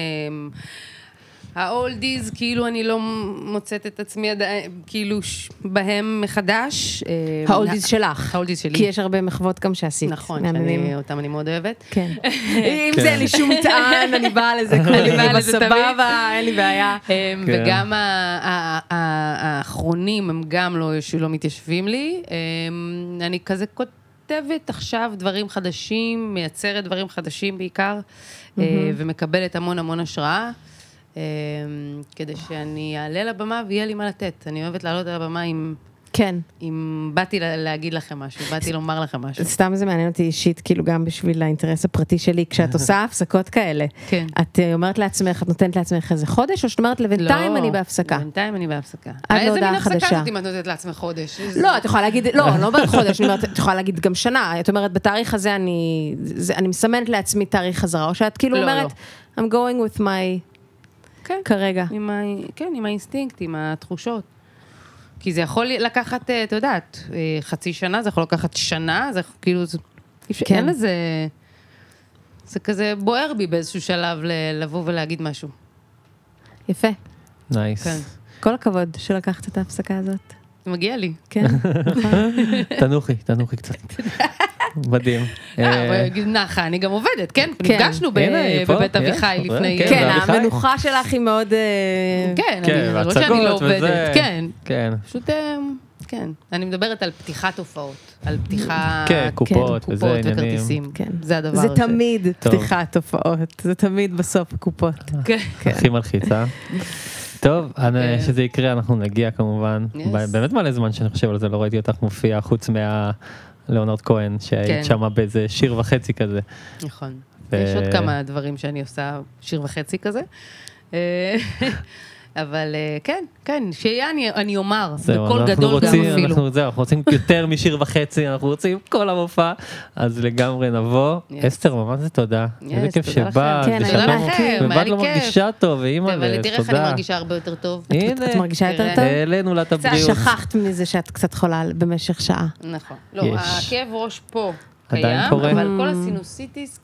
Speaker 6: האולדיז, כאילו אני לא מוצאת את עצמי עדיין, כאילו ש- בהם מחדש. אה,
Speaker 1: האולדיז
Speaker 6: נ-
Speaker 1: שלך.
Speaker 6: האולדיז שלי.
Speaker 1: כי יש הרבה מחוות גם שעשית.
Speaker 6: נכון,
Speaker 1: מהממים.
Speaker 6: שאני, אותם אני מאוד אוהבת.
Speaker 1: כן. אם זה אין לי שום מטען, אני באה לזה
Speaker 6: אני באה
Speaker 1: כולי,
Speaker 6: לזה תמיד.
Speaker 1: בסבבה, אין לי בעיה.
Speaker 6: הם,
Speaker 2: כן.
Speaker 6: וגם ה- ה- ה- האחרונים הם גם לא, לא מתיישבים לי. הם, אני כזה כותבת עכשיו דברים חדשים, מייצרת דברים חדשים בעיקר, אה, ומקבלת המון המון השראה, אה, כדי שאני אעלה לבמה ויהיה לי מה לתת. אני אוהבת לעלות על הבמה עם...
Speaker 1: כן.
Speaker 6: אם באתי לה- להגיד לכם משהו, באתי לומר לכם משהו.
Speaker 1: סתם זה מעניין אותי אישית, כאילו גם בשביל האינטרס הפרטי שלי, כשאת עושה הפסקות כאלה.
Speaker 6: כן.
Speaker 1: את אה, אומרת לעצמך, את נותנת לעצמך איזה חודש, או שאת אומרת לבינתיים
Speaker 6: לא,
Speaker 1: אני בהפסקה?
Speaker 6: בינתיים אני בהפסקה.
Speaker 1: עד
Speaker 6: איזה
Speaker 1: להודעה
Speaker 6: מין הפסקה
Speaker 1: חדשה.
Speaker 6: זאת אם את נותנת לעצמך חודש?
Speaker 1: לא, את יכולה להגיד, לא, אני לא אומרת חודש, אני אומרת, את יכולה להגיד גם שנה. את אומרת, בתאריך הזה אני, זה, אני מסמנת לעצמי תאריך חזרה, או שאת כאילו
Speaker 6: לא,
Speaker 1: אומרת, I'm going with my,
Speaker 6: כן.
Speaker 1: כרגע.
Speaker 6: עם ה... כן, עם האינסטינקט, עם התחושות. כי זה יכול לקחת, אה, את יודעת, אה, חצי שנה, זה יכול לקחת שנה, זה יכול- כאילו, זה...
Speaker 1: כן.
Speaker 6: כן. אין לזה... זה כזה בוער בי באיזשהו שלב ל- לבוא ולהגיד משהו.
Speaker 1: יפה.
Speaker 6: כן.
Speaker 2: נייס.
Speaker 1: כל הכבוד שלקחת את ההפסקה הזאת.
Speaker 6: זה מגיע לי.
Speaker 1: כן, נכון.
Speaker 2: תנוחי, תנוחי קצת. מדהים.
Speaker 6: אה,
Speaker 2: אה,
Speaker 6: אבל נגיד, נחה, אני גם עובדת, כן?
Speaker 1: כן.
Speaker 6: נפגשנו ב-
Speaker 2: הנה, היא פה,
Speaker 6: בבית
Speaker 2: כן,
Speaker 6: אביחי
Speaker 2: עובדת,
Speaker 6: לפני...
Speaker 2: כן,
Speaker 1: כן,
Speaker 2: ואביחי?
Speaker 1: המנוחה שלך היא מאוד... אה,
Speaker 6: כן,
Speaker 2: כן,
Speaker 6: אני לא שאני לא
Speaker 2: והצגות וזה.
Speaker 6: עובדת. כן,
Speaker 2: כן.
Speaker 6: פשוט, אה, כן. אני מדברת על פתיחת הופעות, על פתיחה...
Speaker 2: כן, קופות
Speaker 6: כן,
Speaker 2: וזה,
Speaker 6: קופות
Speaker 2: עניינים.
Speaker 6: וכרטיסים.
Speaker 1: כן.
Speaker 6: זה הדבר
Speaker 1: זה
Speaker 6: ש-
Speaker 1: תמיד
Speaker 2: טוב.
Speaker 1: פתיחת הופעות, זה תמיד בסוף הקופות.
Speaker 6: כן.
Speaker 2: הכי מלחיצה. טוב, אני-
Speaker 6: כן.
Speaker 2: שזה יקרה אנחנו נגיע כמובן.
Speaker 6: Yes.
Speaker 2: ב- באמת מלא זמן שאני חושב על זה, לא ראיתי אותך מופיעה חוץ מה... ליאונרד כהן
Speaker 6: כן.
Speaker 2: שהיית שמה באיזה שיר וחצי כזה.
Speaker 6: נכון.
Speaker 2: ו-
Speaker 6: יש עוד כמה דברים שאני עושה, שיר וחצי כזה. אה, אבל אה, כן, כן, שיהיה אני- אני אומר,
Speaker 2: זהו,
Speaker 6: בקול
Speaker 2: אנחנו
Speaker 6: גדול גם
Speaker 2: רוצים,
Speaker 6: אפילו.
Speaker 2: אנחנו, זהו, אנחנו רוצים יותר משיר וחצי, אנחנו רוצים כל המופע, אז לגמרי נבוא.
Speaker 6: Yes.
Speaker 2: אסתר, ממש זה אה, תודה.
Speaker 6: Yes,
Speaker 2: איזה כיף
Speaker 6: תודה
Speaker 2: שבאת,
Speaker 1: לכם. כן,
Speaker 2: ושאת
Speaker 1: תודה
Speaker 2: לא-
Speaker 6: לכם, היה
Speaker 2: ובאת
Speaker 6: לי
Speaker 2: לא
Speaker 6: כיף.
Speaker 2: מרגישה טוב, ואימא,
Speaker 6: כן, אבל תראה איך אני
Speaker 2: תודה.
Speaker 6: מרגישה הרבה יותר טוב.
Speaker 1: את
Speaker 2: הנה,
Speaker 1: מרגישה יותר
Speaker 6: תראה.
Speaker 1: טוב?
Speaker 2: העלינו לה את הבריאות.
Speaker 1: שכחת מזה שאת קצת חולה במשך שעה.
Speaker 6: נכון. לא,
Speaker 2: יש.
Speaker 6: הכאב ראש פה
Speaker 2: עדיין
Speaker 6: קיים,
Speaker 2: קורה?
Speaker 6: אבל כל הסינוסיטיס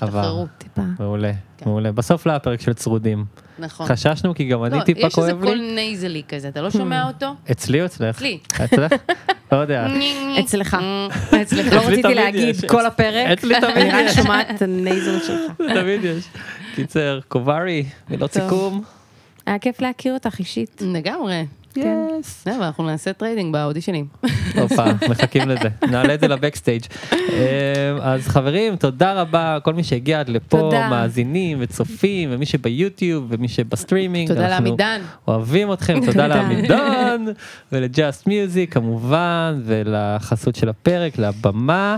Speaker 2: עבר.
Speaker 6: שחררו.
Speaker 1: טיפה.
Speaker 2: מעולה,
Speaker 6: כן.
Speaker 2: מעולה. בסוף לא הפרק של צרודים.
Speaker 6: נכון.
Speaker 2: חששנו כי גם אני
Speaker 6: לא,
Speaker 2: טיפה
Speaker 6: יש איזה
Speaker 2: כואב
Speaker 6: קול
Speaker 2: לי. Hmm.
Speaker 6: נייזלי כזה, אתה לא שומע אותו?
Speaker 2: אצלי או אצלך?
Speaker 6: אצלי.
Speaker 2: אצלך? לא יודע.
Speaker 6: אה,
Speaker 1: אצלך.
Speaker 6: אצלך.
Speaker 1: לא
Speaker 2: אצלי
Speaker 1: רציתי
Speaker 2: תמיד
Speaker 1: להגיד
Speaker 2: יש.
Speaker 1: כל הפרק,
Speaker 2: אצלי תמיד
Speaker 1: אני רק
Speaker 2: יש.
Speaker 1: שומעת את הנייזל שלך.
Speaker 2: תמיד יש. קיצר, קוברי, מילות
Speaker 1: טוב.
Speaker 2: סיכום.
Speaker 1: היה כיף להכיר אותך אישית.
Speaker 6: לגמרי. לא,
Speaker 1: כן.
Speaker 6: זה, אבל אנחנו נעשה טריידינג באודישנים.
Speaker 2: הופה, מחכים לזה. נעלה את זה לבקסטייג'. אה, אז חברים, תודה רבה, כל מי שהגיע עד לפה,
Speaker 1: תודה.
Speaker 2: מאזינים וצופים, ומי שביוטיוב, ומי שבסטרימינג.
Speaker 6: תודה
Speaker 2: אנחנו
Speaker 6: לעמידן.
Speaker 2: אוהבים אתכם, תודה לעמידון, ולג'אסט מיוזיק כמובן, ולחסות של הפרק, לבמה.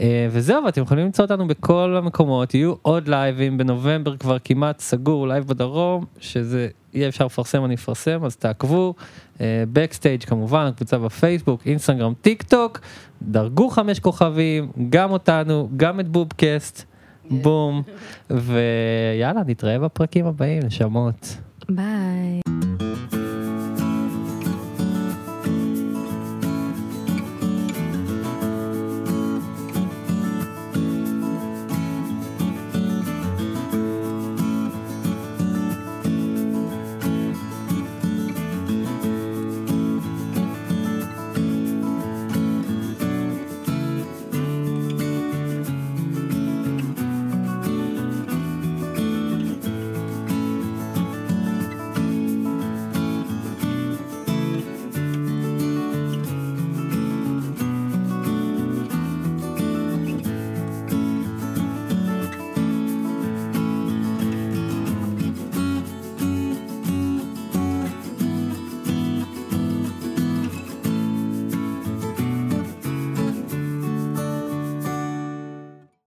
Speaker 2: אה, וזהו, ואתם יכולים למצוא אותנו בכל המקומות, יהיו עוד לייבים, בנובמבר כבר כמעט סגור, לייב בדרום, שזה יהיה אפשר לפרסם, אני אפרסם, אז תעקבו. בקסטייג' כמובן, הקבוצה בפייסבוק, אינסטגרם, טיק טוק, דרגו חמש כוכבים, גם אותנו, גם את בובקאסט, בום, ויאללה, נתראה בפרקים הבאים, נשמות.
Speaker 1: ביי.